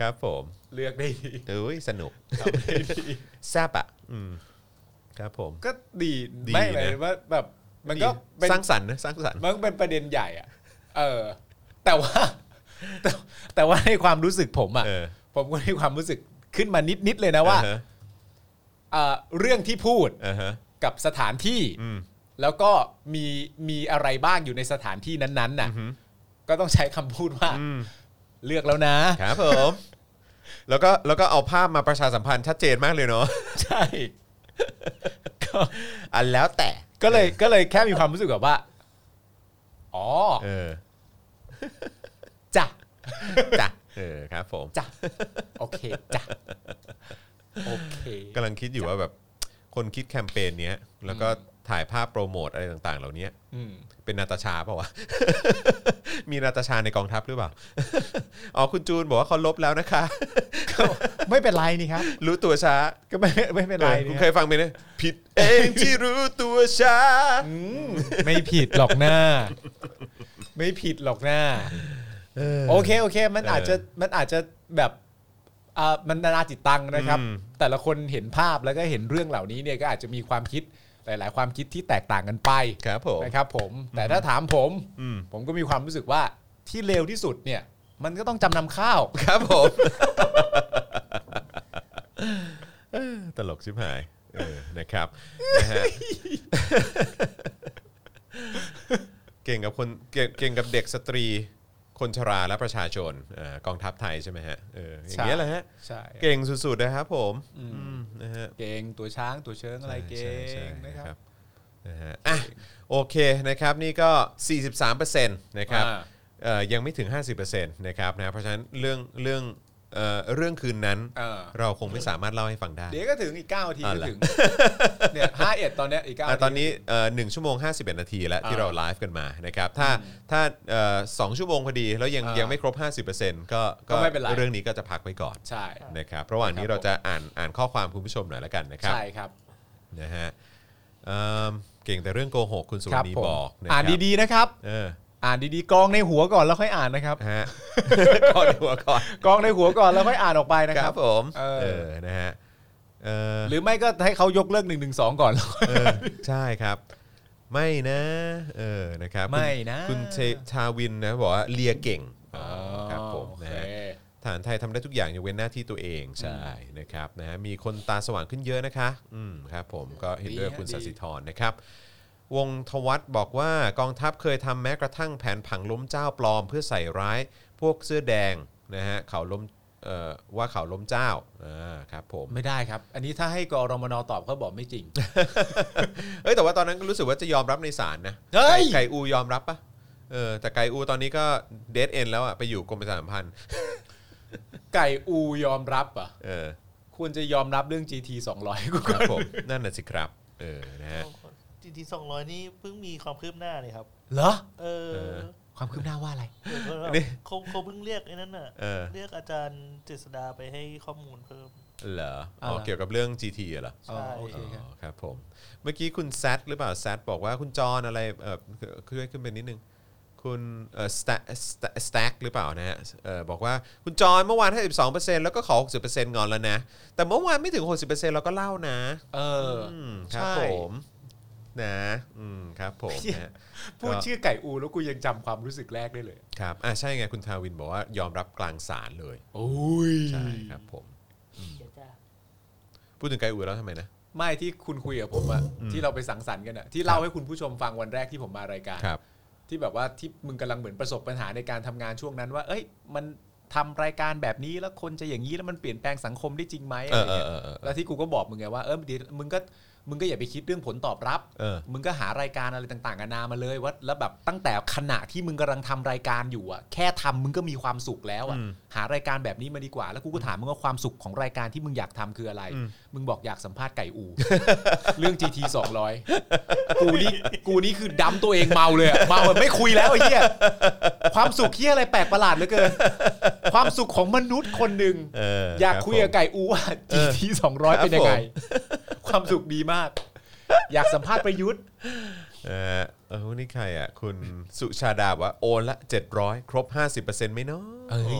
ครับผม เลือกได้ดี เอ้ยสนุกแซบอ่ะอืมครับผม ก็ดี ดี ไม่เลย นะ ว่าแบบมันก็เป็น สร้างสรรค์นะสร้างสรรค์ มันก็เป็นประเด็นใหญ่อ่ะ เออ แต่ว่าแต่ แต่ว่าในความรู้สึกผมอ่ะ เออ ผมก็ในความรู้สึกขึ้นมานิดนิดๆเลยนะว่า อ่ฮะ เอ่อเรื่องที่พูด อ่าฮะ กับสถานที่ อืม แล้วก็มีมีอะไรบ้างอยู่ในสถานที่นั้นๆน่ะ ก็ต้องใช้คำพูดว่า อืม เลือกแล้วนะ ครับผม แล้วก็แล้วก็เอาภาพมาประชาสัมพันธ์ชัดเจนมากเลยเนาะ ใช่ ก็ อันแล้วแต่ ก็เลยก็เลยแค่มีความรู้สึกแบบว่า อ๋อ เออ จ้ะ จ้ะเออครับผม จ้ะโอเคจ้ะโอเค กำลังคิดอยู่ว่าแบบคนคิดแคมเปญเนี้ย แล้วก็ถ่ายภาพโปรโมทอะไรต่างๆ เหล่านี้ อืม เป็นนาตาชาเปล่าวะ มีนาตาชาในกองทัพหรือเปล่า อ๋อคุณจูนบอกว่าเขาลบแล้วนะคะ ไม่เป็นไรนี่ครับ รู้ตัวช้า ก็ไม่ไม่เป็นไร ออคุ นี่ ณ ค เครับ ยฟังไหมเนี่ยผิดเองที่รู้ตัวช้า อืมไม่ผิดหรอกหน้า ไม่ผิดหรอกหน้าโอเคโอเค มัน เอออ อาจจะมันอาจจะแบบอ่ามันนานาจิตตังนะครับ อืม แต่ละคนเห็นภาพแล้วก็เห็นเรื่องเหล่านี้เนี่ยก็อาจจะมีความคิดหลาย ๆ ความคิดที่แตกต่างกันไป ครับผม นะครับผมแต่ถ้าถามผม อืม ผมก็มีความรู้สึกว่าที่เลวที่สุดเนี่ย มันก็ต้องจำนำข้าว ครับผมเออตลกชิบหายเออนะครับนะฮะ เก่งกับคนเก่งเก่งกับเด็กสตรีคนชราและประชาชนเอ่อกองทัพไทยใช่ไหมฮะเอออย่างเงี้ย ใช่ แหละฮะ ใช่ เก่งสุดๆนะครับผมอืมนะฮะ เก่งตัวช้างตัวเชิงอะไรเก่ ใช่ใช่ งนะค ใช่ รับ นะฮะอ่ะโอเคนะครับนี่ก็ 43%นะครับ อ่า เอ่อยังไม่ถึง 50%นะครับนะเพราะฉะนั้นเรื่องเรื่องเอ่อเรื่องคืนนั้น เออ เราคงไม่สามารถเล่าให้ฟังได้ เดี๋ยวก็ถึงอีก9นาที อ่ะ ก็ เหรอ ถึงเนี่ยห้าเอ็ดตอนเนี้ยอีกเก้า อ่ะตอนนี้เอ่อหนึ่งชั่วโมง 51 นาทีแล้วที่เราไลฟ์กันมานะครับถ้าถ้าเอ่อสองชั่วโมงพอดีแล้วยังยังไม่ครบ 50%ก็เรื่องนี้ก็จะพักไว้ก่อน ใช่ นะครับระหว่างนี้เราจะอ่านอ่านข้อความคุณผู้ชมหน่อยละกันนะครับ ใช่ครับ นะฮะเอิ่มเก่งแต่เรื่องโกหกคุณสุว ค ร รับ รณี ผม บอกนะค อ่า รั น บ ดีๆนะครับ เออ อ่านดีๆกรองในหัวก่อนแล้วค่อยอ่านนะครับ ฮะ ก่อนหัวก่อน กรองในหัวก่อนแล้วค่อยอ่านออกไปนะ ค ค รั รั บบ ผม เออ เออนะฮะเออ หรือไม่ก็ให้เขายกเลิกหนึ่งหนึ่งสองก่อนแล้วค่อย เออใช่ครับ ไม่นะเออนะครับคุณ ไม่นะ คุณเชชาวินนะบอกว่าเลียเก่งครับผม โอ นะ เค ฮะฐานไทยทำได้ทุกอย่างยกเว้นหน้าที่ตัวเองใช่นะครับนะฮะมีคนตาสว่างขึ้นเยอะนะคะอืมครับผมก็เห็นด้วยกับคุณสดีฮะ สิธรนะครับ วงทวัตบอกว่ากองทัพเคยทำแม้กระทั่งแผนผังล้มเจ้าปลอม เพื่อใส่ร้ายพวกเสื้อแดงนะฮะเขาล้มเอ่อว่าเขาล้มเจ้าอ่าครับผม ไม่ได้ครับ อันนี้ถ้าให้กรมนตอบเขาบอกไม่จริง เอ้ยแต่ว่าตอนนั้นก็รู้สึกว่าจะยอมรับในศาลนะ เฮ้ย ไก่ไก่อูยอมรับปะเออแต่ไก่อูตอนนี้ก็เด a เอนแล้วอ่ะไปอยู่กรมประชาสัมพันธ์ ไก่อูยอมรับเหรอ่ะ เออ ควรจะยอมรับเรื่อง GT 200กู ค ก็ รับผมนั่นน่ะสิครับเออนะฮะ จริงๆสองร้อยนี่เพิ่งมีความคืบหน้าเลยครับ เหรอ เออ เออ ความคืบหน้าว่าอะไร เหมือนว่า อันนี้ เขาเขาเพิ่งเรียกไอ้นั่นน่ะ เออ เรียกอาจารย์เจษดาไปให้ข้อมูลเพิ่ม เหรออ๋ เอา อ ล่ะ เกี่ยวกับเรื่อง GT เหรอ อ๋อ ใช่ โอเคครับ อ๋อครับผมเมื่อกี้คุณแซดหรือเปล่าแซดบอกว่าคุณจอนอะไรเออขึ้นขึ้นไปนิดนึง คุณเออสแต็กหรือเปล่านะฮะเออบอกว่าคุณจอนเมื่อวานให้12%แล้วก็ขอ 60%งอนแล้วนะ แต่เมื่อวานไม่ถึง 60%เราก็เล่านะ เออ มครับ ใช่ ผม นะอืมครับผม เหี้ย นะฮะ พูดชื่อไก่อูแล้วกูยังจำความรู้สึกแรกได้เลย ครับอ่ะใช่ไงคุณทาวินบอกว่ายอมรับกลางศาลเลย โอ้ย ใช่ครับผม เดี๋ยวจะ พูดถึงไกอูแล้วทำไมนะ ไม่ที่คุณคุยกับผมอะที่เราไปสังสรรค์กันอะที่เล่าให้คุณผู้ชมฟังวันแรกที่ผมมารายการ ครับ ที่แบบว่าที่มึงกำลังเหมือนประสบปัญหาในการทำงานช่วงนั้นว่า เอ้ย มันทำรายการแบบนี้แล้วคนจะอย่างนี้แล้วมันเปลี่ยนแปลงสังคมได้จริงไหมอะไรเงี้ย เออเออเออเออ แล้วที่กูก็บอกมึงไงว่าเออเดี๋ยวมึงก็มึงก็อย่าไปคิดเรื่องผลตอบรับ เออ มึงก็หารายการอะไรต่างๆนานามาเลยว่าแล้วแบบตั้งแต่ขณะที่มึงกำลังทำรายการอยู่อะแค่ทำมึงก็มีความสุขแล้วอะหารายการแบบนี้มาดีกว่า แล้วกูก็ถามมึงว่าความสุขของรายการที่มึงอยากทำคืออะไร มึงบอกอยากสัมภาษณ์ไก่อู เรื่อง GT 200 กูนี่กูนี่คือดำตัวเองเมาเลยอะเมาแบบไม่คุยแล้วไอ้เหี้ยความสุขเหี้ยอะไรแปลกประหลาดเหลือเกินความสุขของมนุษย์คนหนึ่ง เออ อ อย ากคุยกับไก่อูว่า GT 200 เป็นยังไง ความสุขดีมาก อยากสัมภาษณ์ประยุทธ์ เออเออนี่ใครอ่ะ คุณสุชาดาบอกว่าโอนละ 700 ครบ 50%ไหมเนาะ เอ้ย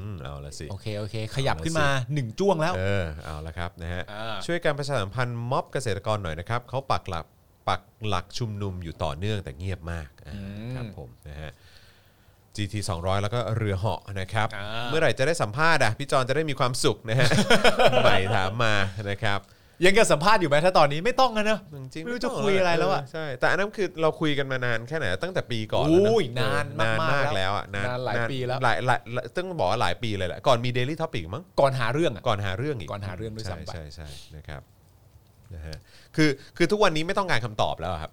อืมเอาละสิ โอเคโอเค ขยับขึ้นมาหนึ่งจ้วงแล้ว เออเอาละครับนะฮะ อ่า ช่วยการประชาสัมพันธ์ม็อบเกษตรกรหน่อยนะครับเขาปักหลักปักหลักชุมนุมอยู่ต่อเนื่องแต่เงียบมากอ่าครับผมนะฮะ GT 200 แล้วก็เรือเหาะนะครับ เมื่อไหร่จะได้สัมภาษณ์อ่ะพี่จอนจะได้มีความสุข นะฮะ ใหม่ถามมานะครับ ยังจะสัมภาษณ์อยู่ไหมถ้าตอนนี้ไม่ต้องนะเนอะ จริงๆ ไม่รู้จะคุยอะไรแล้วอะ ใช่แต่อันนั้นคือเราคุยกันมานานแค่ไหนตั้งแต่ปีก่อน อุ้ย แล้วะ นานมาก นานมากแล้วอะ นานหลายปีแล้ว หลายหลายหลายต้องบอกว่าหลายปีเลยแหละก่อนมี Daily Topic มั้ง ก่อนหาเรื่องอะ ก่อนหาเรื่องอีก ก่อนหาเรื่องด้วยซ้ำไป ใช่ใช่ใช่นะครับนะฮะคือคือทุกวันนี้ไม่ต้องการคำตอบแล้วอะครับ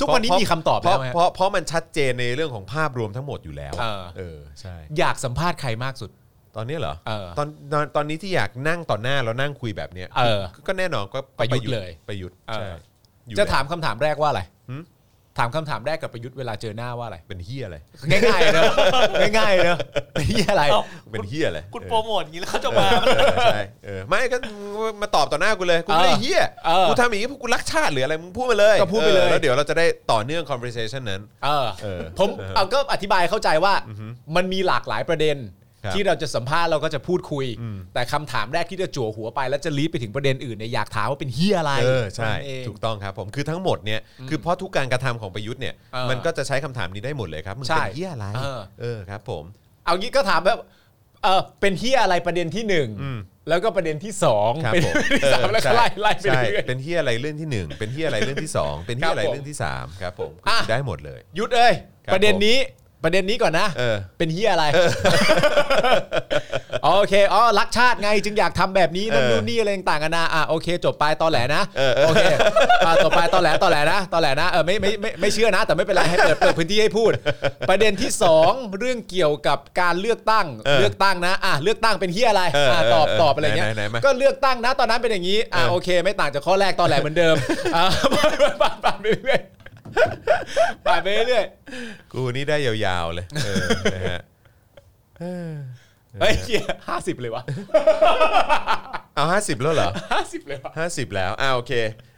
ทุกวันนี้มีคำตอบ เพ แล้ ราะ วไหม เพราะเพราะมันชัดเจนในเรื่องของภาพรวมทั้งหมดอยู่แล้ว เอ อะ อ เออใช่ อยากสัมภาษณ์ใครมากสุด ตอนนี้เหรอ เออ ตอนตอนตอนนี้ที่อยากนั่งต่อหน้าแล้วนั่งคุยแบบเนี้ย เออ ก็ก็แน่นอนก็ ประยุทธ์เลย ประยุทธ์ เออ ใช่อยู่ จะ แล้ว ถามคำถามแรกว่าอะไร หืม ถามคำถามแรกกับประยุทธ์เวลาเจอหน้า ว่าอะไร เป็นเฮียอะไร ง่ายๆเนอะง่ายๆเนอะเป็นที่อะไร เอ้า เป็นเฮียอะไร คุณ เออ โปรโมทอย่างนี้แล้วเขาจะมา เออใช่เออไม่ก็มาตอบต่อหน้ากูเลยกูไม่ได้ เออ เฮีย เออ กูทำอย่างนี้พวกกูรักชาติหรืออะไรมึงพูดมาเลย ก็พูดไปเลย ออแล้วเดี๋ยวเราจะได้ต่อเนื่อง conversation นั้น เออ เออ ผม เออ เอาก็อธิบายเข้าใจว่ามันมีหลากหลายประเด็น ครับ ที่เราจะสัมภาษณ์เราก็จะพูดคุย แต่คำถามแรกที่จะจั่วหัวไป แล้วจะลีดไปถึงประเด็นอื่นเนี่ยอยากถามว่าเป็นเฮียอะไร เออใช่ นั่นเอง ถูกต้องครับผมคือทั้งหมดเนี่ยคือเพราะทุกการกระทำของประยุทธ์เนี่ย เออ มันก็จะใช้คำถามนี้ได้หมดเลยครับมึง ใช่ เป็นเหี้ยอะไร เออ เออครับ ผม เอางี้ก็ถามแบบเออเป็นเฮียอะไรประเด็นที่หนึ่งแล้วก็ประเด็นที่สอง ครับ เป็น ผม ประเด็นที่สาม เออ แล้วก็ ใช่ ไล่ไล่ไป ใช่ เรื่อย เป็นเหี้ยอะไรเรื่องที่หนึ่งเป็นเหี้ยอะไรเรื่องที่สองเป็นเหี้ยอะไร ครับผม เรื่องที่สามครับผม อ่ะ คือได้หมดเลย ๆหยุดเอ้ย ครับ ประเด็น ผม นี้ประเด็นนี้ก่อนนะ เออ เป็นเฮียอะไร โอเค อ๋อ รักชาติไง จึงอยากทำแบบนี้นั่น เออ นู่นนี่อะไรต่างกันนะอ่ะโอเค จบไปตอแหลนะ เออเออ โอเคอ่ะจบไปตอแหลตอแหลนะตอแหลนะ เออ ไม่ไม่ไม่ไม่เชื่อนะ แต่ไม่เป็นไร ให้เปิดเปิดพื้นที่ให้พูด ประเด็นที่สองเรื่องเกี่ยวกับการเลือกตั้ง เลือกตั้งนะ อ่ะ เลือกตั้งเป็นเฮียอะไร อ่ะ ตอบตอบอะไรเงี้ย หนหนหนมา ก็เลือกตั้งนะ ตอนนั้นเป็นอย่างนี้ อ่ะ เออ โอเค ไม่ต่างจากข้อแรกตอแหลเหมือนเดิม อ่ะ ผ่านผ่านไปเรื่อยผ่านไปเรื่อย กูนี่ได้ยาวๆเลยเออนะฮะ เฮ้ยเฮียห้าสิบเลยวะ เอาห้าสิบแล้วเหรอ ห้าสิบเลยวะ ห้าสิบแล้วอ่าโอเค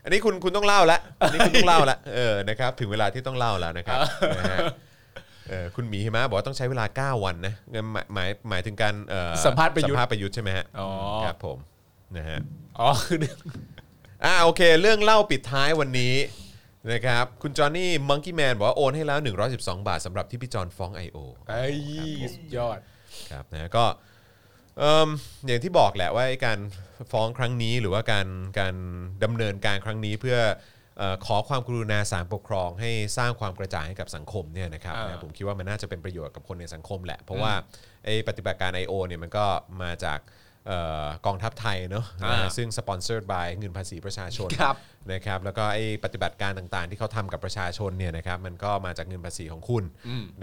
อันนี้คุณคุณต้องเล่าละอันนี้คุณต้องเล่าละเออนะครับถึงเวลาที่ต้องเล่าแล้ว นะครับนะฮะเออคุณหมีหิมะบอกว่าต้องใช้เวลาเก้าวันนะหมายหมายหมายถึงการเอ่อ สัมภาษณ์ประยุทธ์ สัมภาษณ์ประยุทธ์ใช่ไหมฮะ อ๋อ ครับผมนะฮะ อ๋ อคือเรื่อง อ่าโอเค เรื่องเล่าปิดท้ายวันนี้นะครับ คุณจอห์นนี่มังกี้แมนบอกว่า โอนให้แล้ว 112 บาทสำหรับที่พี่จอห์นฟ้อง I.O. ไอ้สุดยอด ครับนะก็เอิ่มอย่างที่บอกแหละว่าไอ้การฟ้องครั้งนี้หรือว่าการการดำเนินการครั้งนี้เพื่อเอ่อขอความกรุณาสารปกครองให้สร้างความกระจ่างให้กับสังคมเนี่ยนะครับ อ่า นะผมคิดว่ามันน่าจะเป็นประโยชน์กับคนในสังคมแหละ เพราะว่าไอ้ปฏิบัติการ I.O. เนี่ยมันก็มาจากเอ่อกองทัพไทยเนอะนะฮะซึ่งสปอนเซอร์ by เงินภาษีประชาชน ครับ นะครับแล้วก็ไอ้ปฏิบัติการต่างๆ ที่เขาทำกับประชาชนเนี่ยนะครับมันก็มาจากเงินภาษีของคุณ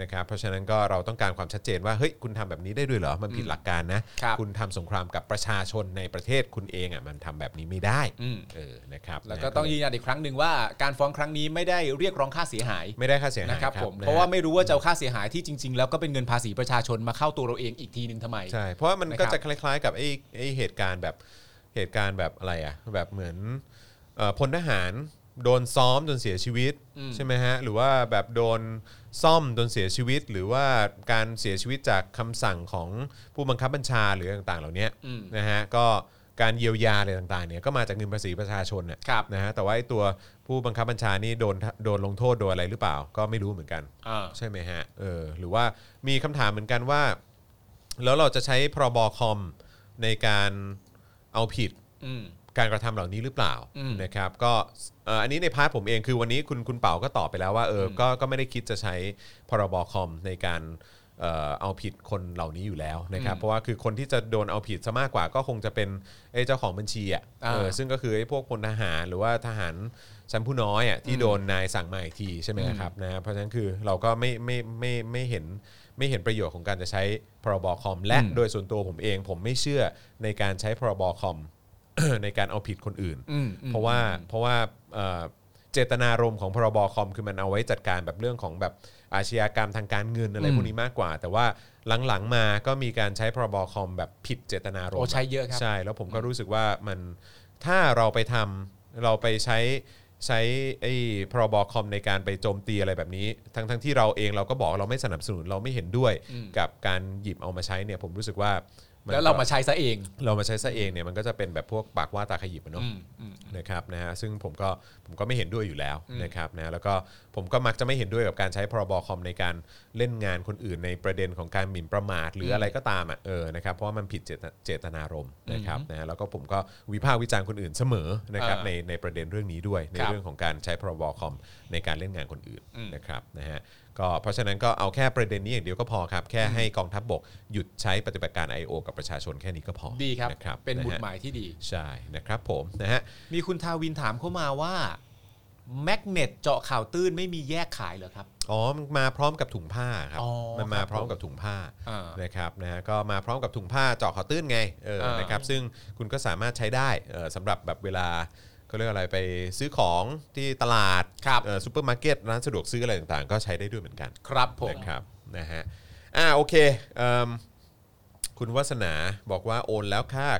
นะครับเพราะฉะนั้นก็เราต้องการความชัดเจนว่าเฮ้ยคุณทำแบบนี้ได้ด้วยเหรอมันผิดหลักการนะครับ ณทำสงครามกับประชาชนในประเทศคุณเองอ่ะมันทำแบบนี้ไม่ได้ อืม เออนะครับ แล้วก็ต้องยืนยันอีกครั้งหนึ่งว่าการฟ้องครั้งนี้ไม่ได้เรียกร้องค่าเสียหาย ไม่ได้ค่าเสียหาย นะครับผม นฮ เพราะว่าไม่รู้ว่าจะเอาค่าเสียหายที่จริง ๆ แล้วก็เป็นเงินภาษีประชาชนมาเข้าตัวเราเองอีกทีหนึ่งทำไม ใช่เพราะว่ามัน นะครับ ก็จะคล้ายๆ กับไอ้ไอ้เหตุการณ์แบบเหตุการณ์แบบอะไรอ่ะแบบเหมือนเอ่อพลทหารโดนซ้อมจนเสียชีวิต อืม ใช่ไหมฮะหรือว่าแบบโดนซ่อมจนเสียชีวิต หรือว่าการเสียชีวิตจากคำสั่งของผู้บังคับบัญชาหรือต่างๆ เหล่านี้ อืม นะฮะก็ การเยียวยาอะไรต่างๆเนี่ยก็มาจากเงินภาษีประชาชนน่ะ ครับ นะฮะแต่ว่าไอ้ตัวผู้บังคับบัญชานี่โดนโดนลงโทษโดยอะไรหรือเปล่า ก็ไม่รู้เหมือนกัน อ่า ใช่ไหมฮะ เออ หรือว่ามีคำถามเหมือนกันว่า แล้วเราจะใช้พรบคอมในการเอาผิด อืม การกระทำเหล่านี้หรือเปล่า อืม นะครับ ก็เอ่ออันนี้ในพาร์ทผมเองคือวันนี้คุณคุณเป๋าก็ตอบไปแล้วว่าเออก็ก็ไม่ได้คิดจะใช้พรบคอมในการเอ่อเอาผิดคนเหล่านี้อยู่แล้วนะครับ เพราะว่าคือคนที่จะโดนเอาผิดซะมากกว่าก็คงจะเป็นไอ้เจ้าของบัญชีอ่ะเออซึ่งก็คือไอ้พวกพลทหารหรือว่าทหาร ชั้นผู้น้อยอ่ะที่โดนนายสั่งมาอีกทีใช่ไหมครับนะฮะเพราะฉะนั้นคือเราก็ไม่ไม่ไม่ไม่เห็นไม่เห็นประโยชน์ของการจะใช้พรบคอม และ อืม โดยส่วนตัวผมเองผมไม่เชื่อในการใช้พรบคอม ในการเอาผิดคนอื่น อืมอืม เพราะว่าเพราะว่าเอ่อเจตนารมณ์ของพรบคอมคือมันเอาไว้จัดการแบบเรื่องของแบบอาชญากรรมทางการเงินอะไร อืม พวกนี้มากกว่า แต่ว่าหลังๆมาก็มีการใช้พรบคอมแบบผิดเจตนารมณ์ โอ้ใช้เยอะครับ ใช่แล้วผมก็รู้สึกว่ามันถ้าเราไปทำเราไปใช้ใช้ไอ้พรบคอมในการไปโจมตีอะไรแบบนี้ ทั้งทั้งที่เราเองเราก็บอกเราไม่สนับสนุนเราไม่เห็นด้วยกับการหยิบเอามาใช้เนี่ยผมรู้สึกว่าน แล้วเรา ก็ มาใช้ซะเอง เรามาใช้ซะเองเนี่ยมันก็จะเป็นแบบพวกปากว่าตาขยิบอะเนาะ อืมอืม นะครับนะฮะซึ่งผมก็ผมก็ไม่เห็นด้วยอยู่แล้วนะครับนะแล้วก็ผมก็มักจะไม่เห็นด้วยกับการใช้พรบคอมในการเล่นงานคนอื่นในประเด็นของการหมิ่นประมาทหรืออะไรก็ตามอ่ะเออนะครับเพราะว่ามันผิดเจตเจตนารมณ์นะครับนะฮะแล้วก็ผมก็วิพากษ์วิจารณ์คนอื่นเสมอนะครับ อ่า ในในประเด็นเรื่องนี้ด้วย ใน ครับ เรื่องของการใช้พรบคอมในการเล่นงานคนอื่น อืม นะครับนะฮะก็เพราะฉะนั้นก็เอาแค่ประเด็นนี้อย่างเดียวก็พอครับแค่ให้กองทัพบกหยุดใช้ปฏิบัติการ I.O. กับประชาชนแค่นี้ก็พอ ดีครับ นะครับ เป็นบุต ะ ร ฮะ หมายที่ดี ใช่นะครับผมนะฮะ มีคุณทาวินถามเข้ามาว่าแมกเนตเจาะข่าวตื้นไม่มีแยกขายเหรอครับ อ๋อมันมาพร้อมกับถุงผ้าครับ อ๋อ มันมา ครับ พร้อมกับถุงผ้า อ่า นะครับนะฮะก็มาพร้อมกับถุงผ้าเจาะขอตื้นไงเออ อ่าน นะครับซึ่งคุณก็สามารถใช้ได้เออสำหรับแบบเวลาเขาเรียกอะไรไปซื้อของที่ตลาด ครับ เออซูเปอร์มาร์เก็ตร้านสะดวกซื้ออะไรต่างๆ ก็ใช้ได้ด้วยเหมือนกัน ครับผม นะครับนะฮะอ่าโอเคเอิ่มคุณวัสนาบอกว่าโอนแล้วค่า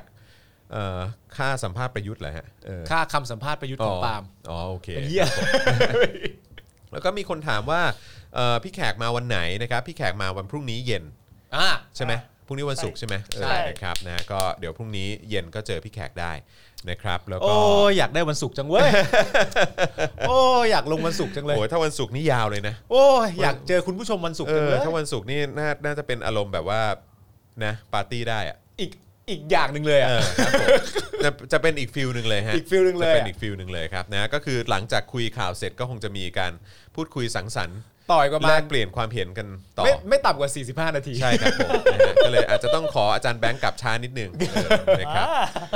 เอ่อค่าสัมภาษณ์ประยุทธ์เหรอฮะเออ ค่าคำสัมภาษณ์ประยุทธ์ของปาล์ม อ๋อโอเค เยี่ย แล้วก็มีคนถามว่าเอ่อพี่แขกมาวันไหนนะครับ พี่แขกมาวันพรุ่งนี้เย็น อ่ะ ใช่ไหม ใช่ พรุ่งนี้วันศุกร์ใช่ไหม ใช่ เออนะครับนะก็เดี๋ยวพรุ่งนี้เย็นก็เจอพี่แขกได้นะครับ แล้วก็ โอ้ยอยากได้วันศุกร์จังเว้ย โอ้ยอยากลงวันศุกร์จังเลย โอ้ยถ้าวันศุกร์นี่ยาวเลยนะ โอ้ยอยากเจอคุณผู้ชมวันศุกร์ เอ จัง อ เลย ถ้าวันศุกร์นี่น่าน่าจะเป็นอารมณ์แบบว่านะปาร์ตี้ได้อะ อีกอีกอย่างหนึ่งเลยอ่ะ เออครับผมจะจะเป็นอีกฟิลหนึ่งเลยฮะ อีกฟิลหนึ่งเลย จะ อะ เป็นอีกฟิลหนึ่งเลยครับนะก็คือหลังจากคุยข่าวเสร็จก็คงจะมีการพูดคุยสังสรรค์ ต่อยประ แล มาณ กเปลี่ยนความเห็นกันต่อ ไม่ไม่ต่ำกว่า 45 นาที ใช่ครับผมนะฮะก็เลยอาจจะต้องขออาจารย์แบงค์กลับช้านิดหนึงเออนะครับ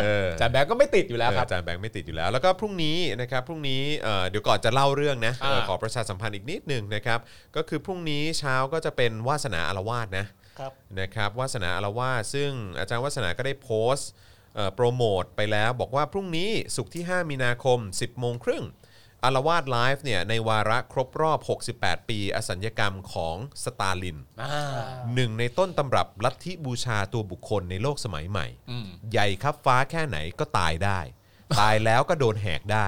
เออ จานแบงก์ก็ไม่ติดอยู่แล้ว เออ ครับ อาจารย์แบงค์ไม่ติดอยู่แล้ว แล้วก็พรุ่งนี้นะครับพรุ่งนี้เอ่อเดี๋ยวก่อนจะเล่าเรื่องนะเออ อ่า ขอประชาสัมพันธ์อีกนิดหนึ่งนะครับก็คือพรุ่งนี้เช้าก็จะเป็นวาสนาอารวาสนะครับ นะครับวาสนาอารวาสซึ่งอาจารย์วาสนาก็ได้โพสต์เอ่อโปรโมทไปแล้ว บอกว่าพรุ่งนี้ศุกร์ที่ 5 มีนาคม 10โมงครึ่งอารวาสไลฟ์เนี่ยในวาระครบรอบ 68 ปี อสัญญกรรมของสตาลิน อ่า หนึ่งในต้นตำรับลัทธิบูชาตัวบุคคลในโลกสมัยใหม่ อืม ใหญ่ครับฟ้าแค่ไหนก็ตายได้ ตายแล้วก็โดนแหกได้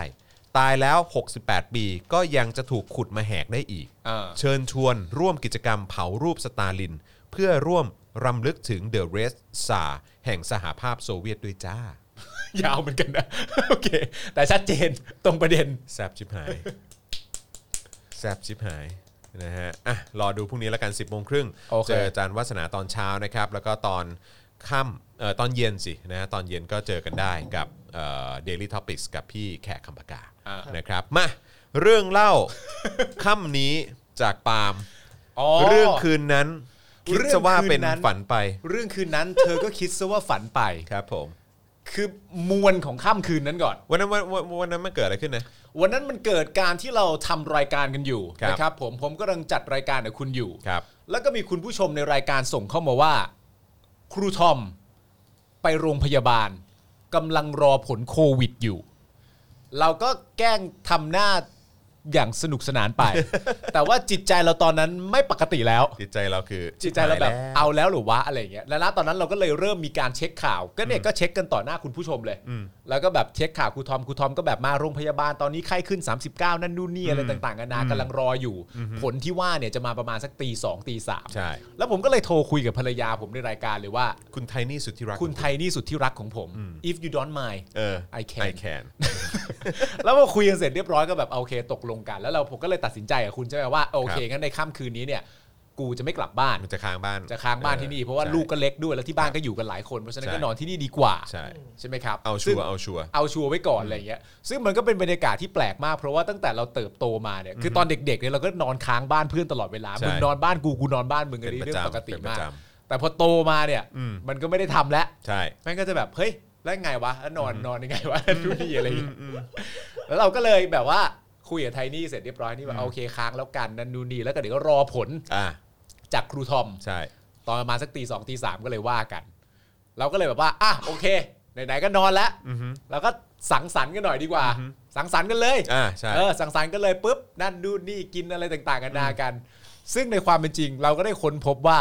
ตายแล้ว 68 ปีก็ยังจะถูกขุดมาแหกได้อีก อ่า เชิญชวนร่วมกิจกรรมเผารูปสตาลิน เพื่อร่วมรำลึกถึงเดอะเรสซาแห่งสหภาพโซเวียตด้วยจ้า ยาวเหมือนกันนะ โอเค แต่ชัดเจนตรงประเด็น แซบชิบหาย แซบชิบหายนะฮะ อ่ะ รอดูพรุ่งนี้ละกัน 10บโมงครึ่ง โอเค เจออาจารย์วัฒนาตอนเช้านะครับ แล้วก็ตอนค่ำเอ่อตอนเย็นสินะฮะตอนเย็นก็เจอกันได้กับเดลิทอพิกกับพี่แขกคำปากานะครับ มา เรื่อง เล่า ค่ำนี้จากปาล์ม อ๋อ เรื่องคืนนั้น คิด เรื่อง ซะว่าเป็น คืนนั้น ฝันไป เรื่องคืนนั้น เธอก็คิดซะว่าฝันไป ครับผม คือมวลของค่ำคืนนั้นก่อน วันนั้นวันวันวันนั้นมันเกิดอะไรขึ้นนะ วันนั้นมันเกิดการที่เราทำรายการกันอยู่ ครับ นะครับผมผมก็กำลังจัดรายการกับคุณอยู่ ครับ แล้วก็มีคุณผู้ชมในรายการส่งเข้ามาว่า ครูทอมไปโรงพยาบาลกำลังรอผลโควิดอยู่ เราก็แกล้งทำหน้า อย่างสนุกสนาน ไป แต่ว่าจิตใจเราตอนนั้นไม่ปกติแล้ว จิตใจเราคือ จิตใจเราแบบ หยล้ว เอาแล้วหรือวะอะไรอย่างเงี้ยแล้วณตอนนั้นเราก็เลยเริ่มมีการเช็คข่าว ก็เนี่ยก็เช็คกันต่อหน้าคุณผู้ชมเลย อืม แล้วก็แบบเช็คข่าวครูทอมครูทอมก็แบบมาโรงพยาบาลตอนนี้ไข้ขึ้น 39 นั่นนู่นนี่อะไร อืม ต่างๆกันานา อืม กำลังรออยู่ ผลที่ว่าเนี่ยจะมาประมาณสักตีสองตีสาม ใช่ แล้วผมก็เลยโทรคุยกับภรรยาผมในรายการเลยว่า คุณไทนี่สุดที่รัก คุณไทยนี่สุดที่รักของผม อืม if you don't mind เออ I can I can แล้วพอคุยกันเสร็จเรียบร้อยก็แบบโอเคตกลงกัน แล้วเราผมก็เลยตัดสินใจกับคุณใช่ไหมว่าโอเค ครับ งั้นในค่ำคืนนี้เนี่ยกูจะไม่กลับบ้าน มันจะค้างบ้าน จะค้างบ้านที่นี่เพราะว่า ใช่ ลูกก็เล็กด้วยแล้วที่บ้านก็อยู่กันหลายคนเพราะฉะนั้น ใช่ ก็นอนที่นี่ดีกว่า ใช่ ใช่ไหมครับ เอาชั ซึ่ง วร์เอาชัวร์ เอาชัวร์ไว้ก่อนอะไรเงี้ยซึ่งมันก็เป็นบรรยากาศที่แปลกมากเพราะว่าตั้งแต่เราเติบโตมาเนี่ยคือตอนเด็กๆเนี่ยเราก็นอนค้างบ้านเพื่อนตลอดเวลา ใช่ มึงนอนบ้านกูกูนอนบ้านมึงอั เป็นนปนี้ระ เรื่องป จำ ก เป็ ติ นประ มาก จ แต่พอโตมาเนี่ย อืม มันก็ไม่ได้ทำแล้ว ำใช่ แม่งก็จะแบบเฮ้ยแล้วไงวะแล้วนอนนอนยังไงวะทุกทีอะไรอย่างเงี้ย แล้วเราก็เลยแบบว่าคุยกับไทนี่เสร็จเรียบร้อยนี่แบบโอเคค้างแล้วกันนั่นนู่นนี่แล้วก็เดี๋ยวก็รอผล อ่า จากครูทอม ใช่ ตอนประมาณสักตีสองตีสามก็เลยว่ากัน เราก็เลยแบบว่าอ่ะโอเคไหนๆก็นอนแล้ว อือฮึ เราก็สังสรรค์กันหน่อยดีกว่า อือฮึ สังสรรค์กันเลย อ่าใช่ เออสังสรรค์กันเลยปุ๊บนั่นนู่นนี่กินอะไรต่างๆกันานากัน ซึ่งในความเป็นจริงเราก็ได้ค้นพบว่า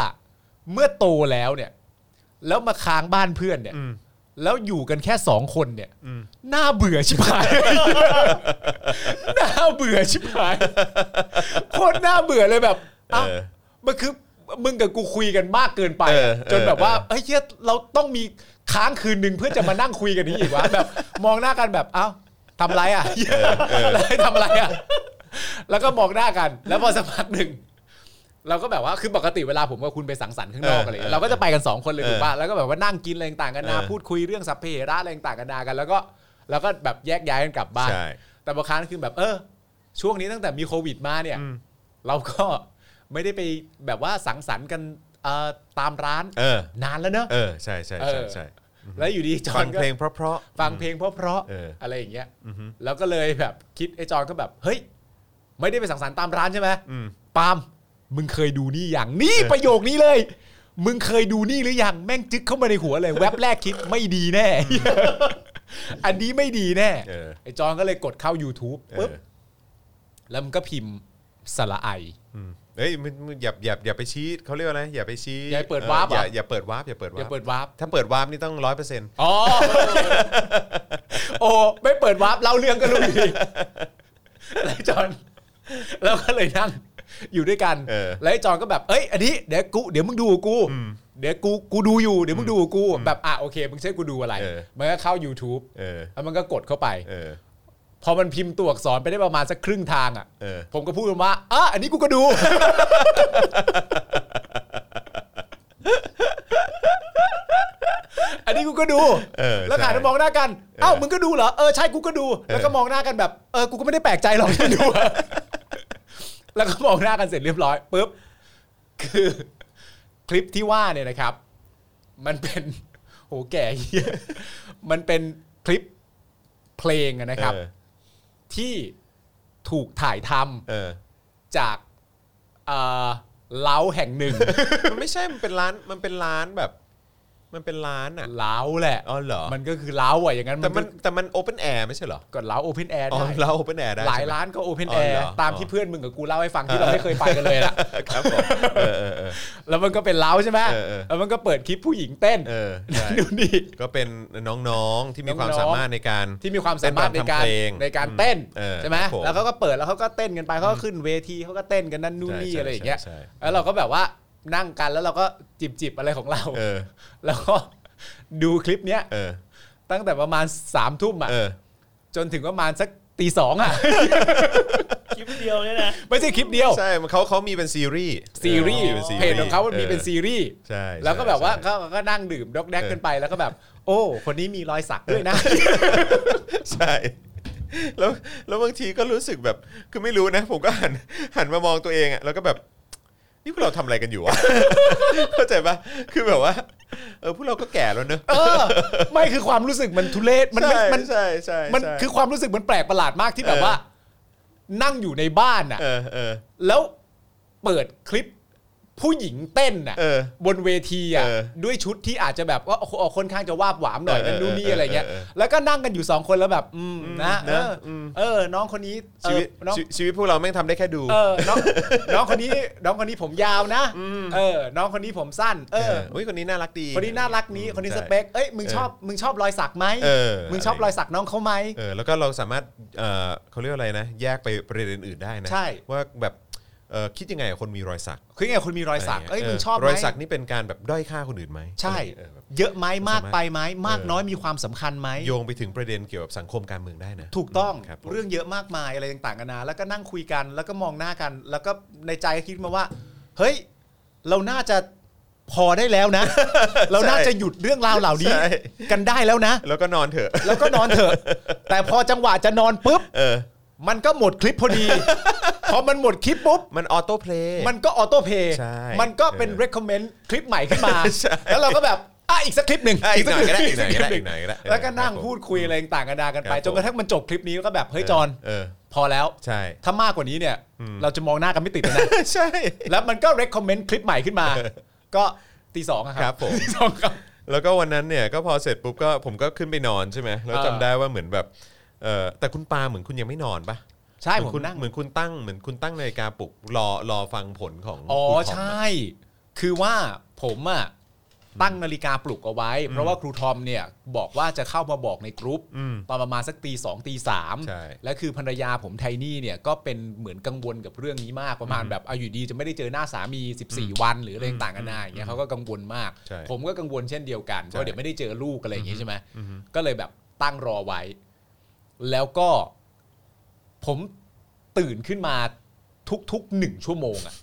เมื่อโตแล้วเนี่ย แล้วมาค้างบ้านเพื่อนเนี่ย อืม แล้วอยู่กันแค่สองคนเนี่ย อืม น่าเบื่อชิบหาย น่าเบื่อชิบหายโคตรน่าเบื่อเลยแบบ เอ เอ้า อ มันคือมึงกับกูคุยกันมากเกินไป เออ อะ เออ จนแบบว่า เออ เฮ้ยเหี้ยเราต้องมีค้างคืนหนึ่งเพื่อจะมานั่งคุยกันนี้อีกวะ แบบ มองหน้ากันแบบเอ้าทำไร อ่ะแล้วให้ทำอะไรอ่ะ แล้วก็มองหน้ากัน แล้วพอสักพักหนึ่งเราก็แบบว่าคือปกติเวลาผมกับคุณไปสังสรรค์ข้างนอกอะไรอย่างเงี้ยเราก็จะไปกันสองคนเลยถูกป่ะแล้วก็แบบว่านั่งกินอะไรต่างกันนาพูดคุยเรื่องสัพเพเหระอะไรต่างกันนากัน แล้วก็แล้วก็แบบแยกย้ายกันกลับบ้าน ใช่ แต่บางครั้งคือแบบเออ ช่วงนี้ตั้งแต่มีโควิดมาเนี่ย อืม เราก็ไม่ได้ไปแบบว่าสังสรรค์กันเอ่อตามร้าน เออน านแล้วเนอะ เออใช่ใช่ใช่ใช่ แล้วอยู่ดีจอ ฟั น ง ก็ เพลงเพราะ ฟังเพลงเพราะ เออ ๆอะไรอย่างเงี้ย อือฮึ แล้วก็เลยแบบคิดไอ้จอนก็แบบ เฮ้ย ไม่ได้ไปสังสรรค์ตามร้านใช่ไหม ๆอืม ปาล์มมึงเคยดูนี่อย่างนี่ประโยคนี้เลย มึงเคยดูนี่หรือยังแม่งจึ๊กเข้ามาในหัวเลยแว็บแรกคิดไม่ดีแน่ อันนี้ไม่ดีแน่ เออ ไอ้จอนก็เลยกดเข้า YouTube เอ ปุ๊บ อ แล้วมันก็พิมพ์สระไอ อืมเอ้ยมันมันอย่าอย่าอย่าไปชี้เขาเรียกว่าอะไรอย่าไปชี้ อย่าไปเปิดวาร์ป อ เหรอ ย่าอย่าเปิดวาร์ปอย่าเปิดวา เดี๋ยว ร์ป เปิดวาร์ป ถ้าเปิดวาร์ปนี่ต้องร้อยเปอร์เซ็นต์ อ๋อ โอ้ไม่เปิดวาร์ปเล่าเรื่องก็รู้อยู่ดี แล้วไอ้จอนแล้วก็เลยนั่งอยู่ด้วยกัน เออ แล้วไอ้จอนก็แบบเอ้ยอันนี้เดี๋ยวกูเดี๋ยวมึงดูกับกู เดี๋ยวกูกูดูอยู่เดี๋ยวมึงดูกับกูแบบอ่ะโอเคมึงใช้กูดูอะไร เออ มันก็เข้า YouTube เออ แล้วมันก็กดเข้าไป เออ พอมันพิมพ์ตัวอักษรไปได้ประมาณสักครึ่งทางอ่ะ เออ ผมก็พูดว่าอ่ะอันนี้กูก็ดู อันนี้กูก็ดู เออ แล้วหัน ใช่ มามองหน้ากัน เอ้า มึงก็ดูเหรอ เออ ใช่ กูก็ดู แล้วก็มองหน้ากันแบบ เออ กูก็ไม่ได้แปลกใจหรอก ที่ดู แล้วก็มองหน้ากันเสร็จเรียบร้อยปุ๊บ คือคลิปที่ว่าเนี่ยนะครับ มันเป็น โหแก่เหี้ยมันเป็นคลิปเพลงอะนะครับ เออ ที่ถูกถ่ายทำ เอ อ จากเอ่อเล้าแห่ง หนึ่ง มันไม่ใช่ มันเป็นร้าน มันเป็นร้านแบบ มันเป็นร้านอ่ะ เล้าแหละ อ๋อเหรอ มันก็คือเล้าอ่ะอย่างนั้น แต่มัน ก็ แต่มันโอเ n นแอร์ไม่ใช่เหรอ กดเล้าโอเพนแอร์ อ๋อ ได้ เราโอเ n นแอร์ได้ หลาย ใช่ไม ร้านก็โอเพน อ๋ แอ อเหร ร์ อ ตามที่เพื่อนมึงกับกูเล่าให้ฟังที่เราไม่เคยไปกันเลยล่ะ ครับผมเออเออเออ แล้วมันก็เป็นเล้าใช่ไหม เออเออ แล้วมันก็เปิดคลิปผู้หญิงเต้น เออใช่ ดูนี่ ก็เป็นน้องๆ ที่มีความ น้องๆ สามารถในการ ที่มีความสามารถในการ เต้นรำทำเพลง ในการเต้น เออ ใช่ไหม ครับผม แล้วเขาก็เปิดแล้วเขาก็เต้นกันไปเขาก็ขึ้นเวทีเขาก็เต้นกันนั่นนู่นนี่ ใช่ใช่ อะไรอย่างเงี้ย ใช่ใช่ แล้วเราก็แบบว่านั่งกันแล้วเราก็จิบจิบๆอะไรของเรา เออ แล้วก็ดูคลิปเนี้ย เออ ตั้งแต่ประมาณสามทุ่มอ่ะ เออ จนถึงประมาณสักตีสองอ่ะ คลิปเดียวเนี่ยนะ ไม่ใช่คลิปเดียว ใช่มันเขาเขามีเป็นซีรีส์ ซีรีส์ ออป็นซี เพจของเขามันมีเป็นซีรีส์ ใช่ แล้วก็แบบว่า ใช่ ก็ก็นั่งดื่มดอกแดกกันไปแล้วก็แบบ โอ้ คนนี้มีรอยสักด้วยนะ ใช่แล้วแล้วบางทีก็รู้สึกแบบคือไม่รู้นะ ผมก็หันหันมามองตัวเองอะแล้วก็แบบ นี่พวกเราทำอะไรกัน อยู่วะ เข้าใจปะคือแบบว่าเออพวกเราก็แก่แล้วเนอะ เออ ไม่คือความรู้สึกมันทุเรศมันไม่ ใช่ มัน ใช่ใช่ มัน ใช่ คือความรู้สึกมันแปลกประหลาดมากที่แบบ เออ ว่า นั่งอยู่ในบ้านอ่ะ เออเออ แล้วเปิดคลิป ผู้หญิงเต้นอ่ะ เออบ นเวทีอ่ะ เออ ด้วยชุดที่อาจจะแบบว่าโอ้โหค่อนข้างจะวาบหวามหน่อย เออ นั่นนู่นนี่อะไรเงี้ย เออเออเออ แล้วก็นั่งกันอยู่สองคนแล้วแบบ อืม อืม นะเอ นะ ออ ม เออ น้องคนนี้เอ ชี อ วิต น้อง ชีชีวิตพวกเราแม่งทำได้แค่ดู เออน้อง น้องคนนี้น้องคนนี้ผมยาวนะ ม เออ น้องคนนี้ผมสั้น เอ เอ อ ออุ้ยคนนี้น่ารักดี คนนี้น่ารักนี้คนนี้สเปคเอ้ยมึงชอบมึงชอบรอยสักไหม เออ มึงชอบรอยสักน้องเขาไหม เออแล้วก็เราสามารถเออเขาเรียกว่าอะไรนะ แยกไปประเด็นอื่นได้นะ ใช่ ว่าแบบเออคิดยังไงกับคนมีรอยสัก คือไงคนมีรอยสักเอ้ยมึงชอบไห ร ม อยสักนี่เป็นการแบบด้อยค่าคนอื่นไหม ใช่ เออแบบ เยอะไหมมากไปไหมมากน้อยมีความสำคัญไหม โยงไปถึงประเด็นเกี่ยวกับสังคมการเมืองได้นะ ถูกต้อง ครับผม เรื่องเยอะมากมายอะไรต่างกันานาแล้วก็นั่งคุยกันแล้วก็มองหน้ากัน แล้วก็ในใจก็คิดมาว่า เฮ้ย เราน่าจะพอได้แล้วนะ เราน่าจะหยุดเรื่องราวเหล่านี้ ใช่ กันได้แล้วนะ แล้วก็นอนเถอะ แล้วก็นอนเถอะ แต่พอจังหวะจะนอนปุ๊บ เออ มันก็หมดคลิปพอดี พอมันหมดคลิปปุ๊บ มันออโต้เพลย์ มันก็ออโต้เพย์ ใช่ มันก็เป็น เออ recommend คลิปใหม่ขึ้นมา ใช่ แล้วเราก็แบบ อ่ะอีกสักคลิปหนึ่ง อ่ะอีกหน่อยก็ได้ สั อีกหน่อยก็ ค ได้ ลิอีปหนึ่ กหน่อยก็ได้ แล้วก็นั่ง เออ พูดคุยอะไรต่างๆกันากันไป ครับผม จนกระทั่งมันจบคลิปนี้แล้วก็แบบเฮ้ยจอน เออ พอแล้ว ใช่ ถ้ามากกว่านี้เนี่ย เราจะมองหน้ากันไม่ติด แล้วนะ ใช่ แล้วมันก็ recommend คลิปใหม่ขึ้นมา ก็ตีสองอะคครั รับบ ผม ตีสองครับ แล้วก็วันนั้นเนี่ยก็พอเสร็จปุ๊บก็ผมก็ขึ้นไปนอนใช่ไหมแล้ว เออ จำได้ว่าเหมือนแบบเออแต่คุณปาเหมือนคุณยังไม่นอนปะ ใช่ เห ผ มื ม อนคุณ นั่ง เหมือนคุณตั้งเหมือนคุณตั้งนาฬิกาปลุกรอรอฟังผลของ อ๋อ ครูทมะ ใช่ คือว่าผมอะตั้งนาฬิกาปลุกเอาไว้ เพราะว่าครูทอมเนี่ยบอกว่าจะเข้ามาบอกในกรุ๊ป อืม ตอนประมาณสักตีสองตีสาม ใช่ และคือภรรยาผมไทนี่เนี่ยก็เป็นเหมือนกังวลกับเรื่องนี้มากประมาณแบบเอาอยู่ดีจะไม่ได้เจอหน้าสามี 14 วันหรืออะไรต่างกันานาอย่างเงี้ยเขาก็กังวลมาก ใช่ ผมก็กังวลเช่นเดียวกันเพราะเดี๋ยวไม่ได้เจอลูกอะไรอย่างงี้ใช่ไหมก็เลยแบบตั้งรอไว้ แล้วก็ผมตื่นขึ้นมาทุกๆหนึ่งชั่วโมงอะ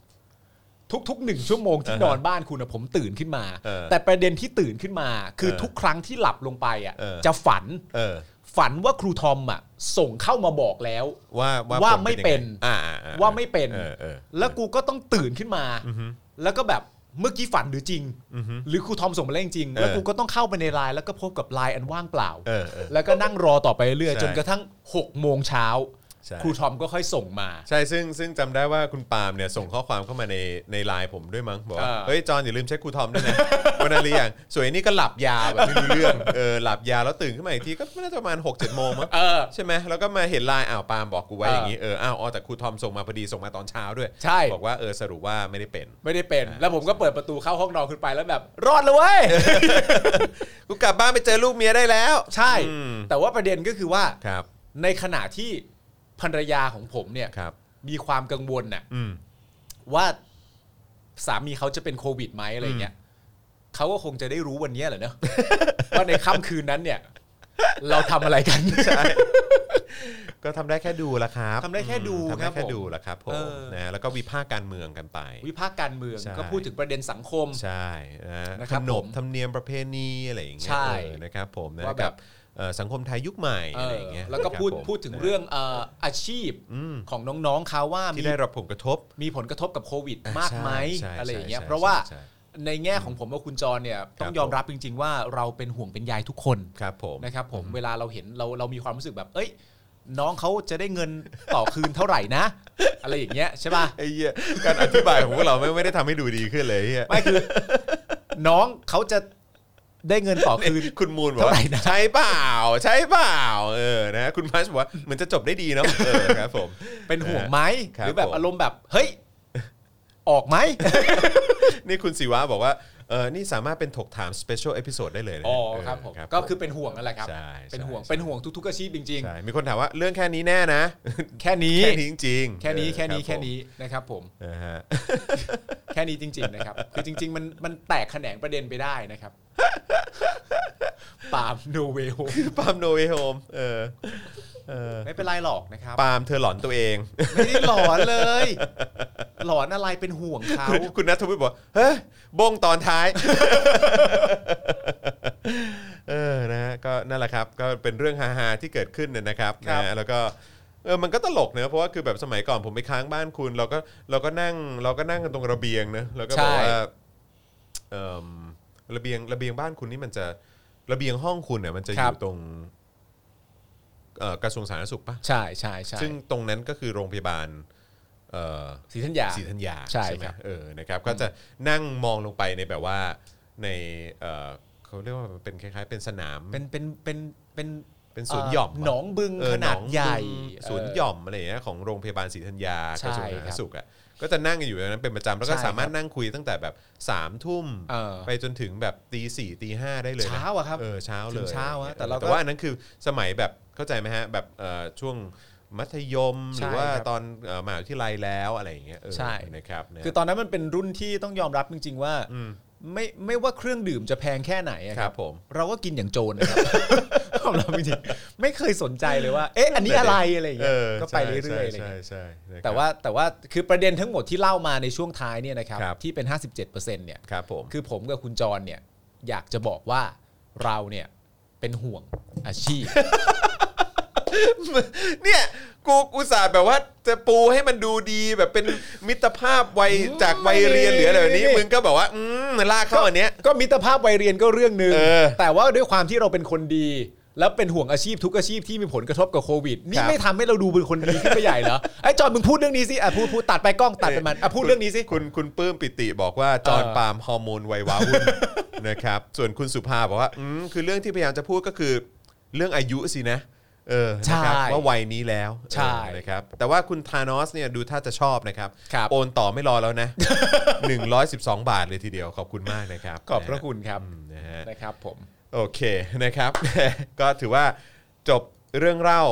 ทุกๆหนึ่งชั่วโมงที่ อ่าฮะ นอนบ้านคุณอะผมตื่นขึ้นมา เออ แต่ประเด็นที่ตื่นขึ้นมา คือ เออ ทุกครั้งที่หลับลงไปอ่ะ เออ จะฝัน เออ ฝันว่าครูทอมอ่ะส่งเข้ามาบอกแล้ว ว่า ว่า ผ ไม่เป็น ยังงอ่าอ่อ่ ว่าไม่เป็น เออเออ แล้วกูก็ต้องตื่นขึ้นมา แล้วก็แบบเมื่อกี้ฝันหรือจริง หรือครูทอมส่งมาแล้วจริงๆ เออ แล้วกูก็ต้องเข้าไปในไลน์แล้วก็พบกับไลน์อันว่างเปล่า เออเออ แล้วก็นั่งรอต่อไปเรื่อย ใช่ ๆจนกระทั่ง6โมงเช้า ใช่ ครูทอมก็ค่อยส่งมา ใช่ซึ่งซึ่งจำได้ว่าคุณปาล์มเนี่ยส่งข้อความเข้ามาในในไลน์ผมด้วยมั้งบอกว่า เออ เฮ้ยจอนอย่าลืมเช็คครูทอมด้วยนะ วันนั้นหรือยังส่วนอันนี้ก็หลับยาแบบไม่รู้เรื่องเออหลับยาแล้วตื่นขึ้นมาอีกทีก็น่าจะประมาณ6กเจ็ดโมงมั้ง เออ ใช่ไหมแล้วก็มาเห็นไลน์อ้าวปาล์มบอกกูไว้อย่างนี้เอออ้าวอ๋อแต่ครูทอมส่งมาพอดีส่งมาตอนเช้าด้วย ใช่ บอกว่าเออสรุปว่าไม่ได้เป็น ไม่ได้เป็น แล้วผมก็เปิดประตูเข้าห้องนอนขึ้นไปแล้วแบบ รอดเลยเว้ย กูกลับบ้านไปเจอลูกเมียได้แล้ว ใช่ อืม แต่ว่าประเด็นก็คือว่า ครับ ในขณะที่ภรรยาของผมเนี่ย ครับ มีความกังวลน่ะ อืม ว่าสามีเขาจะเป็นโควิดไหมอะไรเงี้ยเขาก็คงจะได้รู้วันเนี้ยแหละเน อะ ว่าในค่ำคืนนั้นเนี่ย เราทำอะไรกัน ก็ทำได้แค่ดูละครับ ทำได้แค่ดู อืมทำ ครั ได้ บ แค่ ผม ดูละครับผ เอ ม อ นะแล้วก็วิพากษ์การเมืองกันไป วิพากษ์การเมือง ใช่ ก็พูดถึงประเด็นสังคม ใช่นะ นะค ข รับ น ผ บ ม ธรรมเนียมประเพณีอะไรอย่างเงี้ย ใช่ เออนะครับผมนะ ว่าแบบ กับเอ่อสังคมไทยยุคใหม่ เอ อะไร อ อย่างเงี้ย แล้วก็ ครับ พูด ผม พูดถึง นะ เรื่องเอ่ออาชีพของน้องๆเขาว่ามี ที่ได้รับผลกระทบ มีผลกระทบกับโควิด อ่ะ มากไหม ใช่ใช่ อะไรอย่างเงี้ย ใช่ เพราะว่า ใช่ ในแง่ของผมกับคุณจรเนี่ยต้คอรั ง บ ยอมรับจริง ๆ ว่าเราเป็นห่วงเป็นใยทุกคน ครับผม นะครับผมเวลาเราเห็นเราเรามีความรู้สึกแบบ เอ้ย น้องเขาจะได้เงินต่อคืนเท่าไหร่นะ อะไรอย่างเงี้ยใช่ป่ะ ไอ้เหี้ยการอธิบายของพวกเราไม่ไม่ได้ทำให้ดูดีขึ้นเลยเหี้ย ไม่คือ น้องเขาจะได้เงินต่อคืน คุณมูลบอก เท่าไหร่ ว่า นะ ใช่เปล่า ใช่เปล่าเออนะคุณพัชบอกว่าเหมือนจะจบได้ดีเนาะเออครับผม เป็นห่วงไหม ครับหรือแบบ ผม อารมณ์แบบ เฮ้ย อ อกไหม นี่คุณศิวะบอกว่าเออนี่สามารถเป็นถกถามสเปเชียลเอพิโซดได้เลยนะ อ๋อ เออ ครับผม รับ ก็คือเป็นห่วงนั่นแหละครับ ใช่ใช่ เป็นห่วง ใช่ เป็นห่วงทุกๆอาชีพจริง ใช่มีคนถามว่าเรื่องแค่นี้แน่นะ ๆ แค่นี้ แค่นี้จริงๆ แค่นี้แค่นี้ เอ แค่ อ นี้นะครับผม รับผมนะฮ ะ แค่นี้จริง ๆ นะครับ คือจริง ๆ มันมันแตกแขนงประเด็นไปได้นะครับ ปาล์มโนเวล ปาล์มโนเวโฮมเออเออ ไม่เป็นไรหรอกนะครับ ปาล์มเธอหลอนตัวเอง ไม่ได้หลอนเลย หลอนอะไรเป็นห่วงเขา คุณ คุณนัทวิทย์บอกเฮ้ยบงตอนท้าย เออนะฮะก็นั่นแหละครับ ก็เป็นเรื่องฮาๆที่เกิดขึ้นเนี่ยนะครับ ครั นะ บ ฮะแล้วก็เออมันก็ตลกเนอะเพราะว่าคือแบบสมัยก่อนผมไปค้างบ้านคุณ เราก็เราก็นั่งเราก็นั่งกันตรงระเบียงนะแล้วก็บอกว่าเอมระเบียงระเบียงบ้านคุณนี่มันจะระเบียงห้องคุณเนี่ยมันจะอยู่ตรงเอ่อกระทรวงสาธารณสุขปะ ใช่ใช่ใช่ ซึ่งตรงนั้นก็คือโรงพยาบาล เอ่อ สีทัญญา ศรีธัญญา ใช่ ไหม ครับ เออนะครับก็จะนั่งมองลงไปในแบบว่าในเอ่อเขาเรียกว่ามันเป็นคล้ายๆ เป็นสนาม เป็นเป็นเป็นเป็น เป็นสวนหย่อมะ หนองบึง เอ ข อ นาด อง ใหญ่ บึงสวนหย่อมอะไรอย่างเงี้ยของโรงพยาบาลศรีธัญญา ใช่ กระทรวงสาธารณครับ สุขอ่ะก็จะนั่งกันอยู่อย่างนั้นเป็นประจำแล้วก็ ใช่ครับ สามารถนั่งคุยตั้งแต่แบบ3ามทุ่ม เออ ไปจนถึงแบบตีสี่ตีห้าได้เลยนะ เช้าอะครับ เออเช้าเล ถึ ย งเช้าอะแต่ แต่ เราก็ แต่ว่าอันนั้นคือสมัยแบบเข้าใจไหมฮะแบบเอ่อช่วงมัธยมหรืใช่อว่า ครับ ตอนเอ่อมหาวิทยาลัยแล้วอะไรอย่างเงี้ยเออ ใช่ นะครับนะ คือตอนนั้นมันเป็นรุ่นที่ต้องยอมรับจริง ๆ ว่าไม่ไม่ว่าเครื่องดื่มจะแพงแค่ไหนอะ ครับผม เราก็กินอย่างโจรนะครับ ความรับจริงๆไม่เคยสนใจเลยว่า เอ๊ะ อันนี้อะไรอะไรอย่างเงี้ย เออ ก็ไปเรื่อยๆอะไร ใช่ เงี้ย ใช่ใช่นะครับ แต่ว่าแต่ว่าคือประเด็นทั้งหมดที่เล่ามาในช่วงท้ายเนี่ยนะครับ ครับ ที่เป็น 57%เนี่ย ครับผม คือผมกับคุณจรเนี่ยอยากจะบอกว่าเราเนี่ยเป็นห่วงอาชีพ เนี่ยกูอุตส่าห์แบบว่าจะปูให้มันดูดีแบบเป็นมิตรภาพวัยจากวัยเรียนหรืออะไรแบบนี้ นี่ มึงก็แบบว่า อืมลากเข้าอันเนี้ย ก็มิตรภาพวัยเรียนก็เรื่องหนึ่ง เออ แต่ว่าด้วยความที่เราเป็นคนดี แล้วเป็นห่วงอาชีพทุกอาชีพที่มีผลกระทบกับโควิด ค นี่ รับ ไม่ทำให้เราดูเป็นคนดีขึ้นไปใหญ่เหรอไอ้จอนมึงพูดเรื่องนี้สิอ่ะพูดพูดตัดไปกล้องตัดไปมันอ่ะพูดเรื่องนี้สิ คุณคุณปลื้มปิติบอกว่าจอร์น เออ ปาล์มฮอร์โมนวัยวาวุ่น นะครับส่วนคุณสุภาบอกว่าอืมคือเรื่องที่พยายามจะพูดก็คือเรื่องอายุสินะ เออนะครับ ใช่ ว่าวัยนี้แล้ว ใช่ เออนะครับแต่ว่าคุณธานอสเนี่ยดูท่าจะชอบนะครับ ครับ โอนต่อไม่รอแล้วนะ 112 บาทเลยทีเดียวขอบคุณมากนะครับ ขอบพระคุณครับ อืมนะฮะ นะครับผม โอเคนะครับ ก็ถือว่าจบเรื่องเล่า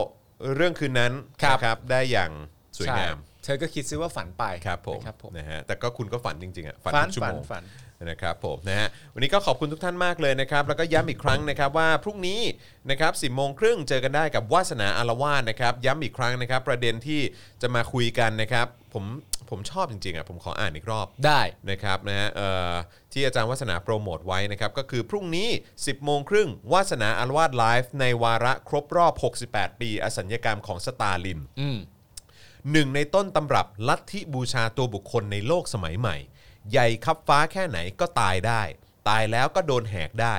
เรื่องคืนนั้น ครับ นะครับได้อย่างสวยงาม ใช่เธอก็คิดซิว่าฝันไป ครับผม นะครับผม นะฮะแต่ก็คุณก็ฝันจริงๆอ่ะฝัน ฝัน ทุกชั่ว ฝัน โมง ฝัน นะครับผมนะฮะวันนี้ก็ขอบคุณทุกท่านมากเลยนะครับ แล้วก็ย้ำอีกครั้งนะครับว่าพรุ่งนี้นะครับสิบโมงครึ่งเจอกันได้กับวาสนาอารวาสนะครับ ย้ำอีกครั้งนะครับ ประเด็นที่จะมาคุยกันนะครับผมผมชอบจริงๆอ่ะผมขออ่านอีกรอบ ได้ นะครับนะฮะเอ่อที่อาจารย์วัฒนาโปรโมทไว้นะครับ ก็คือพรุ่งนี้ 10 โมงครึ่งวาสนาอารวาสไลฟ์ในวาระครบรอบ 68 ปี อสัญญกรรมของสตาลิน อืม หนึ่งในต้นตำรับลัทธิบูชาตัวบุคคลในโลกสมัยใหม่ ใหญ่คับฟ้าแค่ไหนก็ตายได้ ตายแล้วก็โดนแหกได้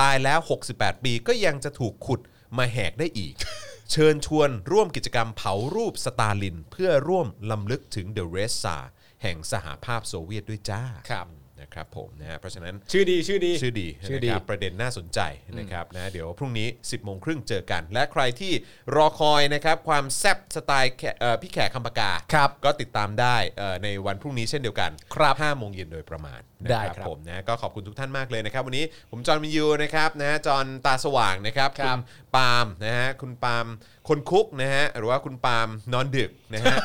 ตายแล้ว 68 ปีก็ยังจะถูกขุดมาแหกได้อีก เชิญชวนร่วมกิจกรรมเผารูปสตาลิน เพื่อร่วมลำลึกถึงเดอะเรสซาแห่งสหภาพโซเวียตด้วยจ้า ครับ นะครับผมนะฮะเพราะฉะนั้น ชื่อดีชื่อดี ชื่อดี ชื่อดี นะครับประเด็นน่าสนใจนะครับนะเดี๋ยวพรุ่งนี้ 10บโมงครึ่งเจอกัน และใครที่รอคอยนะครับความแซ่บสไตล์แขเอ่อพี่แขกคำปากา ครับ ก็ติดตามได้เอ่อในวันพรุ่งนี้เช่นเดียวกันครับ5โมงเย็นโดยประมาณนะ ได้ครับ ผมนะก็ขอบคุณทุกท่านมากเลยนะครับ วันนี้ผมจอห์นวินยูนะครับนะจอห์นตาสว่างนะครับ ค คุ รั ณ บ ปาล์มนะฮะคุณปาล์มคนคุกนะฮะหรือว่าคุณปาล์มนอนดึกนะฮะ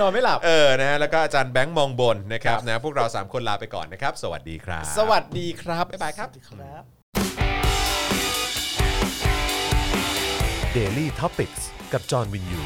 นอนไม่หลับ เออนะฮะแล้วก็อาจารย์แบงค์มองบนนะครับ ครับ นะพวกเราสามคนลาไปก่อนนะครับ สวัสดีครับ สวัสดีครับ บ๊ายบายครับ ครับ Daily t o p i c กกับจอห์นวินยู